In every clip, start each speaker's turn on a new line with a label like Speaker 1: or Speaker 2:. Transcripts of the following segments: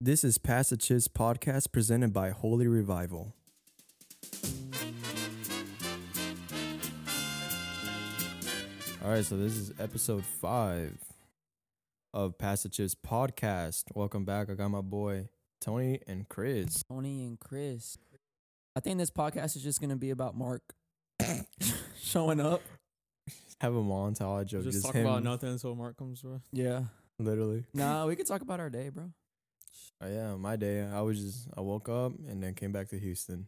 Speaker 1: This is Passages podcast presented by Holy Revival. All right, so this is episode five of Passages podcast. Welcome back. I got my boy Tony and Chris.
Speaker 2: Tony and Chris. I think this podcast is just going to be about Mark showing up.
Speaker 1: Have a montage of
Speaker 3: just,
Speaker 1: just,
Speaker 3: talk
Speaker 1: him,
Speaker 3: about nothing until Mark comes, bro.
Speaker 2: Yeah.
Speaker 1: literally.
Speaker 2: Nah, we could talk about our day, bro.
Speaker 1: Uh, yeah, my day. I was just I woke up and then came back to Houston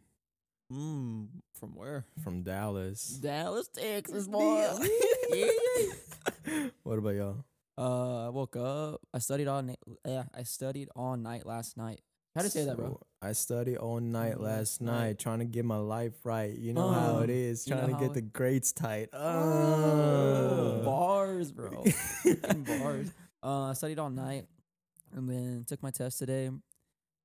Speaker 3: Mm, from where?
Speaker 1: from Dallas.
Speaker 2: Dallas, Texas,
Speaker 1: boy. what about y'all?
Speaker 2: Uh, I woke up. I studied all night. Yeah, I studied all night last night. How do you say that, bro?
Speaker 1: So, I studied all night
Speaker 2: Mm,
Speaker 1: last
Speaker 2: last
Speaker 1: night,
Speaker 2: night.
Speaker 1: trying to get my life right. You know how it
Speaker 2: Um,
Speaker 1: is,
Speaker 2: you know
Speaker 1: trying to
Speaker 2: how
Speaker 1: get
Speaker 2: it-
Speaker 1: the grades tight.
Speaker 2: Uh, Oh,
Speaker 1: Oh.
Speaker 2: bars, bro. Fucking bars. Uh, I studied all night, and then took my test today.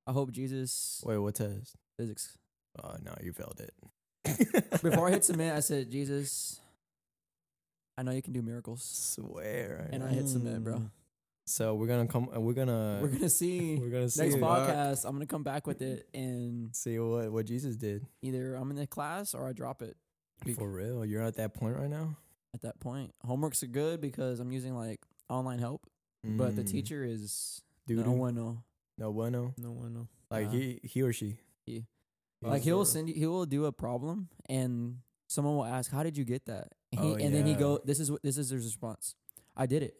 Speaker 2: I hope Jesus
Speaker 1: Wait, what test?
Speaker 2: physics.
Speaker 1: Oh no, you failed it.
Speaker 2: Before I hit submit, I said, Jesus, I know you can do miracles.
Speaker 1: swear. I
Speaker 2: And
Speaker 1: know.
Speaker 2: I hit submit, bro.
Speaker 1: so we're gonna come. We're gonna.
Speaker 2: We're gonna see.
Speaker 1: Mm. we're gonna see
Speaker 2: Next
Speaker 1: what,
Speaker 2: podcast, I'm gonna come back with it, and
Speaker 1: see what what Jesus did.
Speaker 2: either I'm in the class or I drop it. Bec-
Speaker 1: For real, you're at that point right now.
Speaker 2: At that point, homeworks are good because I'm using like online help, but the
Speaker 1: Mm,
Speaker 2: teacher is
Speaker 1: doo-doo.
Speaker 2: no one. No,
Speaker 1: Mm. No bueno.
Speaker 3: No one know.
Speaker 1: Like
Speaker 2: Uh,
Speaker 1: he he or she.
Speaker 2: he.
Speaker 1: Oh,
Speaker 2: like
Speaker 1: for
Speaker 2: he'll
Speaker 1: real.
Speaker 2: send you, he will do a problem, and someone will ask, "How did you get that?" And, he,
Speaker 1: Oh,
Speaker 2: and then he
Speaker 1: yeah.
Speaker 2: go, "This is what this is his response. I did it."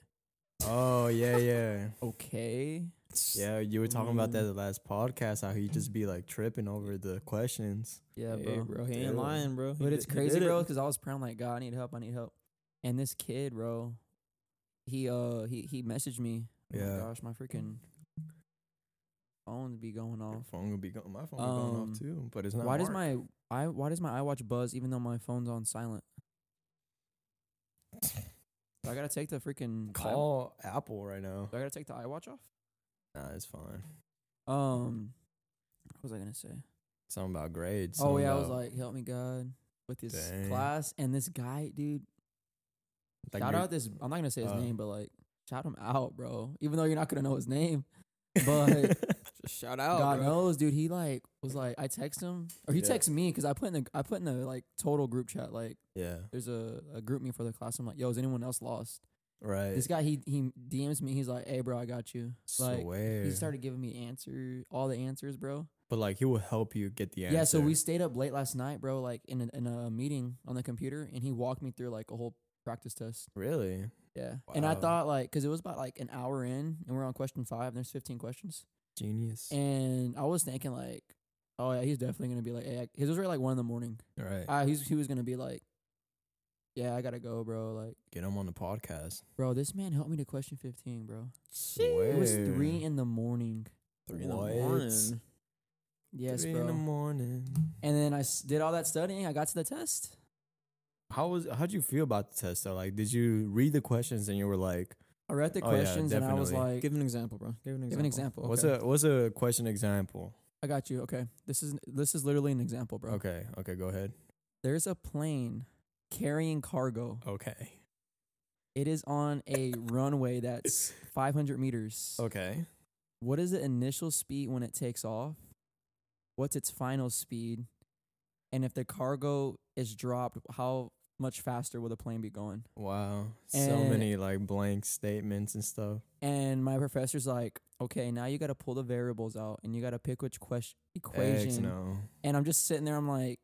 Speaker 1: Oh yeah, yeah,
Speaker 2: Okay.
Speaker 1: yeah. You were talking about that
Speaker 3: Mm.
Speaker 1: the last podcast. How he just be like tripping over the questions.
Speaker 2: Yeah,
Speaker 3: hey, bro. He ain't
Speaker 1: Dude.
Speaker 3: lying, bro. He
Speaker 2: But
Speaker 3: di-
Speaker 2: it's
Speaker 3: he
Speaker 2: crazy,
Speaker 3: did
Speaker 2: bro,
Speaker 3: it.
Speaker 2: because I was praying like, God, I need help, I need help. And this kid, bro, he uh he he messaged me. Oh
Speaker 1: Yeah.
Speaker 2: my gosh, my freaking phone be going
Speaker 1: My
Speaker 2: off.
Speaker 1: phone will be going. My phone will be going
Speaker 2: Um,
Speaker 1: off too, but it's not.
Speaker 2: Why does
Speaker 1: Mark.
Speaker 2: my I why does my iWatch buzz even though my phone's on silent? Do I gotta take the freaking iWa-
Speaker 1: call Apple right now?
Speaker 2: Do I gotta take the iWatch off?
Speaker 1: Nah, it's fine.
Speaker 2: Um, what was I gonna say?
Speaker 1: Something about grades.
Speaker 2: oh
Speaker 1: something
Speaker 2: yeah, I was
Speaker 1: about-
Speaker 2: like, help me God with this
Speaker 1: Dang.
Speaker 2: class and this guy, dude.
Speaker 1: like
Speaker 2: shout
Speaker 1: your-
Speaker 2: out this. I'm not gonna say his
Speaker 1: uh,
Speaker 2: name, but like shout him out, bro. Even though you're not gonna know his name, but
Speaker 3: Just shout out.
Speaker 2: God
Speaker 3: bro.
Speaker 2: knows, dude. He like was like I text him or he
Speaker 1: Oh, Yeah.
Speaker 2: texts me because I put in the I put in the like total group chat. Like
Speaker 1: yeah,
Speaker 2: there's a, a group me for the class. I'm like, yo, is anyone else lost?
Speaker 1: right.
Speaker 2: This guy he he DMs me. He's like, hey, bro, I got you. Like
Speaker 1: Swear.
Speaker 2: he started giving me answer all the answers, bro.
Speaker 1: but like he will help you get the answer.
Speaker 2: Yeah, so we stayed up late last night, bro. Like in a, in a meeting on the computer, and he walked me through like a whole practice test.
Speaker 1: really.
Speaker 2: Yeah. And I
Speaker 1: Wow.
Speaker 2: thought like, cause it was about like an hour in and we're on question five and there's 15 questions.
Speaker 1: Genius.
Speaker 2: And I was thinking like, oh yeah, he's definitely going to be like, hey, I- his was right like one in the morning.
Speaker 1: right.
Speaker 2: Uh, he's, he was going to be like, yeah, I got to go, bro. Like,
Speaker 1: Get him on the podcast.
Speaker 2: bro, this man helped me to question 15, bro.
Speaker 1: Swear.
Speaker 2: It was three in the morning.
Speaker 1: Three in the
Speaker 3: What?
Speaker 1: morning.
Speaker 2: Yes,
Speaker 1: Three
Speaker 2: bro.
Speaker 1: in the morning.
Speaker 2: and then I s- did all that studying. I got to the test.
Speaker 1: How was how'd you feel about the test though? Like, did you read the questions and you were like,
Speaker 2: I read the
Speaker 1: Oh, yeah,
Speaker 2: questions and I was
Speaker 1: definitely.
Speaker 2: like,
Speaker 3: Give an example, bro. Give an example.
Speaker 2: give an example.
Speaker 1: "What's
Speaker 2: okay.
Speaker 1: a what's a question example?"
Speaker 2: I got you. Okay. This is, this is literally an example, bro.
Speaker 1: Okay, okay, go ahead.
Speaker 2: There's a plane carrying cargo.
Speaker 1: Okay,
Speaker 2: It is on a runway that's 500 meters.
Speaker 1: okay.
Speaker 2: What is the initial speed when it takes off? What's its final speed? And if the cargo is dropped, how much faster will the plane be going?
Speaker 1: Wow, so
Speaker 2: And-
Speaker 1: many like blank statements and stuff.
Speaker 2: And my professor's like, okay, now you got to pull the variables out and you got to pick which question equation.
Speaker 1: X, no.
Speaker 2: And I'm just sitting there, I'm like,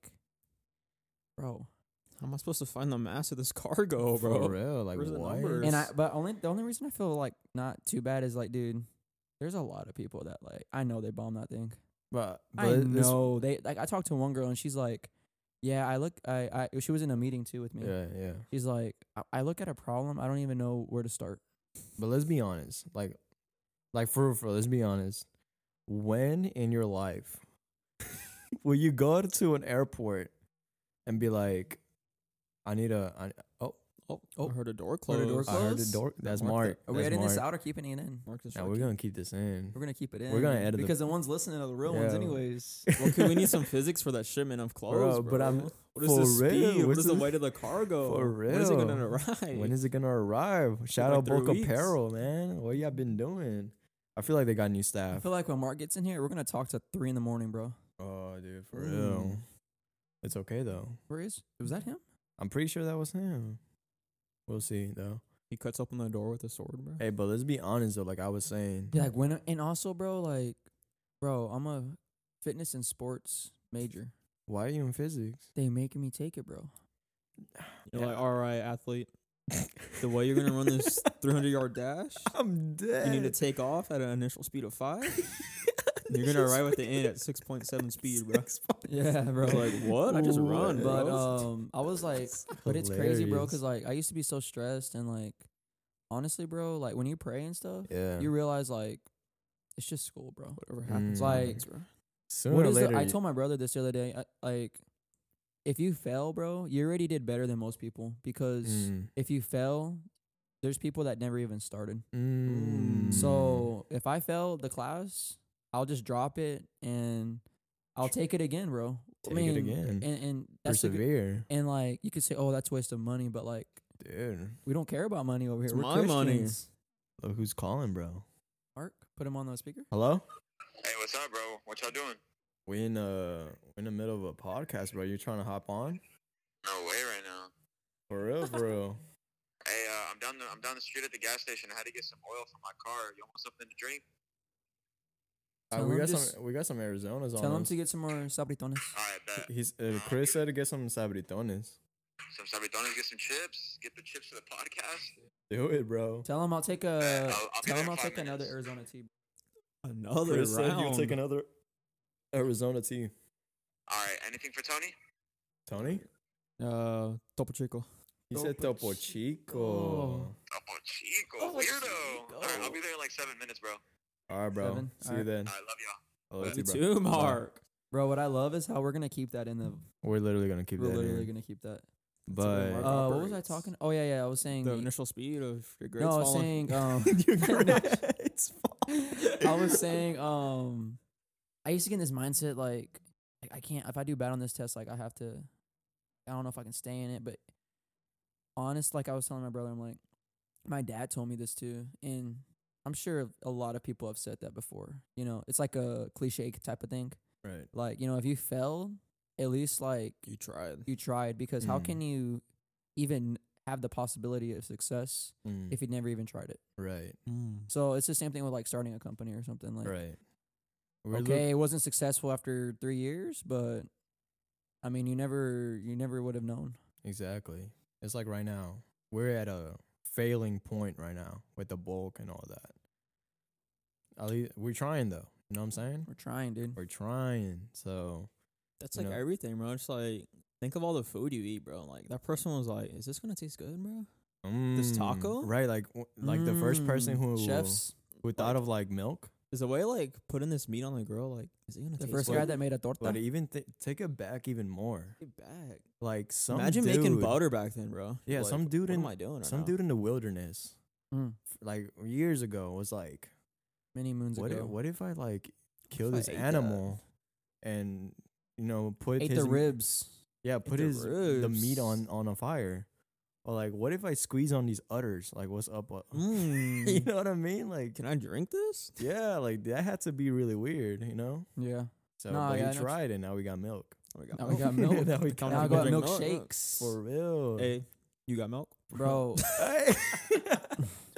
Speaker 2: bro.
Speaker 3: How am I supposed to find the mass of this cargo,
Speaker 1: For
Speaker 3: bro?
Speaker 1: real, like
Speaker 3: Where's the
Speaker 1: why?
Speaker 3: numbers?
Speaker 2: And I, but only the only reason I feel like not too bad is like, dude, there's a lot of people that like I know they bomb that thing.
Speaker 1: but but
Speaker 2: I
Speaker 1: it's-
Speaker 2: know they like. I talked to one girl and she's like, "Yeah, I look. I, I she was in a meeting too with me.
Speaker 1: Yeah, yeah.
Speaker 2: She's like, I, I look at a problem. I don't even know where to start.
Speaker 1: But let's be honest. Like, like for for let's be honest. When in your life will you go to an airport and be like, "I need a I, oh."
Speaker 3: Oh, oh, I heard a door
Speaker 2: Heard
Speaker 3: close.
Speaker 2: a door
Speaker 1: I heard the
Speaker 2: close?
Speaker 1: door. That's Mark.
Speaker 3: Mark
Speaker 2: Are we
Speaker 1: That's
Speaker 2: editing this
Speaker 1: Mark.
Speaker 2: out or keeping it in?
Speaker 3: Mark is
Speaker 1: Now
Speaker 3: right.
Speaker 1: we're gonna keep this in.
Speaker 2: We're gonna keep it in.
Speaker 1: We're gonna edit the-
Speaker 2: because the, ones listening are the real ones,
Speaker 1: Yeah.
Speaker 2: anyways.
Speaker 3: Well, could we need some physics for that shipment of clothes,
Speaker 1: Bro, but I'm-
Speaker 3: What is the
Speaker 1: for real,
Speaker 3: speed? What
Speaker 1: what's
Speaker 3: is the
Speaker 1: this-
Speaker 3: weight of the cargo?
Speaker 1: For
Speaker 3: When is it
Speaker 1: real.
Speaker 3: gonna arrive?
Speaker 1: When is it gonna arrive? Shout
Speaker 3: like
Speaker 1: out
Speaker 3: three
Speaker 1: Bulk
Speaker 3: weeks.
Speaker 1: Apparel, man. What y'all been doing? I feel like they got new
Speaker 2: I
Speaker 1: staff.
Speaker 2: feel like when Mark gets in here, we're gonna talk to three in the morning, bro.
Speaker 1: oh, dude, for real.
Speaker 2: Mm.
Speaker 1: It's okay though.
Speaker 2: Where is? Was that him?
Speaker 1: I'm pretty sure that was him. We'll see though.
Speaker 3: He cuts open the door with a sword, bro.
Speaker 1: Hey, but let's be honest though. Like I was saying,
Speaker 2: Yeah, like when and also, bro, like, bro, I'm a fitness and sports major.
Speaker 1: why are you in physics?
Speaker 2: They making me take it, bro.
Speaker 3: You're
Speaker 1: Yeah.
Speaker 3: like, all right, athlete. The way you're gonna run this 300 yard dash,
Speaker 1: I'm dead.
Speaker 3: you need to take off at an initial speed of five. You're gonna arrive at the end at 6.7 speed, bro.
Speaker 2: Yeah, bro.
Speaker 3: It's like what? I just
Speaker 1: What?
Speaker 3: run, uh,
Speaker 2: but
Speaker 3: bro.
Speaker 2: um, I was like, but it's crazy, bro, 'cause like I used to be so stressed and like, honestly, bro, like when you pray and stuff,
Speaker 1: yeah,
Speaker 2: you realize like, it's just school, bro.
Speaker 3: Whatever happens,
Speaker 1: Mm.
Speaker 3: happens, bro.
Speaker 1: sooner
Speaker 2: what
Speaker 1: or
Speaker 2: is
Speaker 1: later,
Speaker 2: the, I
Speaker 1: you-
Speaker 2: told my brother this the other day. I, like, if you fail, bro, you already did better than most people because
Speaker 1: Mm.
Speaker 2: if you fail, there's people that never even started.
Speaker 1: Mm.
Speaker 2: So if I fail the class, I'll just drop it and I'll take it again, bro.
Speaker 1: Take
Speaker 2: I
Speaker 1: it
Speaker 2: mean,
Speaker 1: again.
Speaker 2: and, and that's the good,
Speaker 1: persevere,
Speaker 2: and like you could say, oh, that's a waste of money, but like
Speaker 1: dude.
Speaker 2: we don't care about money over here.
Speaker 3: It's
Speaker 2: We're
Speaker 3: my money.
Speaker 2: Christians.
Speaker 1: Look who's calling, bro.
Speaker 2: Mark, put him on the speaker.
Speaker 1: Hello.
Speaker 4: Hey, what's up, bro? What y'all doing?
Speaker 1: We in uh we in the middle of a podcast, bro. You trying to hop on?
Speaker 4: No way right now.
Speaker 1: For real, for real.
Speaker 4: Hey, uh, I'm down the I'm down the street at the gas station. I had to get some oil for my car. You want something to drink?
Speaker 1: Uh,
Speaker 2: Tell
Speaker 1: we
Speaker 2: him
Speaker 1: got
Speaker 2: just-
Speaker 1: some we got some Arizonas
Speaker 2: Tell
Speaker 1: on.
Speaker 2: him
Speaker 1: us.
Speaker 2: to get some more sabritones.
Speaker 4: All right, bet.
Speaker 1: He's uh, Chris said to get some sabritones.
Speaker 4: Some sabritones, get some chips. Get the chips for the podcast.
Speaker 1: Do it, bro.
Speaker 2: Tell him I'll take a.
Speaker 4: I'll- I'll be
Speaker 2: Uh, tell
Speaker 4: there
Speaker 2: him
Speaker 4: in
Speaker 2: I'll
Speaker 4: five
Speaker 2: take another
Speaker 4: minutes.
Speaker 2: Arizona tea.
Speaker 3: Another
Speaker 1: Chris said
Speaker 3: round.
Speaker 1: you'll take another Arizona tea.
Speaker 4: All right, anything for Tony?
Speaker 1: Tony?
Speaker 3: uh, Topo Chico.
Speaker 1: He said
Speaker 2: Topo
Speaker 1: Topo
Speaker 2: oh.
Speaker 1: Chico.
Speaker 4: Topo Oh, Chico,
Speaker 2: Topo
Speaker 4: weirdo.
Speaker 2: Chico.
Speaker 4: All right, I'll be
Speaker 2: Oh.
Speaker 4: there in like seven minutes, bro. All
Speaker 1: All right, bro.
Speaker 2: Seven.
Speaker 1: See
Speaker 2: All
Speaker 1: you
Speaker 2: right.
Speaker 1: then.
Speaker 4: right, love y'all.
Speaker 1: I love you,
Speaker 3: You
Speaker 1: bro.
Speaker 3: too,
Speaker 1: Bye.
Speaker 3: Mark.
Speaker 2: Bro, what I love is how we're gonna keep that in the.
Speaker 1: We're literally gonna keep
Speaker 2: we're
Speaker 1: that
Speaker 2: literally
Speaker 1: in.
Speaker 2: gonna keep that.
Speaker 1: but
Speaker 2: Uh, what was
Speaker 3: Mark
Speaker 2: I
Speaker 3: operates.
Speaker 2: talking? Oh yeah, yeah. I was saying.
Speaker 3: The initial speed of your grades
Speaker 2: no, I was
Speaker 3: falling.
Speaker 2: saying. Um,
Speaker 1: Your grades
Speaker 2: I was saying. Um, I used to get in this mindset like I- I can't if I do bad on this test like I have to. I don't know if I can stay in it, but honest, like I was telling my brother, I'm like, my dad told me this too, and I'm sure a lot of people have said that before. You know, it's like a cliche type of thing.
Speaker 1: right.
Speaker 2: Like you know, if you fail, at least like
Speaker 3: you tried.
Speaker 2: you tried because how
Speaker 1: Mm.
Speaker 2: can you even have the possibility of success
Speaker 1: Mm.
Speaker 2: if you never even tried it?
Speaker 1: right.
Speaker 2: So it's the same thing with like starting a company or something like
Speaker 1: right. We're look-
Speaker 2: okay, it wasn't successful after 3 years, but I mean, you never you never would have known.
Speaker 1: Exactly. It's like right now, we're at a failing point right now with the bulk and all that. At least we're trying though. You know what I'm saying? Mm.
Speaker 2: We're trying, dude.
Speaker 1: We're trying. So
Speaker 3: That's
Speaker 1: you
Speaker 3: like
Speaker 1: know.
Speaker 3: everything, bro. Just like think of all the food you eat, bro. Like that person was like, "Is this gonna taste good, bro?"
Speaker 1: mm,
Speaker 3: taco?
Speaker 1: right? Like, w- like the first person
Speaker 2: Mm,
Speaker 1: who
Speaker 2: chefs,
Speaker 1: who thought of like milk,
Speaker 3: Is the way like putting this meat on the grill like is it gonna
Speaker 2: the
Speaker 3: taste
Speaker 2: first
Speaker 3: good?
Speaker 2: guy that made a
Speaker 1: but
Speaker 2: torta.
Speaker 1: even th- take it back even more.
Speaker 3: Get back.
Speaker 1: Like some
Speaker 3: Imagine
Speaker 1: dude,
Speaker 3: making butter back then, bro.
Speaker 1: Yeah,
Speaker 3: Like,
Speaker 1: some dude
Speaker 3: What
Speaker 1: in
Speaker 3: am I doing? Right
Speaker 1: some
Speaker 3: now?
Speaker 1: dude in the wilderness,
Speaker 2: Mm,
Speaker 1: f- like years ago, was like,
Speaker 2: many moons
Speaker 1: what if,
Speaker 2: ago.
Speaker 1: what if I like kill
Speaker 3: if I
Speaker 1: this
Speaker 3: ate that?
Speaker 1: animal and you know put
Speaker 2: Ate
Speaker 1: his
Speaker 2: the
Speaker 1: m-
Speaker 2: ribs.
Speaker 1: Yeah, put
Speaker 3: the
Speaker 1: his the meat
Speaker 3: ribs.
Speaker 1: on on a fire. Or like, what if I squeeze on these udders? Like, what's up? uh,
Speaker 3: Mm.
Speaker 1: you know what I mean? Like,
Speaker 3: Can I drink this?
Speaker 1: yeah, like that had to be really weird, you know.
Speaker 2: Yeah.
Speaker 1: So
Speaker 2: Nah,
Speaker 1: but
Speaker 2: yeah, I
Speaker 1: he
Speaker 2: know what
Speaker 1: tried, and now we got milk
Speaker 3: Oh, we got
Speaker 2: Now we got milk.
Speaker 1: Now we
Speaker 3: Tell
Speaker 1: got
Speaker 2: now I
Speaker 3: me
Speaker 1: milk.
Speaker 2: got
Speaker 3: to drink milk.
Speaker 2: milkshakes.
Speaker 1: for real.
Speaker 3: Hey, you got milk?
Speaker 2: Bro,
Speaker 1: Hey.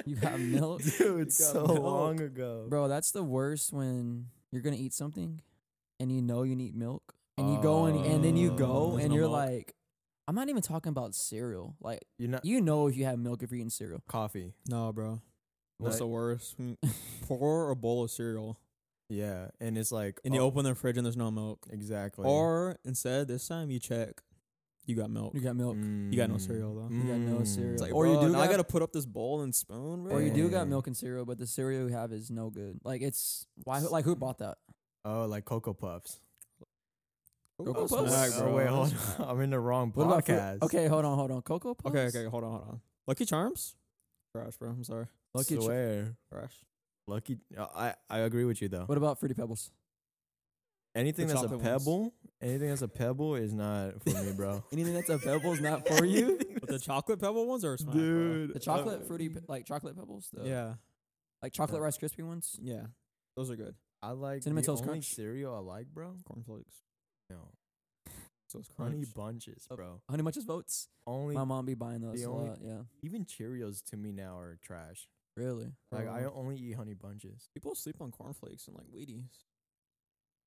Speaker 2: you got milk.
Speaker 1: dude,
Speaker 3: got
Speaker 1: so
Speaker 3: milk.
Speaker 1: long ago,
Speaker 2: Bro, that's the worst when you're gonna eat something and you know you need milk and you go and, and then you
Speaker 1: Oh.
Speaker 2: go
Speaker 3: There's
Speaker 2: and
Speaker 3: no
Speaker 2: you're
Speaker 3: milk.
Speaker 2: like, I'm not even talking about cereal. Like
Speaker 1: You're not
Speaker 2: you know if you have milk if you're eating cereal.
Speaker 1: coffee.
Speaker 3: No, bro. What's
Speaker 1: Like-
Speaker 3: the worst? Mm, Pour a bowl of cereal
Speaker 1: Yeah, and it's like
Speaker 3: and you
Speaker 1: oh,
Speaker 3: open the fridge and there's no milk.
Speaker 1: exactly
Speaker 3: Or instead, this time you check, you got milk.
Speaker 2: You got milk.
Speaker 1: you
Speaker 3: got no cereal, though.
Speaker 2: You got no cereal.
Speaker 3: It's like,
Speaker 2: Or
Speaker 3: or
Speaker 2: you
Speaker 3: you
Speaker 2: do
Speaker 3: do. I
Speaker 2: got-
Speaker 3: gotta put up this bowl and spoon, bro.
Speaker 2: Or you do got
Speaker 1: Dang.
Speaker 2: milk and cereal, but the cereal you have is no good. Like it's why like who bought that?
Speaker 1: Oh, like cocoa puffs.
Speaker 2: Cocoa
Speaker 3: Cocoa
Speaker 2: Puffs?
Speaker 3: Smack,
Speaker 1: oh,
Speaker 3: bro.
Speaker 1: wait, hold on. I'm in the wrong
Speaker 2: What about fruit-
Speaker 1: podcast.
Speaker 2: Okay, hold on, hold on. Cocoa Puffs.
Speaker 3: Okay, okay, hold on, hold on. Lucky Charms, trash, bro. I'm sorry,
Speaker 2: Lucky Char-
Speaker 1: Swear.
Speaker 3: trash.
Speaker 1: Lucky. uh, I I agree with you though.
Speaker 2: What about Fruity Pebbles?
Speaker 1: anything
Speaker 3: The
Speaker 1: that's a
Speaker 3: chocolate ones.
Speaker 1: pebble, anything that's a pebble is not for me, bro.
Speaker 2: Anything that's a pebble's not for you.
Speaker 3: But the chocolate pebble ones are smack,
Speaker 2: The chocolate fruity Pe- like chocolate pebbles.
Speaker 3: Bro.
Speaker 2: The,
Speaker 3: Yeah,
Speaker 2: like chocolate
Speaker 1: Yeah.
Speaker 2: rice crispy ones.
Speaker 3: Yeah, those are good.
Speaker 1: I like
Speaker 2: Cinnamon
Speaker 1: the
Speaker 2: Toast
Speaker 1: only
Speaker 2: Crunch.
Speaker 1: cereal I like, bro.
Speaker 3: Cornflakes.
Speaker 1: No,
Speaker 3: So it's
Speaker 1: honey
Speaker 3: crunch.
Speaker 1: bunches,
Speaker 2: Oh.
Speaker 1: bro.
Speaker 2: Honey Bunches votes.
Speaker 1: Only
Speaker 2: My mom be buying those a
Speaker 1: only-
Speaker 2: lot. Yeah,
Speaker 1: even Cheerios to me now are trash.
Speaker 2: really.
Speaker 1: Like I
Speaker 3: Bro.
Speaker 1: only eat honey bunches.
Speaker 3: People sleep on cornflakes and like Wheaties.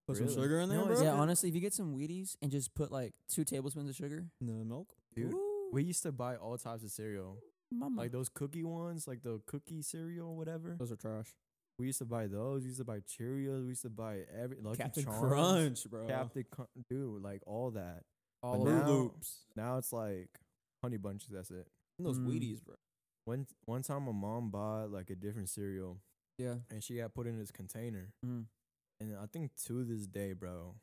Speaker 3: Put
Speaker 1: Really?
Speaker 3: some sugar in there,
Speaker 1: No,
Speaker 3: bro.
Speaker 1: it's
Speaker 2: Yeah,
Speaker 1: good.
Speaker 2: honestly, if you get some Wheaties and just put like two tablespoons of sugar,
Speaker 3: In the milk.
Speaker 1: Dude,
Speaker 2: Ooh,
Speaker 1: We used to buy all types of cereal,
Speaker 2: mama.
Speaker 1: like those cookie ones, like the cookie cereal, whatever.
Speaker 3: Those are trash.
Speaker 1: We used to buy those. We used to buy Cheerios. We used to buy every Lucky
Speaker 3: Captain
Speaker 1: Charms,
Speaker 3: Crunch, bro.
Speaker 1: Captain Crunch, dude, like all that.
Speaker 2: all
Speaker 1: But
Speaker 2: of
Speaker 3: Fruit
Speaker 2: them.
Speaker 1: now-
Speaker 3: Loops.
Speaker 1: Now it's like honey bunches. That's it.
Speaker 3: And those
Speaker 2: Mm.
Speaker 3: Wheaties, bro.
Speaker 1: One one time, my mom bought like a different cereal,
Speaker 2: Yeah.
Speaker 1: and she got put in this container.
Speaker 2: Mm.
Speaker 1: And I think to this day, bro,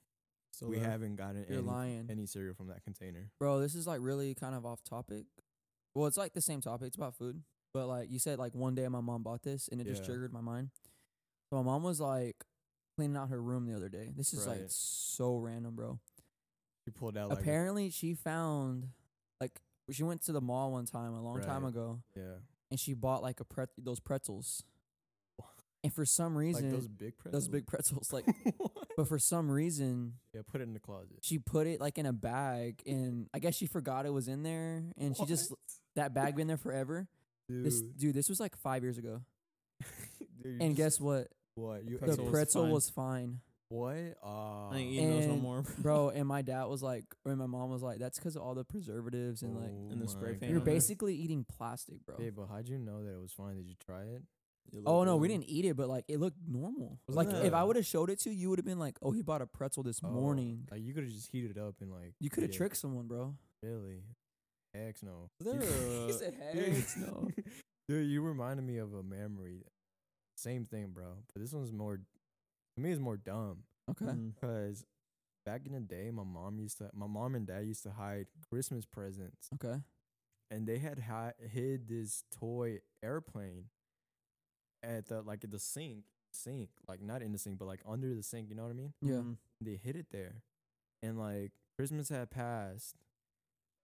Speaker 3: So
Speaker 1: we haven't gotten
Speaker 2: You're
Speaker 1: any,
Speaker 2: lying.
Speaker 1: any cereal from that container.
Speaker 2: Bro, this is like really kind of off topic. Well, it's like the same topic. It's about food. But like you said, like one day my mom bought this and it just
Speaker 1: Yeah.
Speaker 2: triggered my mind. So my mom was like cleaning out her room the other day. This is like
Speaker 1: Right.
Speaker 2: so random, bro.
Speaker 1: She pulled out like a-
Speaker 2: Apparently she found like she went to the mall one time a long time
Speaker 1: Right.
Speaker 2: ago
Speaker 1: yeah,
Speaker 2: and she bought like a pret those pretzels. And for some reason
Speaker 1: like those
Speaker 2: those,
Speaker 1: big pretzels.
Speaker 2: big pretzels like
Speaker 1: What?
Speaker 2: but for some reason
Speaker 1: yeah, put it in the closet.
Speaker 2: she put it like in a bag and I guess she forgot it was in there and she just that bag been there forever.
Speaker 1: dude,
Speaker 2: This dude, this was like five years ago.
Speaker 1: Dude, you
Speaker 2: and
Speaker 1: just-
Speaker 2: guess what?
Speaker 1: what? You
Speaker 2: The
Speaker 1: ate
Speaker 3: pretzel
Speaker 1: it?
Speaker 3: was
Speaker 2: pretzel
Speaker 3: fine.
Speaker 2: was fine,
Speaker 1: what? Uh,
Speaker 3: I ain't eating those no
Speaker 2: and-
Speaker 3: more, bro.
Speaker 2: bro. And my dad was like, or my mom was like, that's because of all the preservatives and like,
Speaker 1: oh
Speaker 3: and the spray
Speaker 1: my
Speaker 3: can
Speaker 2: you're
Speaker 1: goodness.
Speaker 3: on there.
Speaker 2: basically eating plastic, bro.
Speaker 1: Yeah, but how'd you know that it was fine? Did you try it?
Speaker 3: It
Speaker 2: Oh
Speaker 3: looked
Speaker 2: no, we
Speaker 3: good.
Speaker 2: didn't eat it, but like it looked normal.
Speaker 3: Wasn't
Speaker 2: like if
Speaker 1: that-
Speaker 2: I would have showed it to you, you would have been like, oh, he bought a pretzel this
Speaker 1: Oh,
Speaker 2: morning.
Speaker 1: Like you could have just heated it up and like
Speaker 2: You could have
Speaker 1: yeah,
Speaker 2: tricked someone, bro.
Speaker 1: Really? Heck no.
Speaker 3: Is there
Speaker 2: he
Speaker 3: a-
Speaker 2: said,
Speaker 1: Dude.
Speaker 2: hey, no.
Speaker 1: Dude, you reminded me of a memory. Same thing, bro. But this one's more. To me, it's more dumb
Speaker 2: Okay.
Speaker 3: Mm.
Speaker 1: because back in the day, my mom used to, my mom and dad used to hide Christmas presents,
Speaker 2: Okay.
Speaker 1: and they had hi- hid this toy airplane at the like at the sink, sink, like not in the sink, but like under the sink. You know what I mean?
Speaker 2: Yeah.
Speaker 3: Mm.
Speaker 1: they hid it there. And like Christmas had passed.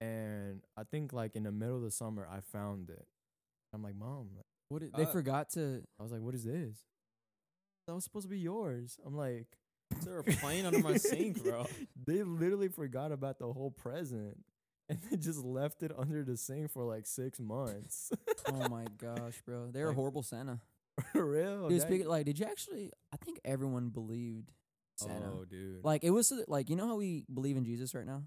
Speaker 1: And I think like in the middle of the summer I found it. I'm like, Mom, like, what is
Speaker 2: They
Speaker 1: I,
Speaker 2: forgot to.
Speaker 1: I was like, What is this? That was supposed to be yours. I'm like
Speaker 3: Is there a plane under my sink, bro?
Speaker 1: They literally forgot about the whole present. And they just left it under the sink for like six months.
Speaker 2: Oh my gosh, bro. They're a
Speaker 1: Like-
Speaker 2: horrible Santa.
Speaker 1: For real.
Speaker 2: Dude,
Speaker 1: that-
Speaker 2: speaking like, did you actually? I think everyone believed Santa.
Speaker 1: oh, dude.
Speaker 2: Like it was so that- like you know how we believe in Jesus right now.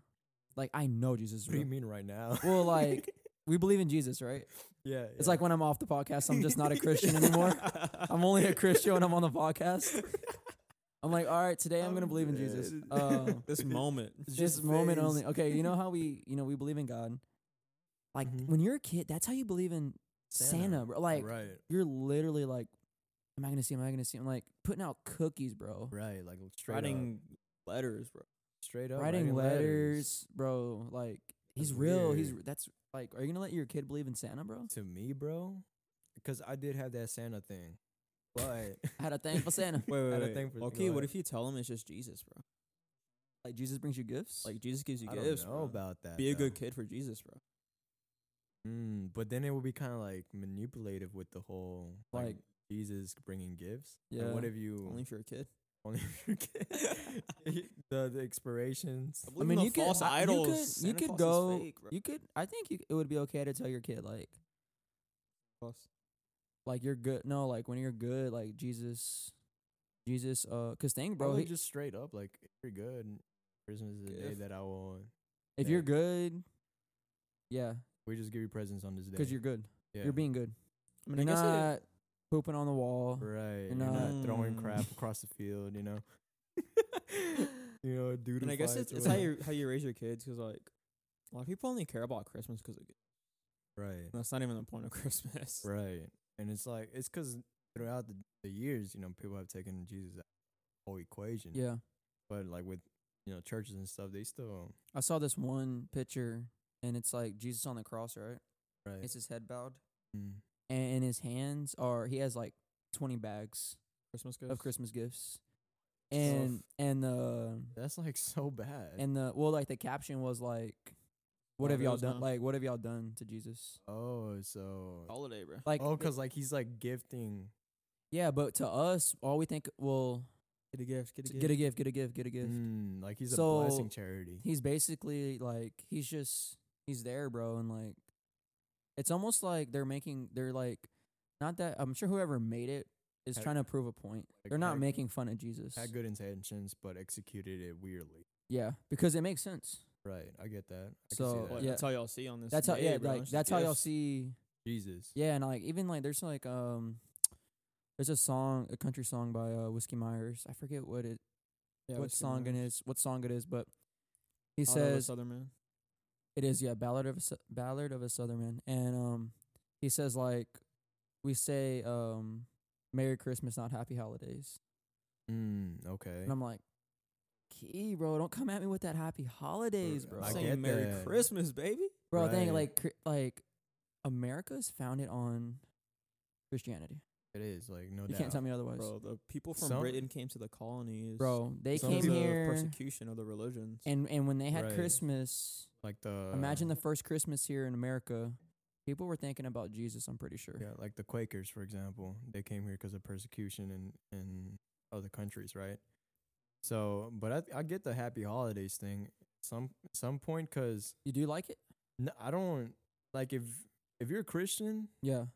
Speaker 2: Like I know Jesus. Is
Speaker 1: what do you
Speaker 2: real.
Speaker 1: mean right now?
Speaker 2: Well, like we believe in Jesus, right?
Speaker 1: yeah,
Speaker 2: It's like when I'm off the podcast, I'm just not a Christian anymore. I'm only a Christian when I'm on the podcast. I'm like, all right, today I'm
Speaker 1: Oh,
Speaker 2: gonna believe in Jesus. Uh,
Speaker 3: This moment.
Speaker 2: just moment only. Okay, you know how we, you know, we believe in God. Like
Speaker 1: Mhm.
Speaker 2: when you're a kid, that's how you believe in Santa,
Speaker 1: Santa,
Speaker 2: bro. Like
Speaker 1: right,
Speaker 2: you're literally like, am I gonna see? Him? Am I gonna see? him? like putting out cookies, bro.
Speaker 1: right, like straight up.
Speaker 3: Writing letters, bro.
Speaker 1: straight up
Speaker 2: writing, letters, bro. Like he's
Speaker 1: That's
Speaker 2: real. He's
Speaker 1: weird.
Speaker 2: that's like, are you gonna let your kid believe in Santa, bro?
Speaker 1: to me, bro, because I did have that Santa thing, but
Speaker 2: I had a thing for Santa.
Speaker 3: Wait,
Speaker 1: Had
Speaker 3: wait,
Speaker 1: a
Speaker 3: wait.
Speaker 1: thing for-
Speaker 3: okay,
Speaker 1: go
Speaker 3: what
Speaker 1: ahead.
Speaker 3: if you tell them it's just Jesus, bro?
Speaker 2: Like Jesus brings you gifts.
Speaker 3: Like Jesus gives you
Speaker 1: I
Speaker 3: gifts.
Speaker 1: don't know
Speaker 3: bro.
Speaker 1: about that.
Speaker 3: Be a good
Speaker 1: though.
Speaker 3: kid for Jesus, bro.
Speaker 1: Mm, but then it would be kind of like manipulative with the whole like,
Speaker 2: Like-
Speaker 1: Jesus bringing gifts. Like, what
Speaker 2: Yeah.
Speaker 1: if you
Speaker 3: Only if you're a kid.
Speaker 1: only if you're kid? the the expirations?
Speaker 2: I mean, you could,
Speaker 3: false
Speaker 2: I-
Speaker 3: idols.
Speaker 2: you
Speaker 3: Santa
Speaker 2: could, you could
Speaker 3: Claus is
Speaker 2: go,
Speaker 3: fake, bro.
Speaker 2: you could. I think you, it would be okay to tell your kid like, like you're good. No, like when you're good, like Jesus, Jesus. Uh, cause thing,
Speaker 1: Bro,
Speaker 2: bro, he,
Speaker 1: just straight up like if you're good. Christmas is the day
Speaker 3: Gift.
Speaker 1: that I will.
Speaker 2: if
Speaker 1: yeah.
Speaker 2: you're good, yeah,
Speaker 1: We just give you presents on this day
Speaker 2: cause you're good.
Speaker 1: yeah.
Speaker 2: You're being good.
Speaker 3: I mean,
Speaker 2: you're
Speaker 3: I guess it-
Speaker 2: not pooping on the wall.
Speaker 1: right. You're
Speaker 2: not-
Speaker 1: not, throwing
Speaker 3: Mm.
Speaker 1: crap across the field. You know. you know, dude.
Speaker 3: And I guess it's, it's how you how you raise your kids because like a lot of people only care about Christmas because
Speaker 1: right.
Speaker 3: that's not even the point of Christmas.
Speaker 1: Right. And it's like it's 'cause throughout the, the years, you know, people have taken Jesus out of the whole equation.
Speaker 2: Yeah,
Speaker 1: But like with you know churches and stuff, they still
Speaker 2: I saw this one picture, and it's like Jesus on the cross, right?
Speaker 1: right.
Speaker 2: It's his head bowed,
Speaker 1: Mm.
Speaker 2: and his hands are. He has like twenty bags
Speaker 3: Christmas gifts.
Speaker 2: of Christmas gifts, and and the
Speaker 1: That's like so bad.
Speaker 2: and the well, like the caption was like, "What
Speaker 3: Oh,
Speaker 2: have
Speaker 3: there
Speaker 2: y'all
Speaker 3: was
Speaker 2: done?
Speaker 3: none.
Speaker 2: Like, what have y'all done to Jesus?
Speaker 1: oh, so
Speaker 3: holiday, bro.
Speaker 2: Like,
Speaker 1: oh,
Speaker 2: it-
Speaker 1: 'cause like he's like gifting
Speaker 2: Yeah, but to us, all we think, well,
Speaker 3: Get a gift. Get a gift.
Speaker 2: get a gift, get a gift, get a gift.
Speaker 1: Mm, like he's
Speaker 2: So-
Speaker 1: a blessing charity.
Speaker 2: He's basically like he's just he's there, bro, and like it's almost like they're making they're like not that I'm sure whoever made it is
Speaker 1: Had-
Speaker 2: trying to prove a point.
Speaker 1: like,
Speaker 2: They're not
Speaker 1: had-
Speaker 2: making fun of Jesus.
Speaker 1: Had good intentions, but executed it weirdly.
Speaker 2: Yeah, because it makes sense.
Speaker 1: Right, I get that. I
Speaker 2: So,
Speaker 1: can see that.
Speaker 3: What,
Speaker 2: yeah.
Speaker 3: That's all y'all see on this.
Speaker 2: That's how
Speaker 3: day,
Speaker 2: yeah,
Speaker 3: bro.
Speaker 2: like
Speaker 3: It's
Speaker 2: that's how y'all
Speaker 3: gifts.
Speaker 2: see
Speaker 1: Jesus.
Speaker 2: Yeah, and like even like there's like um there's a song, a country song by uh Whiskey Myers. I forget what it
Speaker 3: Yeah,
Speaker 2: what
Speaker 3: Whiskey
Speaker 2: song it
Speaker 3: Myers.
Speaker 2: is, what song it is, but he
Speaker 3: Auto with
Speaker 2: says
Speaker 3: Southern Man.
Speaker 2: it is yeah, Ballad of a Sou- Ballad of a Southern Man. And um he says like we say um Merry Christmas, not happy holidays.
Speaker 1: Mm, okay.
Speaker 2: And I'm like, Key, bro, don't come at me with that happy holidays, bro.
Speaker 1: I
Speaker 3: Saying
Speaker 1: get
Speaker 3: Merry
Speaker 1: that.
Speaker 3: Christmas, baby.
Speaker 2: Bro, dang,
Speaker 1: Right.
Speaker 2: like cr- like America's founded on Christianity.
Speaker 1: It is like no
Speaker 2: You
Speaker 1: doubt.
Speaker 2: can't tell me otherwise.
Speaker 3: Bro, the people from
Speaker 1: Some-
Speaker 3: Britain came to the colonies.
Speaker 2: Bro, they
Speaker 1: Some
Speaker 2: came
Speaker 1: of the
Speaker 2: here
Speaker 3: Persecution of the religions.
Speaker 2: and and when they had
Speaker 1: Right. Uh.
Speaker 2: Christmas,
Speaker 1: like the
Speaker 2: imagine the first Christmas here in America, people were thinking about Jesus, I'm pretty sure.
Speaker 1: yeah, like the Quakers, for example. They came here because of persecution in in other countries, right? So, but I I get the happy holidays thing some some point because
Speaker 2: You do like it?
Speaker 1: n- I don't like if if you're a Christian,
Speaker 2: Yeah.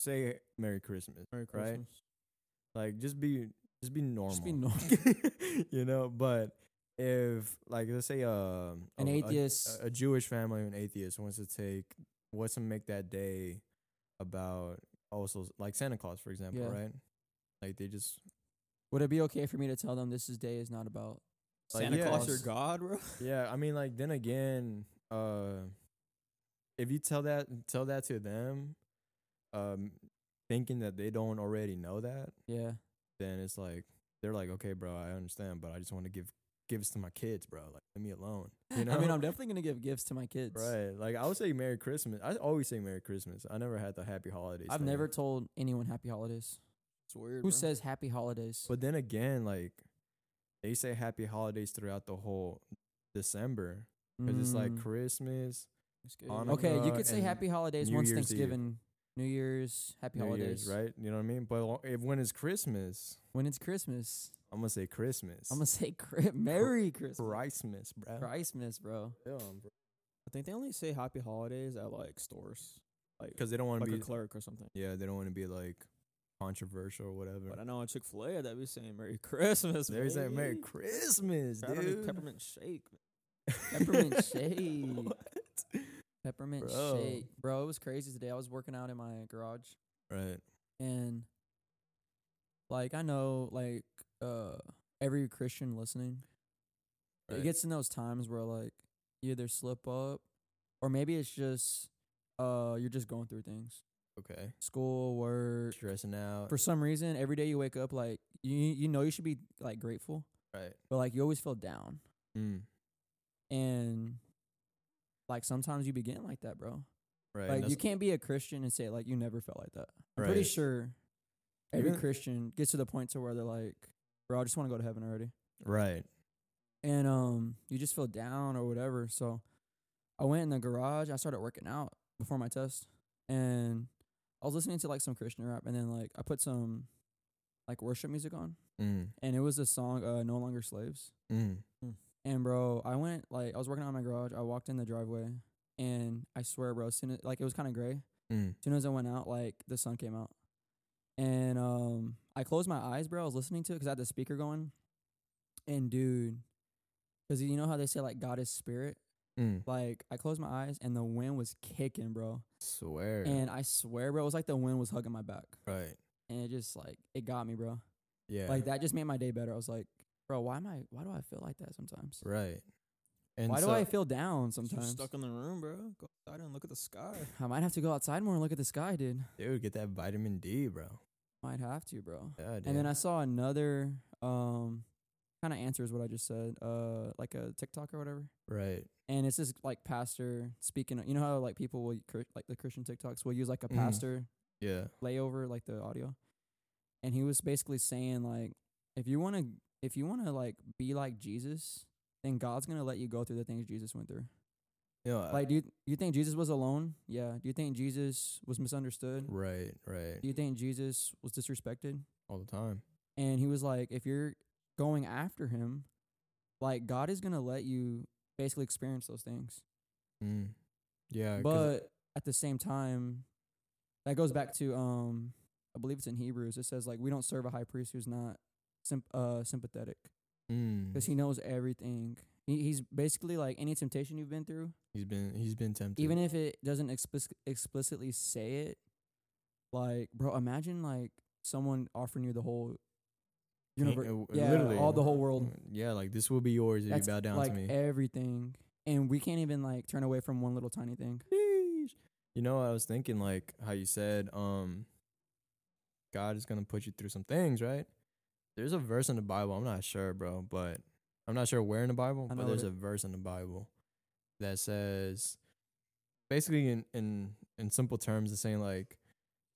Speaker 1: say Merry Christmas,
Speaker 3: Merry
Speaker 1: right?
Speaker 3: Christmas.
Speaker 1: Like just be just be normal.
Speaker 2: Just be normal.
Speaker 1: you know, but if like let's say um
Speaker 2: An
Speaker 1: a- a-
Speaker 2: atheist.
Speaker 1: a, Jewish family, an atheist wants to take wants to make that day about also like Santa Claus, for example,
Speaker 2: Yeah.
Speaker 1: right? Like they just
Speaker 2: Would it be okay for me to tell them this is day is not about
Speaker 1: Like,
Speaker 3: Santa
Speaker 1: yeah.
Speaker 3: Claus, your god, bro.
Speaker 1: yeah. I mean, like then again, uh, if you tell that tell that to them, um, thinking that they don't already know that,
Speaker 2: Yeah.
Speaker 1: then it's like they're like, okay, bro, I understand, but I just want to give gifts to my kids, bro. Like leave me alone. You know?
Speaker 2: I mean, I'm definitely gonna give gifts to my kids.
Speaker 1: Right. Like I would say Merry Christmas. I always say Merry Christmas. I never had the happy holidays.
Speaker 2: I've
Speaker 1: thing.
Speaker 2: never told anyone happy holidays.
Speaker 3: It's weird.
Speaker 2: Who
Speaker 3: bro.
Speaker 2: says happy holidays?
Speaker 1: But then again, like they say happy holidays throughout the whole December because it's like
Speaker 2: Mm.
Speaker 1: Christmas,
Speaker 3: It's good.
Speaker 1: on a
Speaker 2: Okay, you
Speaker 1: Hanukkah
Speaker 2: could say
Speaker 1: uh, and
Speaker 2: happy holidays
Speaker 1: New
Speaker 2: once
Speaker 1: Year's Eve.
Speaker 2: Thanksgiving, New Year's, happy
Speaker 1: New
Speaker 2: holidays.
Speaker 1: Year's, right? You know what I mean? But lo- if, when it's Christmas,
Speaker 2: When it's Christmas,
Speaker 1: I'm gonna say Christmas.
Speaker 2: I'm gonna say cri- Merry Christmas.
Speaker 1: Christmas, bro.
Speaker 2: Christmas, bro.
Speaker 3: I think they only say happy holidays at like stores, like
Speaker 1: Because they don't want
Speaker 3: like
Speaker 1: to
Speaker 3: a
Speaker 1: be.
Speaker 3: clerk or something.
Speaker 1: yeah, they don't want to be like controversial or whatever.
Speaker 3: But I know at Chick Fil A that be saying Merry Christmas.
Speaker 1: There's that Merry
Speaker 3: baby."
Speaker 1: Christmas,
Speaker 3: I don't need
Speaker 1: dude.
Speaker 3: peppermint shake. man.
Speaker 2: Peppermint shake. Peppermint
Speaker 1: Bro.
Speaker 2: shake, bro. It was crazy today. I was working out in my garage,
Speaker 1: Right.
Speaker 2: and like I know, like uh, every Christian listening, it
Speaker 1: Right.
Speaker 2: gets in those times where like you either slip up, or maybe it's just uh you're just going through things,
Speaker 1: Okay.
Speaker 2: school, work.
Speaker 1: Stressing out.
Speaker 2: For some reason, every day you wake up, like you you know you should be like grateful,
Speaker 1: right.
Speaker 2: but like you always feel down,
Speaker 1: Mm.
Speaker 2: and like sometimes you begin like that, bro.
Speaker 1: Right.
Speaker 2: Like you
Speaker 1: that's-
Speaker 2: can't be a Christian and say like you never felt like that. I'm pretty
Speaker 1: Right.
Speaker 2: sure every
Speaker 1: Even-
Speaker 2: Christian gets to the point to where they're like, "Bro, I just want to go to heaven already,"
Speaker 1: Right.
Speaker 2: and um, you just feel down or whatever. So I went in the garage. I started working out before my test, and I was listening to like some Christian rap, and then like I put some like worship music on,
Speaker 1: Mm.
Speaker 2: and it was the song uh, "No Longer Slaves."
Speaker 1: Mm.
Speaker 2: And bro, I went like I was working out in my garage. I walked in the driveway, and I swear, bro, as soon as, like it was kind of gray.
Speaker 1: Mm.
Speaker 2: As soon as I went out, like the sun came out, and um, I closed my eyes, bro. I was listening to it 'cause I had the speaker going, and dude, 'cause you know how they say like God is spirit.
Speaker 1: Mm.
Speaker 2: Like I closed my eyes, and the wind was kicking, bro.
Speaker 1: Swear.
Speaker 2: And I swear, bro, it was like the wind was hugging my back,
Speaker 1: right.
Speaker 2: and it just like it got me, bro.
Speaker 1: Yeah.
Speaker 2: Like that just made my day better. I was like, bro, why am I? Why do I feel like that sometimes?
Speaker 1: Right. And
Speaker 2: Why
Speaker 1: so,
Speaker 2: do I feel down
Speaker 3: You're
Speaker 2: sometimes?
Speaker 3: stuck in the room, bro. Go outside and look at the sky.
Speaker 2: I might have to go outside more and look at the sky, dude.
Speaker 1: dude get that vitamin D, bro?
Speaker 2: Might have to, bro.
Speaker 1: Yeah, dude.
Speaker 2: And then I saw another um kind of answers what I just said, uh like a TikTok or whatever.
Speaker 1: right.
Speaker 2: And it's this like pastor speaking. You know how like people will cr- like the Christian TikToks will use like a
Speaker 1: Mhm.
Speaker 2: pastor
Speaker 1: Yeah.
Speaker 2: layover like the audio. And he was basically saying like if you want to if you want to like be like Jesus, then God's going to let you go through the things Jesus went through.
Speaker 1: You know,
Speaker 2: Like, do you, you think Jesus was alone? Yeah. Do you think Jesus was misunderstood?
Speaker 1: right, right,
Speaker 2: Do you think Jesus was disrespected?
Speaker 1: all the time.
Speaker 2: And he was like, if you're going after him, like God is gonna let you basically experience those things.
Speaker 1: Mm. Yeah, 'cause-
Speaker 2: but at the same time, that goes back to um, I believe it's in Hebrews. It says like we don't serve a high priest who's not symp- uh sympathetic
Speaker 1: mm,
Speaker 2: because he knows everything. He, he's basically like any temptation you've been through,
Speaker 1: he's been he's been tempted.
Speaker 2: even if it doesn't explic- explicitly say it. Like, bro, imagine like someone offering you the whole
Speaker 1: He-
Speaker 2: universe.
Speaker 1: uh,
Speaker 2: yeah, all the whole world.
Speaker 1: Yeah, like this will be yours if
Speaker 2: That's
Speaker 1: you bow down
Speaker 2: like
Speaker 1: to me.
Speaker 2: everything, and we can't even like turn away from one little tiny thing.
Speaker 1: Sheesh. You know, I was thinking like how you said, um, God is gonna put you through some things, right? There's a verse in the Bible. I'm not sure, bro, but I'm not sure where in the Bible,
Speaker 2: I
Speaker 1: but
Speaker 2: know
Speaker 1: there's
Speaker 2: it-
Speaker 1: a verse in the Bible that says, basically in in in simple terms, it's saying like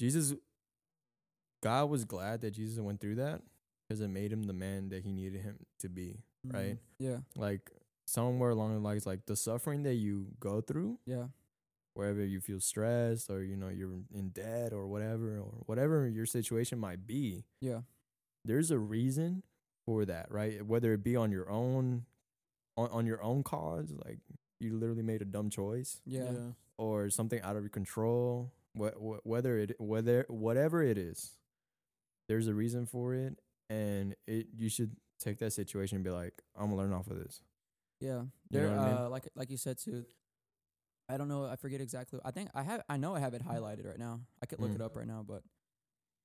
Speaker 1: Jesus, God was glad that Jesus went through that because it made him the man that he needed him to be, right?
Speaker 2: Mm. Yeah,
Speaker 1: Like somewhere along the lines, like the suffering that you go through
Speaker 2: yeah.
Speaker 1: wherever you feel stressed or you know you're in debt or whatever or whatever your situation might be
Speaker 2: Yeah.
Speaker 1: there's a reason for that right whether it be on your own on, on your own cause like you literally made a dumb choice
Speaker 2: Yeah.
Speaker 1: or something out of your control wh- wh- whether it whether whatever it is there's a reason for it and it you should take that situation and be like i'm gonna learn off of this
Speaker 2: Yeah.
Speaker 1: You
Speaker 2: There
Speaker 1: know what I mean?
Speaker 2: uh like like you said too. I don't know, I forget exactly. I think I have I know I have it highlighted right now. I could look
Speaker 1: Mm.
Speaker 2: it up right now, but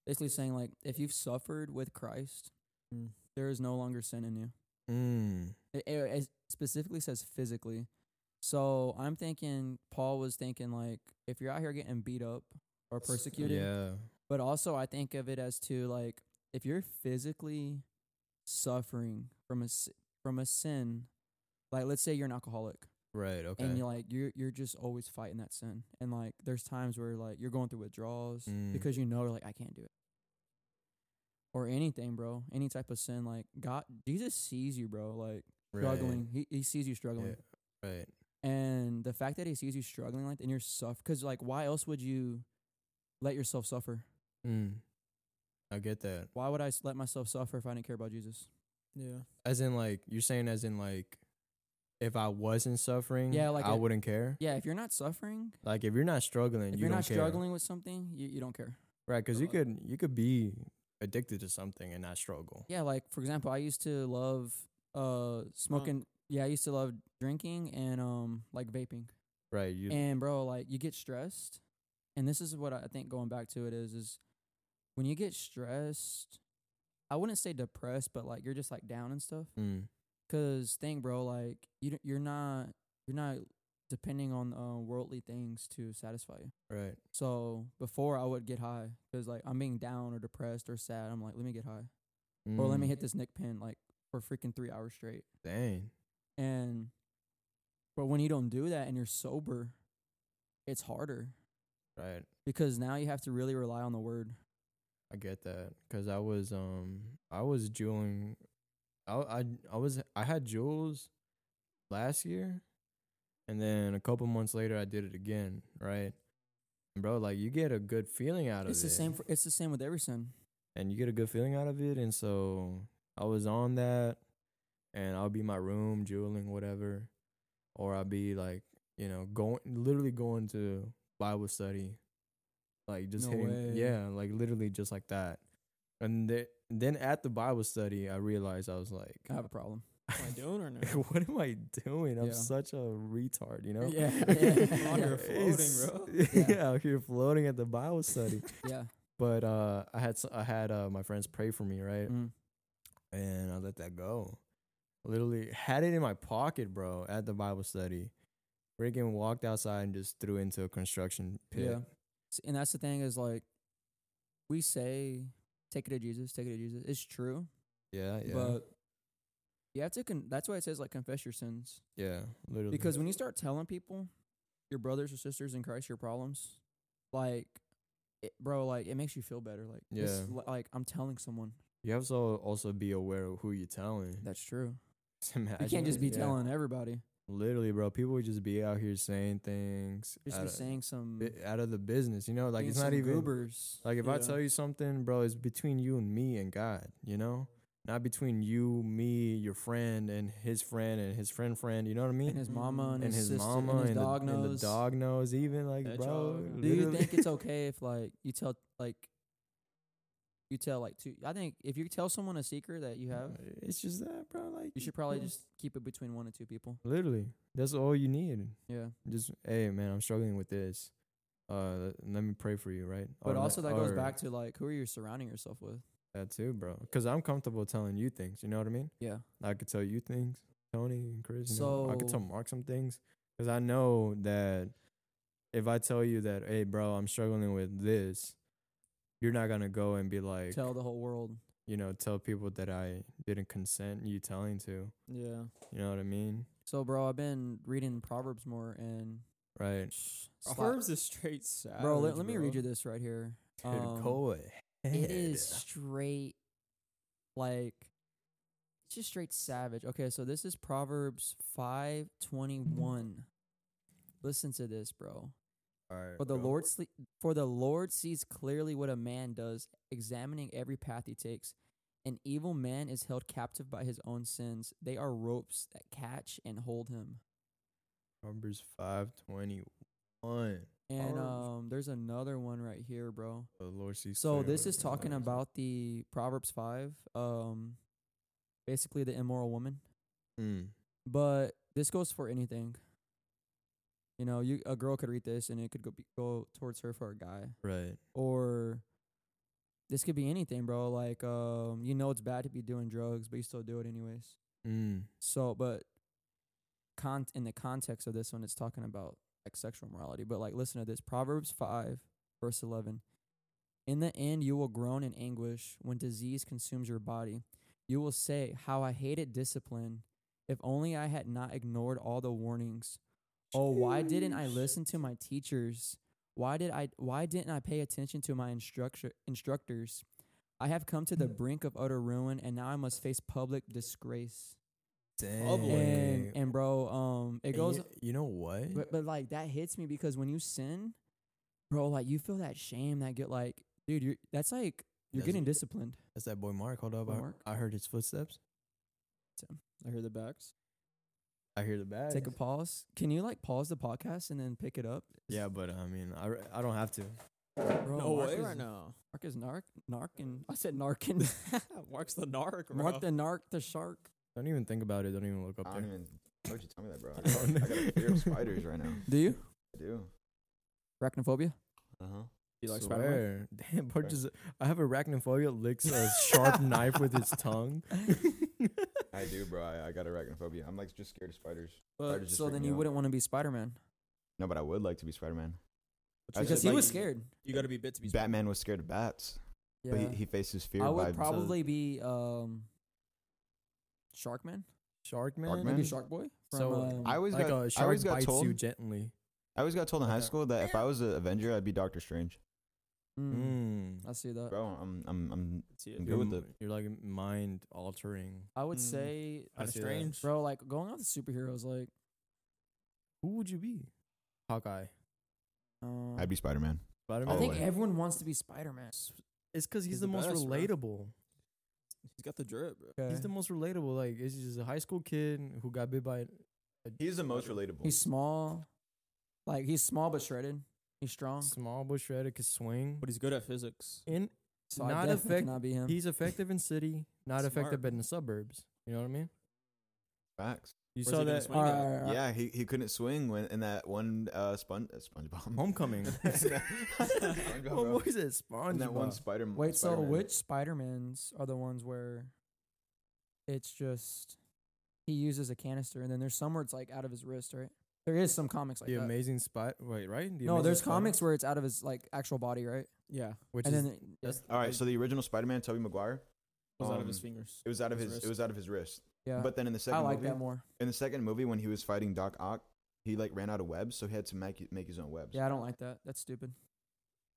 Speaker 2: basically saying like if you've suffered with Christ,
Speaker 3: Mm.
Speaker 2: there is no longer sin in you.
Speaker 1: mm.
Speaker 2: It, it, it specifically says physically. So I'm thinking Paul was thinking like if you're out here getting beat up or persecuted,
Speaker 1: yeah
Speaker 2: but also I think of it as to like if you're physically suffering from a s- from a sin, like let's say you're an alcoholic,
Speaker 1: right okay
Speaker 2: and you're like you're you're just always fighting that sin and like there's times where like you're going through withdrawals
Speaker 1: Mm.
Speaker 2: because you know like i can't do it or anything bro any type of sin like god jesus sees you bro like
Speaker 1: right.
Speaker 2: struggling he, he sees you struggling
Speaker 1: right
Speaker 2: and the fact that he sees you struggling like and you're suff because like why else would you let yourself suffer
Speaker 1: Mm. I get that.
Speaker 2: why would i s let myself suffer if i didn't care about jesus
Speaker 3: Yeah.
Speaker 1: As in, like you're saying, as in, like if I wasn't suffering,
Speaker 2: Yeah, like
Speaker 1: I
Speaker 2: a-
Speaker 1: wouldn't care.
Speaker 2: yeah if you're not suffering
Speaker 1: Like if you're not struggling, you
Speaker 2: if you are
Speaker 1: don't
Speaker 2: not
Speaker 1: care.
Speaker 2: struggling with something you, you don't care
Speaker 1: right? Because you
Speaker 3: Uh,
Speaker 1: could you could be addicted to something and not struggle.
Speaker 2: Yeah, like for example, I used to love uh smoking. Yeah, I used to love drinking and um like vaping.
Speaker 1: Right? You
Speaker 2: And bro, like you get stressed, and this is what I think going back to it is is when you get stressed, I wouldn't say depressed, but like you're just like down and stuff.
Speaker 1: mm,
Speaker 2: 'Cause thing, bro, like you d- you're not you're not depending on uh, worldly things to satisfy you.
Speaker 1: right?
Speaker 2: So before I would get high 'cause like I'm being down or depressed or sad, I'm like let me get high or let me
Speaker 1: Mm,
Speaker 2: hit this Nick pin like for freaking three hours straight.
Speaker 1: Dang.
Speaker 2: And but when you don't do that and you're sober, it's harder
Speaker 1: Right.
Speaker 2: because now you have to really rely on the word.
Speaker 1: I get that. 'Cause I was um I was juuling, I I I was I had jewels last year, and then a couple months later I did it again. Right. Bro, like you get a good feeling out of
Speaker 2: It's
Speaker 1: it.
Speaker 2: the same. For, it's the same with every sin.
Speaker 1: and you get a good feeling out of it. And so I was on that, and I'll be in my room jeweling whatever, or I'll be like, you know, going literally going to Bible study, like just
Speaker 2: No
Speaker 1: hitting,
Speaker 2: way.
Speaker 1: yeah, like literally just like that. And the, then at the Bible study, I realized I was like,
Speaker 2: I have a problem.
Speaker 3: Am I doing or no?
Speaker 1: what am I doing? I'm
Speaker 2: Yeah.
Speaker 1: such a retard, you know.
Speaker 2: Yeah.
Speaker 3: Out here
Speaker 1: It's-
Speaker 3: floating,
Speaker 2: bro.
Speaker 1: Yeah, out here floating at the Bible study.
Speaker 2: Yeah.
Speaker 1: but uh, I had s- I had uh, my friends pray for me, right?
Speaker 2: Mm.
Speaker 1: and I let that go. Literally had it in my pocket, bro, at the Bible study. Freaking walked outside and just threw into a construction pit.
Speaker 2: Yeah. S- And that's the thing is like, we say, take it to Jesus, take it to Jesus. It's true,
Speaker 1: Yeah, yeah.
Speaker 2: but you have to. Con- that's why it says like confess your sins
Speaker 1: yeah, literally.
Speaker 2: because when you start telling people, your brothers or sisters in Christ, your problems, like, it, bro, like it makes you feel better. Like, this
Speaker 1: Yeah.
Speaker 2: is li- like I'm telling someone.
Speaker 1: you have to also be aware of who you're telling.
Speaker 2: That's true.
Speaker 1: Imagine
Speaker 2: You can't just
Speaker 1: it.
Speaker 2: be
Speaker 1: Yeah.
Speaker 2: telling everybody.
Speaker 1: Literally, bro. People would just be out here saying things
Speaker 2: Just
Speaker 1: out
Speaker 2: be
Speaker 1: of,
Speaker 2: saying some
Speaker 1: bi- out of the business. You know, like
Speaker 2: being
Speaker 1: it's not
Speaker 2: some
Speaker 1: even
Speaker 2: goobers.
Speaker 1: like if I
Speaker 3: Yeah.
Speaker 1: tell you something, bro, it's between you and me and God. You know, not between you, me, your friend, and his friend, and his friend friend. You know what I mean?
Speaker 2: and his mama and,
Speaker 1: and his,
Speaker 2: sister,
Speaker 1: mama
Speaker 2: and his
Speaker 1: the-
Speaker 2: dog
Speaker 1: and the,
Speaker 2: knows.
Speaker 1: dog knows even like
Speaker 3: That
Speaker 1: bro.
Speaker 3: dog knows.
Speaker 2: Do you
Speaker 1: literally-
Speaker 2: think it's okay if like you tell like you tell like two? I think if you tell someone a secret that you have,
Speaker 1: It's just that, bro. Like
Speaker 2: you should probably
Speaker 1: yeah.
Speaker 2: just keep it between one and two people.
Speaker 1: literally. That's all you need.
Speaker 2: Yeah,
Speaker 1: Just hey, man, I'm struggling with this. Uh, let, let me pray for you, right?
Speaker 2: but
Speaker 1: Or let-
Speaker 2: also that goes
Speaker 1: or
Speaker 2: back to like who are you surrounding yourself with?
Speaker 1: that too, bro. Because I'm comfortable telling you things. You know what I mean?
Speaker 2: Yeah,
Speaker 1: I could tell you things, Tony and Chris. You know, I could tell
Speaker 2: So-
Speaker 1: Mark some things because I know that if I tell you that, hey, bro, I'm struggling with this, you're not gonna go and be like,
Speaker 2: tell the whole world.
Speaker 1: you know, tell people that I didn't consent you telling to.
Speaker 2: Yeah.
Speaker 1: You know what I mean?
Speaker 2: So, bro, I've been reading Proverbs more and
Speaker 1: Right.
Speaker 2: Slap.
Speaker 3: Proverbs is straight savage.
Speaker 2: Bro, let, let me read you this right here. Um, It is straight, like, it's just straight savage. Okay, so this is Proverbs five twenty one. Listen to this, bro.
Speaker 1: Alright,
Speaker 2: For the
Speaker 1: bro.
Speaker 2: Lord, sle- for the Lord sees clearly what a man does, examining every path he takes. An evil man is held captive by his own sins. They are ropes that catch and hold him.
Speaker 1: Numbers five twenty one.
Speaker 2: And
Speaker 1: Proverbs.
Speaker 2: um, there's another one right here, bro.
Speaker 1: The Lord sees.
Speaker 2: So
Speaker 1: clearly
Speaker 2: this
Speaker 1: what
Speaker 2: is
Speaker 1: a man
Speaker 2: talking
Speaker 1: does.
Speaker 2: about the Proverbs five, um, basically the immoral woman.
Speaker 1: Mm.
Speaker 2: But this goes for anything. You know, you a girl could read this and it could go be, go towards her for a guy,
Speaker 1: Right.
Speaker 2: or this could be anything, bro. Like, um, you know, it's bad to be doing drugs, but you still do it anyways.
Speaker 1: Mm.
Speaker 2: So, but con- in the context of this one, it's talking about like sexual morality. But like, listen to this Proverbs 5, verse 11. In the end, you will groan in anguish when disease consumes your body. You will say, How I hated discipline. If only I had not ignored all the warnings. Oh, why didn't I listen to my teachers? Why did I why didn't I pay attention to my instructor instructors? I have come to the brink of utter ruin and now I must face public disgrace and
Speaker 1: Dang.
Speaker 2: and bro, um, it
Speaker 1: And
Speaker 2: goes,
Speaker 1: You, eh? you know what?
Speaker 2: but, but like that hits me because when you sin, bro, like you feel that shame that get like, dude, you're that's like you're
Speaker 1: That's-
Speaker 2: getting disciplined.
Speaker 1: That's that boy Mark. Hold up.
Speaker 2: Boy
Speaker 1: I,
Speaker 2: Mark?
Speaker 1: I heard his footsteps.
Speaker 3: I hear the backs.
Speaker 1: I hear the bag.
Speaker 2: Take a pause. Can you like pause the podcast and then pick it up?
Speaker 1: yeah, but uh, I mean, I, r- I don't have to.
Speaker 2: bro,
Speaker 3: no
Speaker 2: Mark
Speaker 3: way
Speaker 2: is,
Speaker 3: right now.
Speaker 2: Mark is narc, narkin. I said narkin.
Speaker 3: Mark's the narc, bro.
Speaker 2: Mark the narc, the shark.
Speaker 1: Don't even think about it. Don't even look up
Speaker 5: I
Speaker 1: there.
Speaker 5: don't even. Why would you tell me that, bro? I
Speaker 1: I
Speaker 5: got,
Speaker 1: don't
Speaker 5: I got a fear
Speaker 1: know.
Speaker 5: of spiders right now.
Speaker 2: Do you
Speaker 5: I do.
Speaker 2: arachnophobia?
Speaker 5: Uh huh.
Speaker 3: you like
Speaker 1: Swear.
Speaker 3: Spider-Man?
Speaker 1: Damn, Bart
Speaker 5: Right.
Speaker 1: just. I have arachnophobia. Licks a sharp knife with his tongue.
Speaker 5: I do, bro. I, I got arachnophobia. I'm like just scared of spiders.
Speaker 2: But
Speaker 5: Spiders just
Speaker 2: so
Speaker 5: freak
Speaker 2: then
Speaker 5: me
Speaker 2: you
Speaker 5: out.
Speaker 2: wouldn't want to be Spider Man
Speaker 5: No, but I would like to be Spider Man. I
Speaker 2: because
Speaker 5: said,
Speaker 2: he
Speaker 5: like,
Speaker 2: was scared.
Speaker 3: You got to be bit to be. Spider-Man.
Speaker 5: Batman was scared of bats,
Speaker 2: Yeah,
Speaker 5: but he, he faces fear
Speaker 2: I
Speaker 5: by
Speaker 2: would
Speaker 5: himself.
Speaker 2: probably be um, Sharkman.
Speaker 1: Sharkman.
Speaker 5: Maybe Man.
Speaker 2: Shark Boy. From,
Speaker 1: So
Speaker 2: um,
Speaker 5: I always
Speaker 1: like
Speaker 5: got.
Speaker 1: a
Speaker 5: I
Speaker 1: shark
Speaker 5: always got
Speaker 1: bites
Speaker 5: told.
Speaker 1: you gently.
Speaker 5: I always got told in high
Speaker 1: Okay.
Speaker 5: school that if I was an Avenger, I'd be Doctor Strange.
Speaker 2: Mm,
Speaker 1: Mm.
Speaker 2: I see that.
Speaker 5: Bro, I'm. I'm. I'm.
Speaker 3: See
Speaker 5: I'm
Speaker 3: it.
Speaker 5: good with
Speaker 1: m-
Speaker 5: it.
Speaker 1: You're like mind altering.
Speaker 2: I would
Speaker 3: Mm.
Speaker 2: say,
Speaker 1: I
Speaker 3: Kinda
Speaker 1: see that.
Speaker 3: strange.
Speaker 2: bro, like going off the superheroes, like
Speaker 1: Who would you be? Hawkeye.
Speaker 5: Oh,
Speaker 2: um,
Speaker 5: I'd be Spider Man.
Speaker 1: Spider
Speaker 2: I
Speaker 5: all the
Speaker 2: think
Speaker 5: way.
Speaker 2: everyone wants to be Spider Man.
Speaker 1: it's because he's,
Speaker 3: he's
Speaker 1: the,
Speaker 3: the
Speaker 1: most
Speaker 3: best, bro.
Speaker 1: relatable.
Speaker 3: He's got the drip, bro.
Speaker 1: He's the most relatable. Like it's just a high school kid who got bit by. an-
Speaker 5: He's the most relatable.
Speaker 2: He's small, like he's small but shredded. He's strong.
Speaker 1: Small but shredded could swing.
Speaker 3: But he's good at physics.
Speaker 1: In
Speaker 2: So I
Speaker 1: Not
Speaker 2: definitely
Speaker 1: effect-
Speaker 2: cannot be him.
Speaker 1: he's effective in city, not effective
Speaker 3: Smart.
Speaker 1: in the suburbs. You know what I mean?
Speaker 5: Facts.
Speaker 1: You
Speaker 3: Where's
Speaker 1: saw
Speaker 3: he gonna
Speaker 1: that
Speaker 3: swing?
Speaker 2: all right, all right, all right.
Speaker 5: Yeah, he, he couldn't swing when in that one uh, spon- uh, SpongeBob.
Speaker 1: homecoming. what
Speaker 5: SpongeBob, bro.
Speaker 1: was it?
Speaker 5: In that one
Speaker 1: SpongeBob.
Speaker 5: Spider.
Speaker 2: Wait, so
Speaker 5: Spider-Man.
Speaker 2: which Spider Mans are the ones where it's just he uses a canister, and then there's some where it's like out of his wrist, right? There is some comics like
Speaker 1: the
Speaker 2: that.
Speaker 1: amazing spot. Wait, right? The
Speaker 2: no,
Speaker 1: Amazing
Speaker 2: there's
Speaker 1: Spider-
Speaker 2: comics where it's out of his like actual body, right?
Speaker 3: Yeah,
Speaker 1: Which
Speaker 2: and
Speaker 1: is
Speaker 2: then yeah,
Speaker 1: that's-
Speaker 5: All right, so the original Spider-Man, Tobey Maguire,
Speaker 3: was out of his
Speaker 5: Um,
Speaker 3: fingers.
Speaker 5: it was out of
Speaker 3: His
Speaker 5: his,
Speaker 3: wrist.
Speaker 5: it was out of his wrist.
Speaker 2: yeah.
Speaker 5: But then in the second
Speaker 2: I like
Speaker 5: movie,
Speaker 2: that more.
Speaker 5: in the second movie when he was fighting Doc Ock, he like ran out of webs, so he had to make make his own webs.
Speaker 2: Yeah, I don't like that. That's stupid.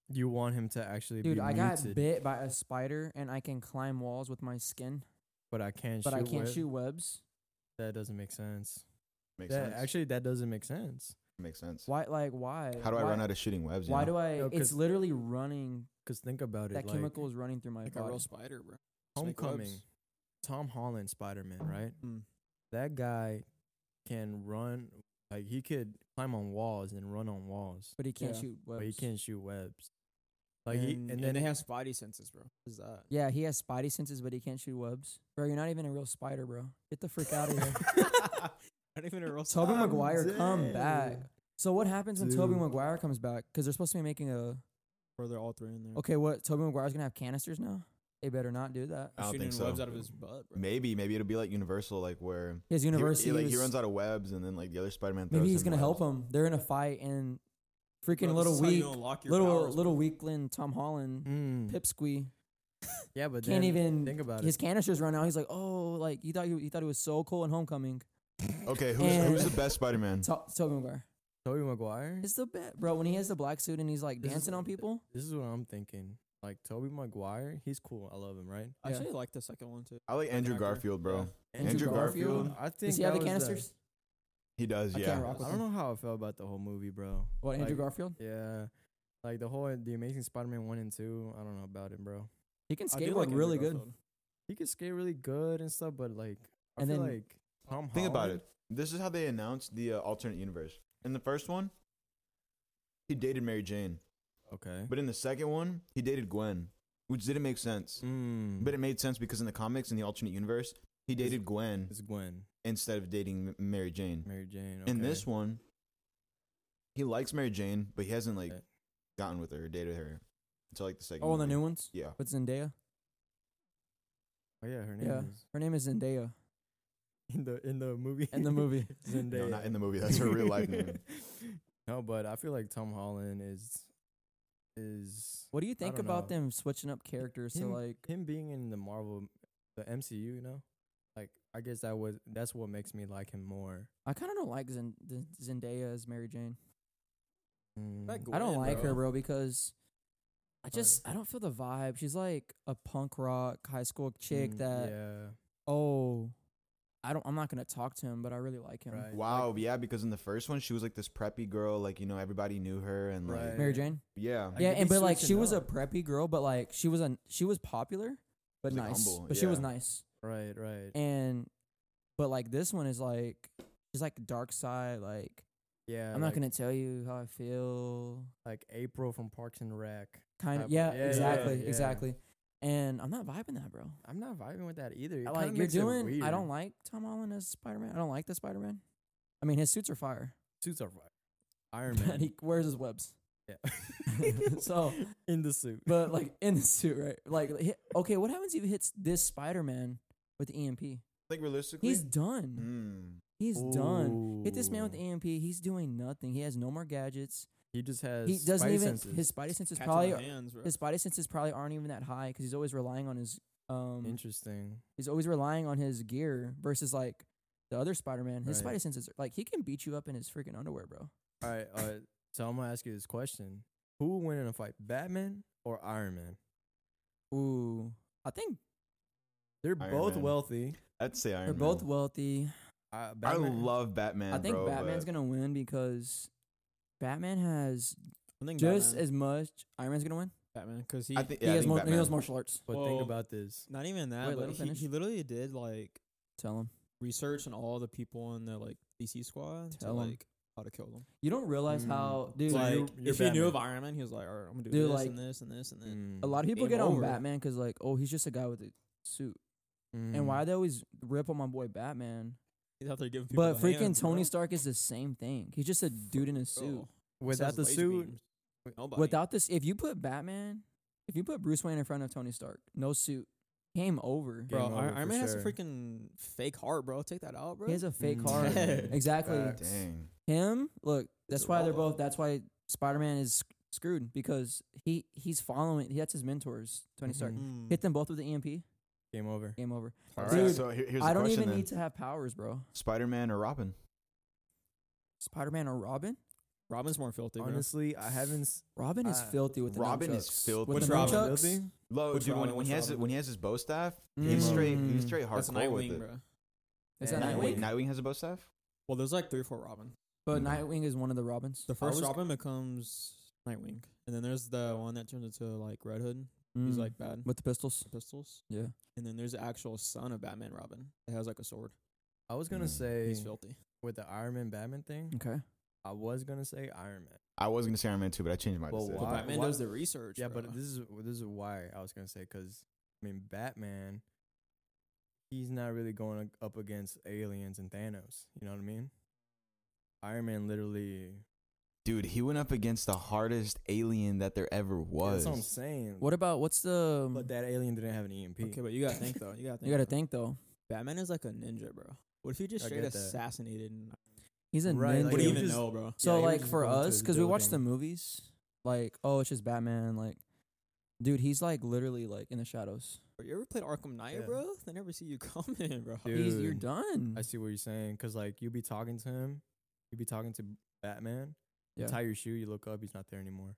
Speaker 1: you want him to actually
Speaker 2: Dude,
Speaker 1: be
Speaker 2: I
Speaker 1: muted,
Speaker 2: got bit by a spider and I can climb walls with my skin,
Speaker 1: but I can't.
Speaker 2: but I
Speaker 1: shoot
Speaker 2: can't
Speaker 1: with-
Speaker 2: shoot webs.
Speaker 1: That doesn't make sense.
Speaker 5: Makes
Speaker 1: That,
Speaker 5: sense.
Speaker 1: actually, that doesn't make sense.
Speaker 5: makes sense.
Speaker 2: Why? Like why?
Speaker 5: How do I
Speaker 2: why,
Speaker 5: run out of shooting webs?
Speaker 2: Why do I?
Speaker 1: No,
Speaker 2: it's
Speaker 1: 'cause-
Speaker 2: literally running.
Speaker 1: Cause think about it.
Speaker 2: That
Speaker 1: like,
Speaker 2: chemical is running through my
Speaker 3: Like a
Speaker 2: body.
Speaker 3: real spider, bro. Snake webs.
Speaker 1: Homecoming, Tom Holland, Spider Man, right?
Speaker 2: Hmm.
Speaker 3: Mm.
Speaker 1: That guy can run. Like he could climb on walls and run on walls,
Speaker 2: but he can't
Speaker 3: Yeah.
Speaker 2: shoot webs.
Speaker 1: but he can't shoot webs. Like he, and then
Speaker 3: they
Speaker 1: he-
Speaker 3: have spotty senses, bro. What is that?
Speaker 2: Yeah, he has spidey senses, but he can't shoot webs. Bro, you're not even a real spider, bro. Get the freak out of here.
Speaker 3: Not even a real
Speaker 2: Tobey
Speaker 3: spider.
Speaker 2: Maguire, come
Speaker 3: Damn.
Speaker 2: back. So what happens when Tobey
Speaker 1: Dude.
Speaker 2: Maguire comes back? Because they're supposed to be making a.
Speaker 3: Bro, they're all three in there.
Speaker 2: Okay, what? Tobey Maguire's gonna have canisters now. They better not do that.
Speaker 5: I don't
Speaker 3: Shooting
Speaker 5: think
Speaker 3: webs
Speaker 5: so.
Speaker 3: out of his butt, bro.
Speaker 5: Maybe maybe it'll be like Universal, like where
Speaker 2: His university.
Speaker 5: He, like, he
Speaker 2: was-
Speaker 5: runs out of webs, and then like the other Spider-Man.
Speaker 2: maybe
Speaker 5: throws
Speaker 2: he's
Speaker 5: him
Speaker 2: gonna help
Speaker 5: webs.
Speaker 2: him. They're in a fight, and
Speaker 3: Bro,
Speaker 2: freaking
Speaker 3: this
Speaker 2: little
Speaker 3: is how you
Speaker 2: weak,
Speaker 3: unlock your
Speaker 2: little
Speaker 3: powers,
Speaker 2: little
Speaker 3: bro.
Speaker 2: weakling Tom Holland,
Speaker 1: Mm.
Speaker 2: pipsqueak,
Speaker 1: yeah, but
Speaker 2: can't
Speaker 1: then
Speaker 2: even
Speaker 1: think about
Speaker 2: his
Speaker 1: it.
Speaker 2: canisters run out. He's like, oh, like you thought you, you thought it was so cool in Homecoming.
Speaker 5: Okay, who's,
Speaker 2: And-
Speaker 5: who's the best Spider-Man?
Speaker 2: To- Tobey Maguire.
Speaker 1: Tobey Maguire.
Speaker 2: It's the best, bro. When he has the black suit and he's like
Speaker 1: This is-
Speaker 2: dancing on people.
Speaker 1: This is what I'm thinking. Like Tobey Maguire, he's cool. I love him, right?
Speaker 3: I
Speaker 2: Yeah.
Speaker 3: actually like the second one too.
Speaker 5: I like Andrew
Speaker 3: actor.
Speaker 5: Garfield, bro.
Speaker 3: Yeah.
Speaker 2: Andrew Garfield?
Speaker 1: I think
Speaker 2: Does he have
Speaker 1: that
Speaker 2: the
Speaker 1: was
Speaker 2: canisters?
Speaker 5: He does,
Speaker 2: I
Speaker 5: yeah.
Speaker 2: can't rock with
Speaker 1: I don't know how I felt about the whole movie, bro.
Speaker 2: What Andrew
Speaker 1: Like,
Speaker 2: Garfield?
Speaker 1: Yeah, like the whole the Amazing Spider-Man one and two. I don't know about it, bro.
Speaker 2: He can
Speaker 3: I do
Speaker 2: skateboard
Speaker 3: like Andrew
Speaker 2: really good.
Speaker 3: Garfield.
Speaker 1: He could skate really good and stuff, but like I
Speaker 2: And
Speaker 1: feel
Speaker 2: then-
Speaker 1: like Tom
Speaker 5: Think about
Speaker 2: Oh.
Speaker 1: Holland-
Speaker 5: it. This is how they announced the uh, alternate universe. In the first one, he dated Mary Jane,
Speaker 1: Okay,
Speaker 5: but in the second one, he dated Gwen, which didn't make sense.
Speaker 1: mm,
Speaker 5: But it made sense because in the comics in the alternate universe, he dated Gwen
Speaker 1: it's Gwen,
Speaker 5: instead of dating M- Mary Jane.
Speaker 1: Mary Jane.
Speaker 5: In this
Speaker 1: okay.
Speaker 5: one, he likes Mary Jane, but he hasn't like
Speaker 1: Okay.
Speaker 5: gotten with her, or dated her until like the second.
Speaker 2: Oh, and the
Speaker 5: movie.
Speaker 2: new ones
Speaker 5: Yeah,
Speaker 2: with Zendaya.
Speaker 1: oh yeah, her name
Speaker 2: Yeah.
Speaker 1: is
Speaker 2: Her name is Zendaya
Speaker 1: in the in the movie
Speaker 2: in the movie.
Speaker 1: Zendaya.
Speaker 5: no, not in the movie. That's her real life name.
Speaker 1: no, but I feel like Tom Holland is is
Speaker 2: What do you think
Speaker 1: don't
Speaker 2: about
Speaker 1: know. Hmm.
Speaker 2: them switching up characters to
Speaker 1: him-
Speaker 2: like?
Speaker 1: him being in the Marvel, the MCU. You know, like I guess that was that's what makes me like him more.
Speaker 2: I kind of don't like Zen- the Zendaya as Mary Jane.
Speaker 1: Mm,
Speaker 3: That
Speaker 2: I don't
Speaker 3: Gwen,
Speaker 2: like her,
Speaker 3: bro.
Speaker 2: bro, because I just I don't feel the vibe. She's like a punk rock high school chick
Speaker 1: mm,
Speaker 2: that
Speaker 1: Yeah,
Speaker 2: oh, I don't. I'm not gonna talk to him, but I really like him.
Speaker 1: right.
Speaker 5: Wow,
Speaker 1: Like,
Speaker 5: yeah, because in the first one she was like this preppy girl, like you know everybody knew her, and like
Speaker 1: Right.
Speaker 2: Mary Jane.
Speaker 5: yeah,
Speaker 1: Like,
Speaker 2: yeah,
Speaker 1: they
Speaker 2: and
Speaker 1: be
Speaker 2: but like
Speaker 1: switching
Speaker 2: she was a
Speaker 1: up.
Speaker 2: preppy girl, but like she was a she was popular, but
Speaker 5: Like,
Speaker 2: nice.
Speaker 5: humble,
Speaker 2: but she was
Speaker 5: yeah.
Speaker 2: nice.
Speaker 1: right, right.
Speaker 2: and but like this one is like she's like dark side like
Speaker 1: yeah,
Speaker 2: i'm not
Speaker 1: like-
Speaker 2: gonna tell you how i feel
Speaker 1: like April from Parks and Rec.
Speaker 2: kind
Speaker 1: Type-
Speaker 2: of yeah,
Speaker 1: yeah, yeah,
Speaker 2: exactly
Speaker 1: yeah.
Speaker 2: exactly and i'm not vibing that bro
Speaker 1: I'm not vibing with that either. It
Speaker 2: I
Speaker 1: kinda
Speaker 2: like you're
Speaker 1: makes it
Speaker 2: doing i
Speaker 1: weird.
Speaker 2: don't like tom holland as spider-man i don't like the spider-man i mean his suits are fire
Speaker 1: suits are right. Iron
Speaker 2: and
Speaker 1: Man.
Speaker 2: he wears his webs
Speaker 1: yeah.
Speaker 2: So-
Speaker 1: in the suit,
Speaker 2: but like in the suit right like hi- okay what happens if he hits this spider-man with the emp
Speaker 5: like realistically,
Speaker 2: he's done
Speaker 5: Mm.
Speaker 2: he's done hit this man with
Speaker 1: Ooh.
Speaker 2: the emp he's doing nothing he has no more gadgets
Speaker 1: He just has.
Speaker 2: he doesn't
Speaker 1: spidey
Speaker 2: even
Speaker 1: senses.
Speaker 2: his spidey senses
Speaker 3: Catching
Speaker 2: probably
Speaker 3: the hands, bro.
Speaker 2: his body senses probably aren't even that high because he's always relying on his um
Speaker 1: Interesting.
Speaker 2: he's always relying on his gear versus like the other Spider-Man.
Speaker 1: Right.
Speaker 2: His spider senses like he can beat you up in his freaking underwear, bro.
Speaker 1: All right, all right. uh, So I'm gonna ask you this question: Who would win in a fight, Batman or Iron Man?
Speaker 2: Ooh, I think
Speaker 1: They're
Speaker 5: Iron
Speaker 1: both
Speaker 5: Man.
Speaker 1: wealthy.
Speaker 5: I'd say Iron
Speaker 2: they're
Speaker 5: Man.
Speaker 2: both wealthy.
Speaker 1: Uh,
Speaker 5: I
Speaker 1: Batman-
Speaker 5: love Batman.
Speaker 2: I think
Speaker 5: bro,
Speaker 2: Batman's
Speaker 5: but
Speaker 2: gonna win because Batman has
Speaker 3: I think
Speaker 2: just
Speaker 3: Batman,
Speaker 2: as much. Iron Man's gonna win.
Speaker 3: Batman because he
Speaker 5: I think, yeah,
Speaker 2: he
Speaker 5: I
Speaker 2: has
Speaker 5: think
Speaker 2: more, he
Speaker 5: Batman.
Speaker 2: knows martial arts.
Speaker 1: But
Speaker 3: Well,
Speaker 1: think about this.
Speaker 3: not even
Speaker 2: Wait,
Speaker 3: that,
Speaker 2: let him
Speaker 3: but he,
Speaker 2: finish.
Speaker 3: he literally did like
Speaker 2: Tell him
Speaker 3: research on all the people in the like DC squad to
Speaker 2: Tell 'em.
Speaker 3: like how to kill them.
Speaker 2: you don't realize
Speaker 1: Mm.
Speaker 2: how dude.
Speaker 1: So
Speaker 3: like
Speaker 1: you're- you're
Speaker 3: if he knew of
Speaker 1: Batman.
Speaker 3: Iron Man, he was like, all right, I'm gonna do
Speaker 2: Dude,
Speaker 3: this
Speaker 2: like, Mm.
Speaker 3: and this and this and this.
Speaker 2: a lot of people
Speaker 3: Game
Speaker 2: get on
Speaker 3: over.
Speaker 2: Batman because like oh he's just a guy with a suit
Speaker 1: Mm,
Speaker 2: and why they always rip on my boy Batman.
Speaker 3: He's out there giving people.
Speaker 2: But
Speaker 3: the
Speaker 2: freaking
Speaker 3: hands,
Speaker 2: Tony
Speaker 3: bro.
Speaker 2: Stark is the same thing. He's just a dude in a suit.
Speaker 3: Bro,
Speaker 1: without
Speaker 3: says
Speaker 1: the
Speaker 3: laser
Speaker 1: suit?
Speaker 3: beams. Nobody.
Speaker 2: Without this, if you put Batman, if you put Bruce Wayne in front of Tony Stark, no suit, game over.
Speaker 1: Game
Speaker 3: bro,
Speaker 1: over
Speaker 3: Iron
Speaker 1: for
Speaker 3: Iron Man has a
Speaker 1: sure.
Speaker 3: freaking fake heart, bro. Take that out, bro.
Speaker 2: He has a fake
Speaker 1: Mm.
Speaker 2: heart.
Speaker 1: Yeah.
Speaker 2: exactly.
Speaker 1: Facts.
Speaker 5: Dang.
Speaker 2: Him, look, that's
Speaker 3: a
Speaker 2: why they're
Speaker 3: roll-up.
Speaker 2: both. That's why Spider Man is sc- screwed because he he's following. He, that's his mentors, Tony Stark.
Speaker 5: Mm-hmm.
Speaker 1: Mhm.
Speaker 3: Mm.
Speaker 2: Hit them both with the EMP.
Speaker 1: Game over.
Speaker 2: Game over.
Speaker 5: All right,
Speaker 2: Dude,
Speaker 5: so here- here's
Speaker 2: I
Speaker 5: the
Speaker 2: don't
Speaker 5: question
Speaker 2: even
Speaker 5: then:
Speaker 2: need to have powers, bro.
Speaker 5: Spider-Man or Robin?
Speaker 2: Spider Man or Robin?
Speaker 3: Robin's more filthy. Bro.
Speaker 1: Honestly, I haven't. s-
Speaker 2: Robin is
Speaker 1: Uh,
Speaker 2: filthy with the
Speaker 5: Robin is
Speaker 2: nunchucks.
Speaker 5: filthy.
Speaker 2: With
Speaker 3: Which
Speaker 2: the
Speaker 3: Robin?
Speaker 2: nunchucks.
Speaker 1: Filthy?
Speaker 5: Lo,
Speaker 3: Which
Speaker 5: dude, when,
Speaker 3: Robin?
Speaker 5: when he
Speaker 3: Which
Speaker 5: has
Speaker 3: Robin?
Speaker 5: when he has his bow staff,
Speaker 2: Mm.
Speaker 5: he's straight he's
Speaker 1: Mm.
Speaker 5: straight
Speaker 3: That's
Speaker 5: hardcore with
Speaker 3: Nightwing,
Speaker 5: it.
Speaker 3: bro.
Speaker 2: Is that
Speaker 1: Yeah.
Speaker 5: Wait,
Speaker 2: Nightwing?
Speaker 5: Nightwing has a bow staff.
Speaker 3: Well, there's like three or four Robin.
Speaker 2: But Nightwing is one of the Robins.
Speaker 3: The first
Speaker 2: was-
Speaker 3: Robin becomes Nightwing, and then there's the one that turns into like Red Hood. He's
Speaker 1: Hmm.
Speaker 2: Mm.
Speaker 3: like bad with
Speaker 2: with the pistols.
Speaker 3: pistols,
Speaker 2: Yeah.
Speaker 3: and then there's the actual son of Batman Robin that has like a sword.
Speaker 1: I was gonna
Speaker 5: Mm.
Speaker 1: say
Speaker 3: He's filthy.
Speaker 1: with the Iron Man Batman thing.
Speaker 2: Okay.
Speaker 1: I was gonna say Iron Man.
Speaker 5: I was gonna say Iron Man too, but I changed my
Speaker 1: Well,
Speaker 5: decision.
Speaker 3: But
Speaker 1: why-
Speaker 3: Batman
Speaker 1: why-
Speaker 3: does the research.
Speaker 1: Yeah,
Speaker 3: bro.
Speaker 1: but this is this is why I was gonna say because I mean Batman, he's not really going ag- up against aliens and Thanos. You know what I mean? Iron Man literally.
Speaker 5: Dude, he went up against the hardest alien that there ever was.
Speaker 1: That's what um, I'm saying.
Speaker 2: What about what's the?
Speaker 1: But that alien didn't have an E EMP.
Speaker 3: okay, but you gotta think though. You gotta think.
Speaker 2: you gotta
Speaker 3: though.
Speaker 2: think though.
Speaker 3: Batman is like a ninja, bro. What if he just
Speaker 1: I
Speaker 3: straight
Speaker 1: get that.
Speaker 3: assassinated? And
Speaker 2: He's a
Speaker 1: Right,
Speaker 2: ninja.
Speaker 1: like,
Speaker 3: what do
Speaker 1: he
Speaker 3: you
Speaker 1: would
Speaker 3: even
Speaker 1: just-
Speaker 3: know, bro?
Speaker 2: So
Speaker 1: Yeah, he would
Speaker 2: like
Speaker 1: just
Speaker 2: for
Speaker 1: go into
Speaker 2: us,
Speaker 1: his
Speaker 2: because we watch the
Speaker 1: building.
Speaker 2: movies, like oh it's just Batman. Like, dude, he's like literally like in the shadows.
Speaker 3: Bro, You ever played Arkham Knight,
Speaker 1: Yeah.
Speaker 3: bro? They never see you coming, bro.
Speaker 2: He's, you're
Speaker 1: Dude.
Speaker 2: done.
Speaker 1: I see what you're saying, cause like you be talking to him, you be talking to Batman. You
Speaker 2: Yeah.
Speaker 1: tie your shoe, you look up, he's not there anymore.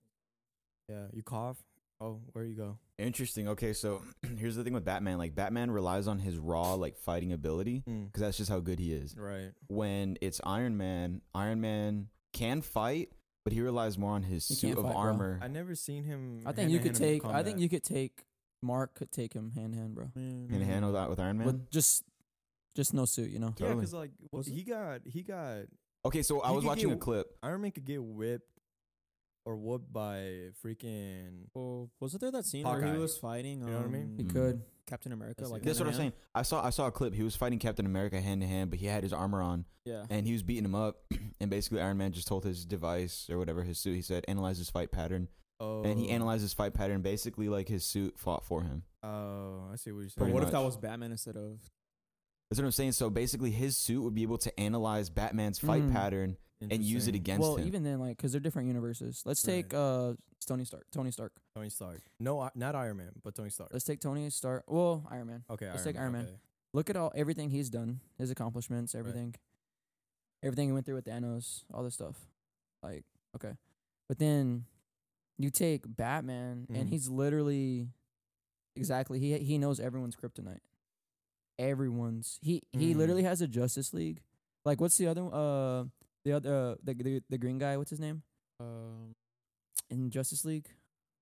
Speaker 1: Yeah, you cough. Oh, where you go?
Speaker 5: Interesting. Okay, so here's the thing with Batman. Like Batman relies on his raw like fighting ability
Speaker 1: Mm.
Speaker 5: because that's just how good he is.
Speaker 1: Right.
Speaker 5: When it's Iron Man, Iron Man can fight, but he relies more on his
Speaker 2: He
Speaker 5: suit
Speaker 2: can't
Speaker 5: of
Speaker 2: fight, bro.
Speaker 5: armor.
Speaker 1: I never seen him.
Speaker 2: I think you could
Speaker 1: hand-to-hand in
Speaker 2: take. I think
Speaker 1: combat.
Speaker 2: you could take. Mark could take him hand to hand, bro.
Speaker 5: Can
Speaker 3: Man.
Speaker 5: handle that with Iron Man.
Speaker 2: With just, just no suit, you know.
Speaker 1: Yeah,
Speaker 5: Totally.
Speaker 1: cause like well,
Speaker 5: Was it-
Speaker 1: he got he got
Speaker 5: Okay, so I
Speaker 1: You
Speaker 5: was
Speaker 1: could
Speaker 5: watching
Speaker 1: get
Speaker 5: a clip.
Speaker 1: Iron Man could get whipped or whooped by freaking.
Speaker 3: Well, wasn't oh, there that scene where
Speaker 1: Hawkeye.
Speaker 3: he was fighting? Um,
Speaker 1: You know what I mean?
Speaker 2: He
Speaker 5: Mm.
Speaker 2: could.
Speaker 3: Captain America.
Speaker 1: That's
Speaker 3: like
Speaker 1: it.
Speaker 5: That's what I'm saying.
Speaker 3: hand-to-hand?
Speaker 5: I saw I saw a clip. He was fighting Captain America hand to hand, but he had his armor on
Speaker 3: Yeah.
Speaker 5: and he was beating him up. And basically, Iron Man just told his device or whatever his suit. He said, "Analyze his fight pattern,"
Speaker 1: Oh,
Speaker 5: and he analyzed his fight pattern. Basically, like his suit fought for him.
Speaker 1: Oh, I see what you're
Speaker 3: But
Speaker 1: saying.
Speaker 5: Pretty
Speaker 3: what if that
Speaker 5: much.
Speaker 3: was Batman instead of?
Speaker 5: That's what I'm saying. So basically, his suit would be able to analyze Batman's fight
Speaker 1: Hmm.
Speaker 2: Mhm.
Speaker 5: pattern and use it
Speaker 1: Interesting.
Speaker 5: against
Speaker 2: well,
Speaker 5: him.
Speaker 2: even then, like, cause they're different universes. Let's
Speaker 1: Right.
Speaker 2: take uh Tony Stark. Tony Stark.
Speaker 1: Tony Stark. No, I- not Iron Man, but Tony Stark.
Speaker 2: Let's take Tony Stark. Well, Iron Man.
Speaker 1: okay,
Speaker 2: let's
Speaker 1: Iron
Speaker 2: take Iron Man.
Speaker 1: okay.
Speaker 2: Look at all everything he's done, his accomplishments, everything, everything he went through with Thanos, all this stuff. Like, okay, but then you take Batman, and
Speaker 1: Mhm.
Speaker 2: he's literally exactly he he knows everyone's kryptonite. Everyone's he he
Speaker 1: Mm.
Speaker 2: literally has a Justice League. Like, what's the other uh the other uh, the, the the green guy? What's his name
Speaker 3: Um,
Speaker 2: in Justice League?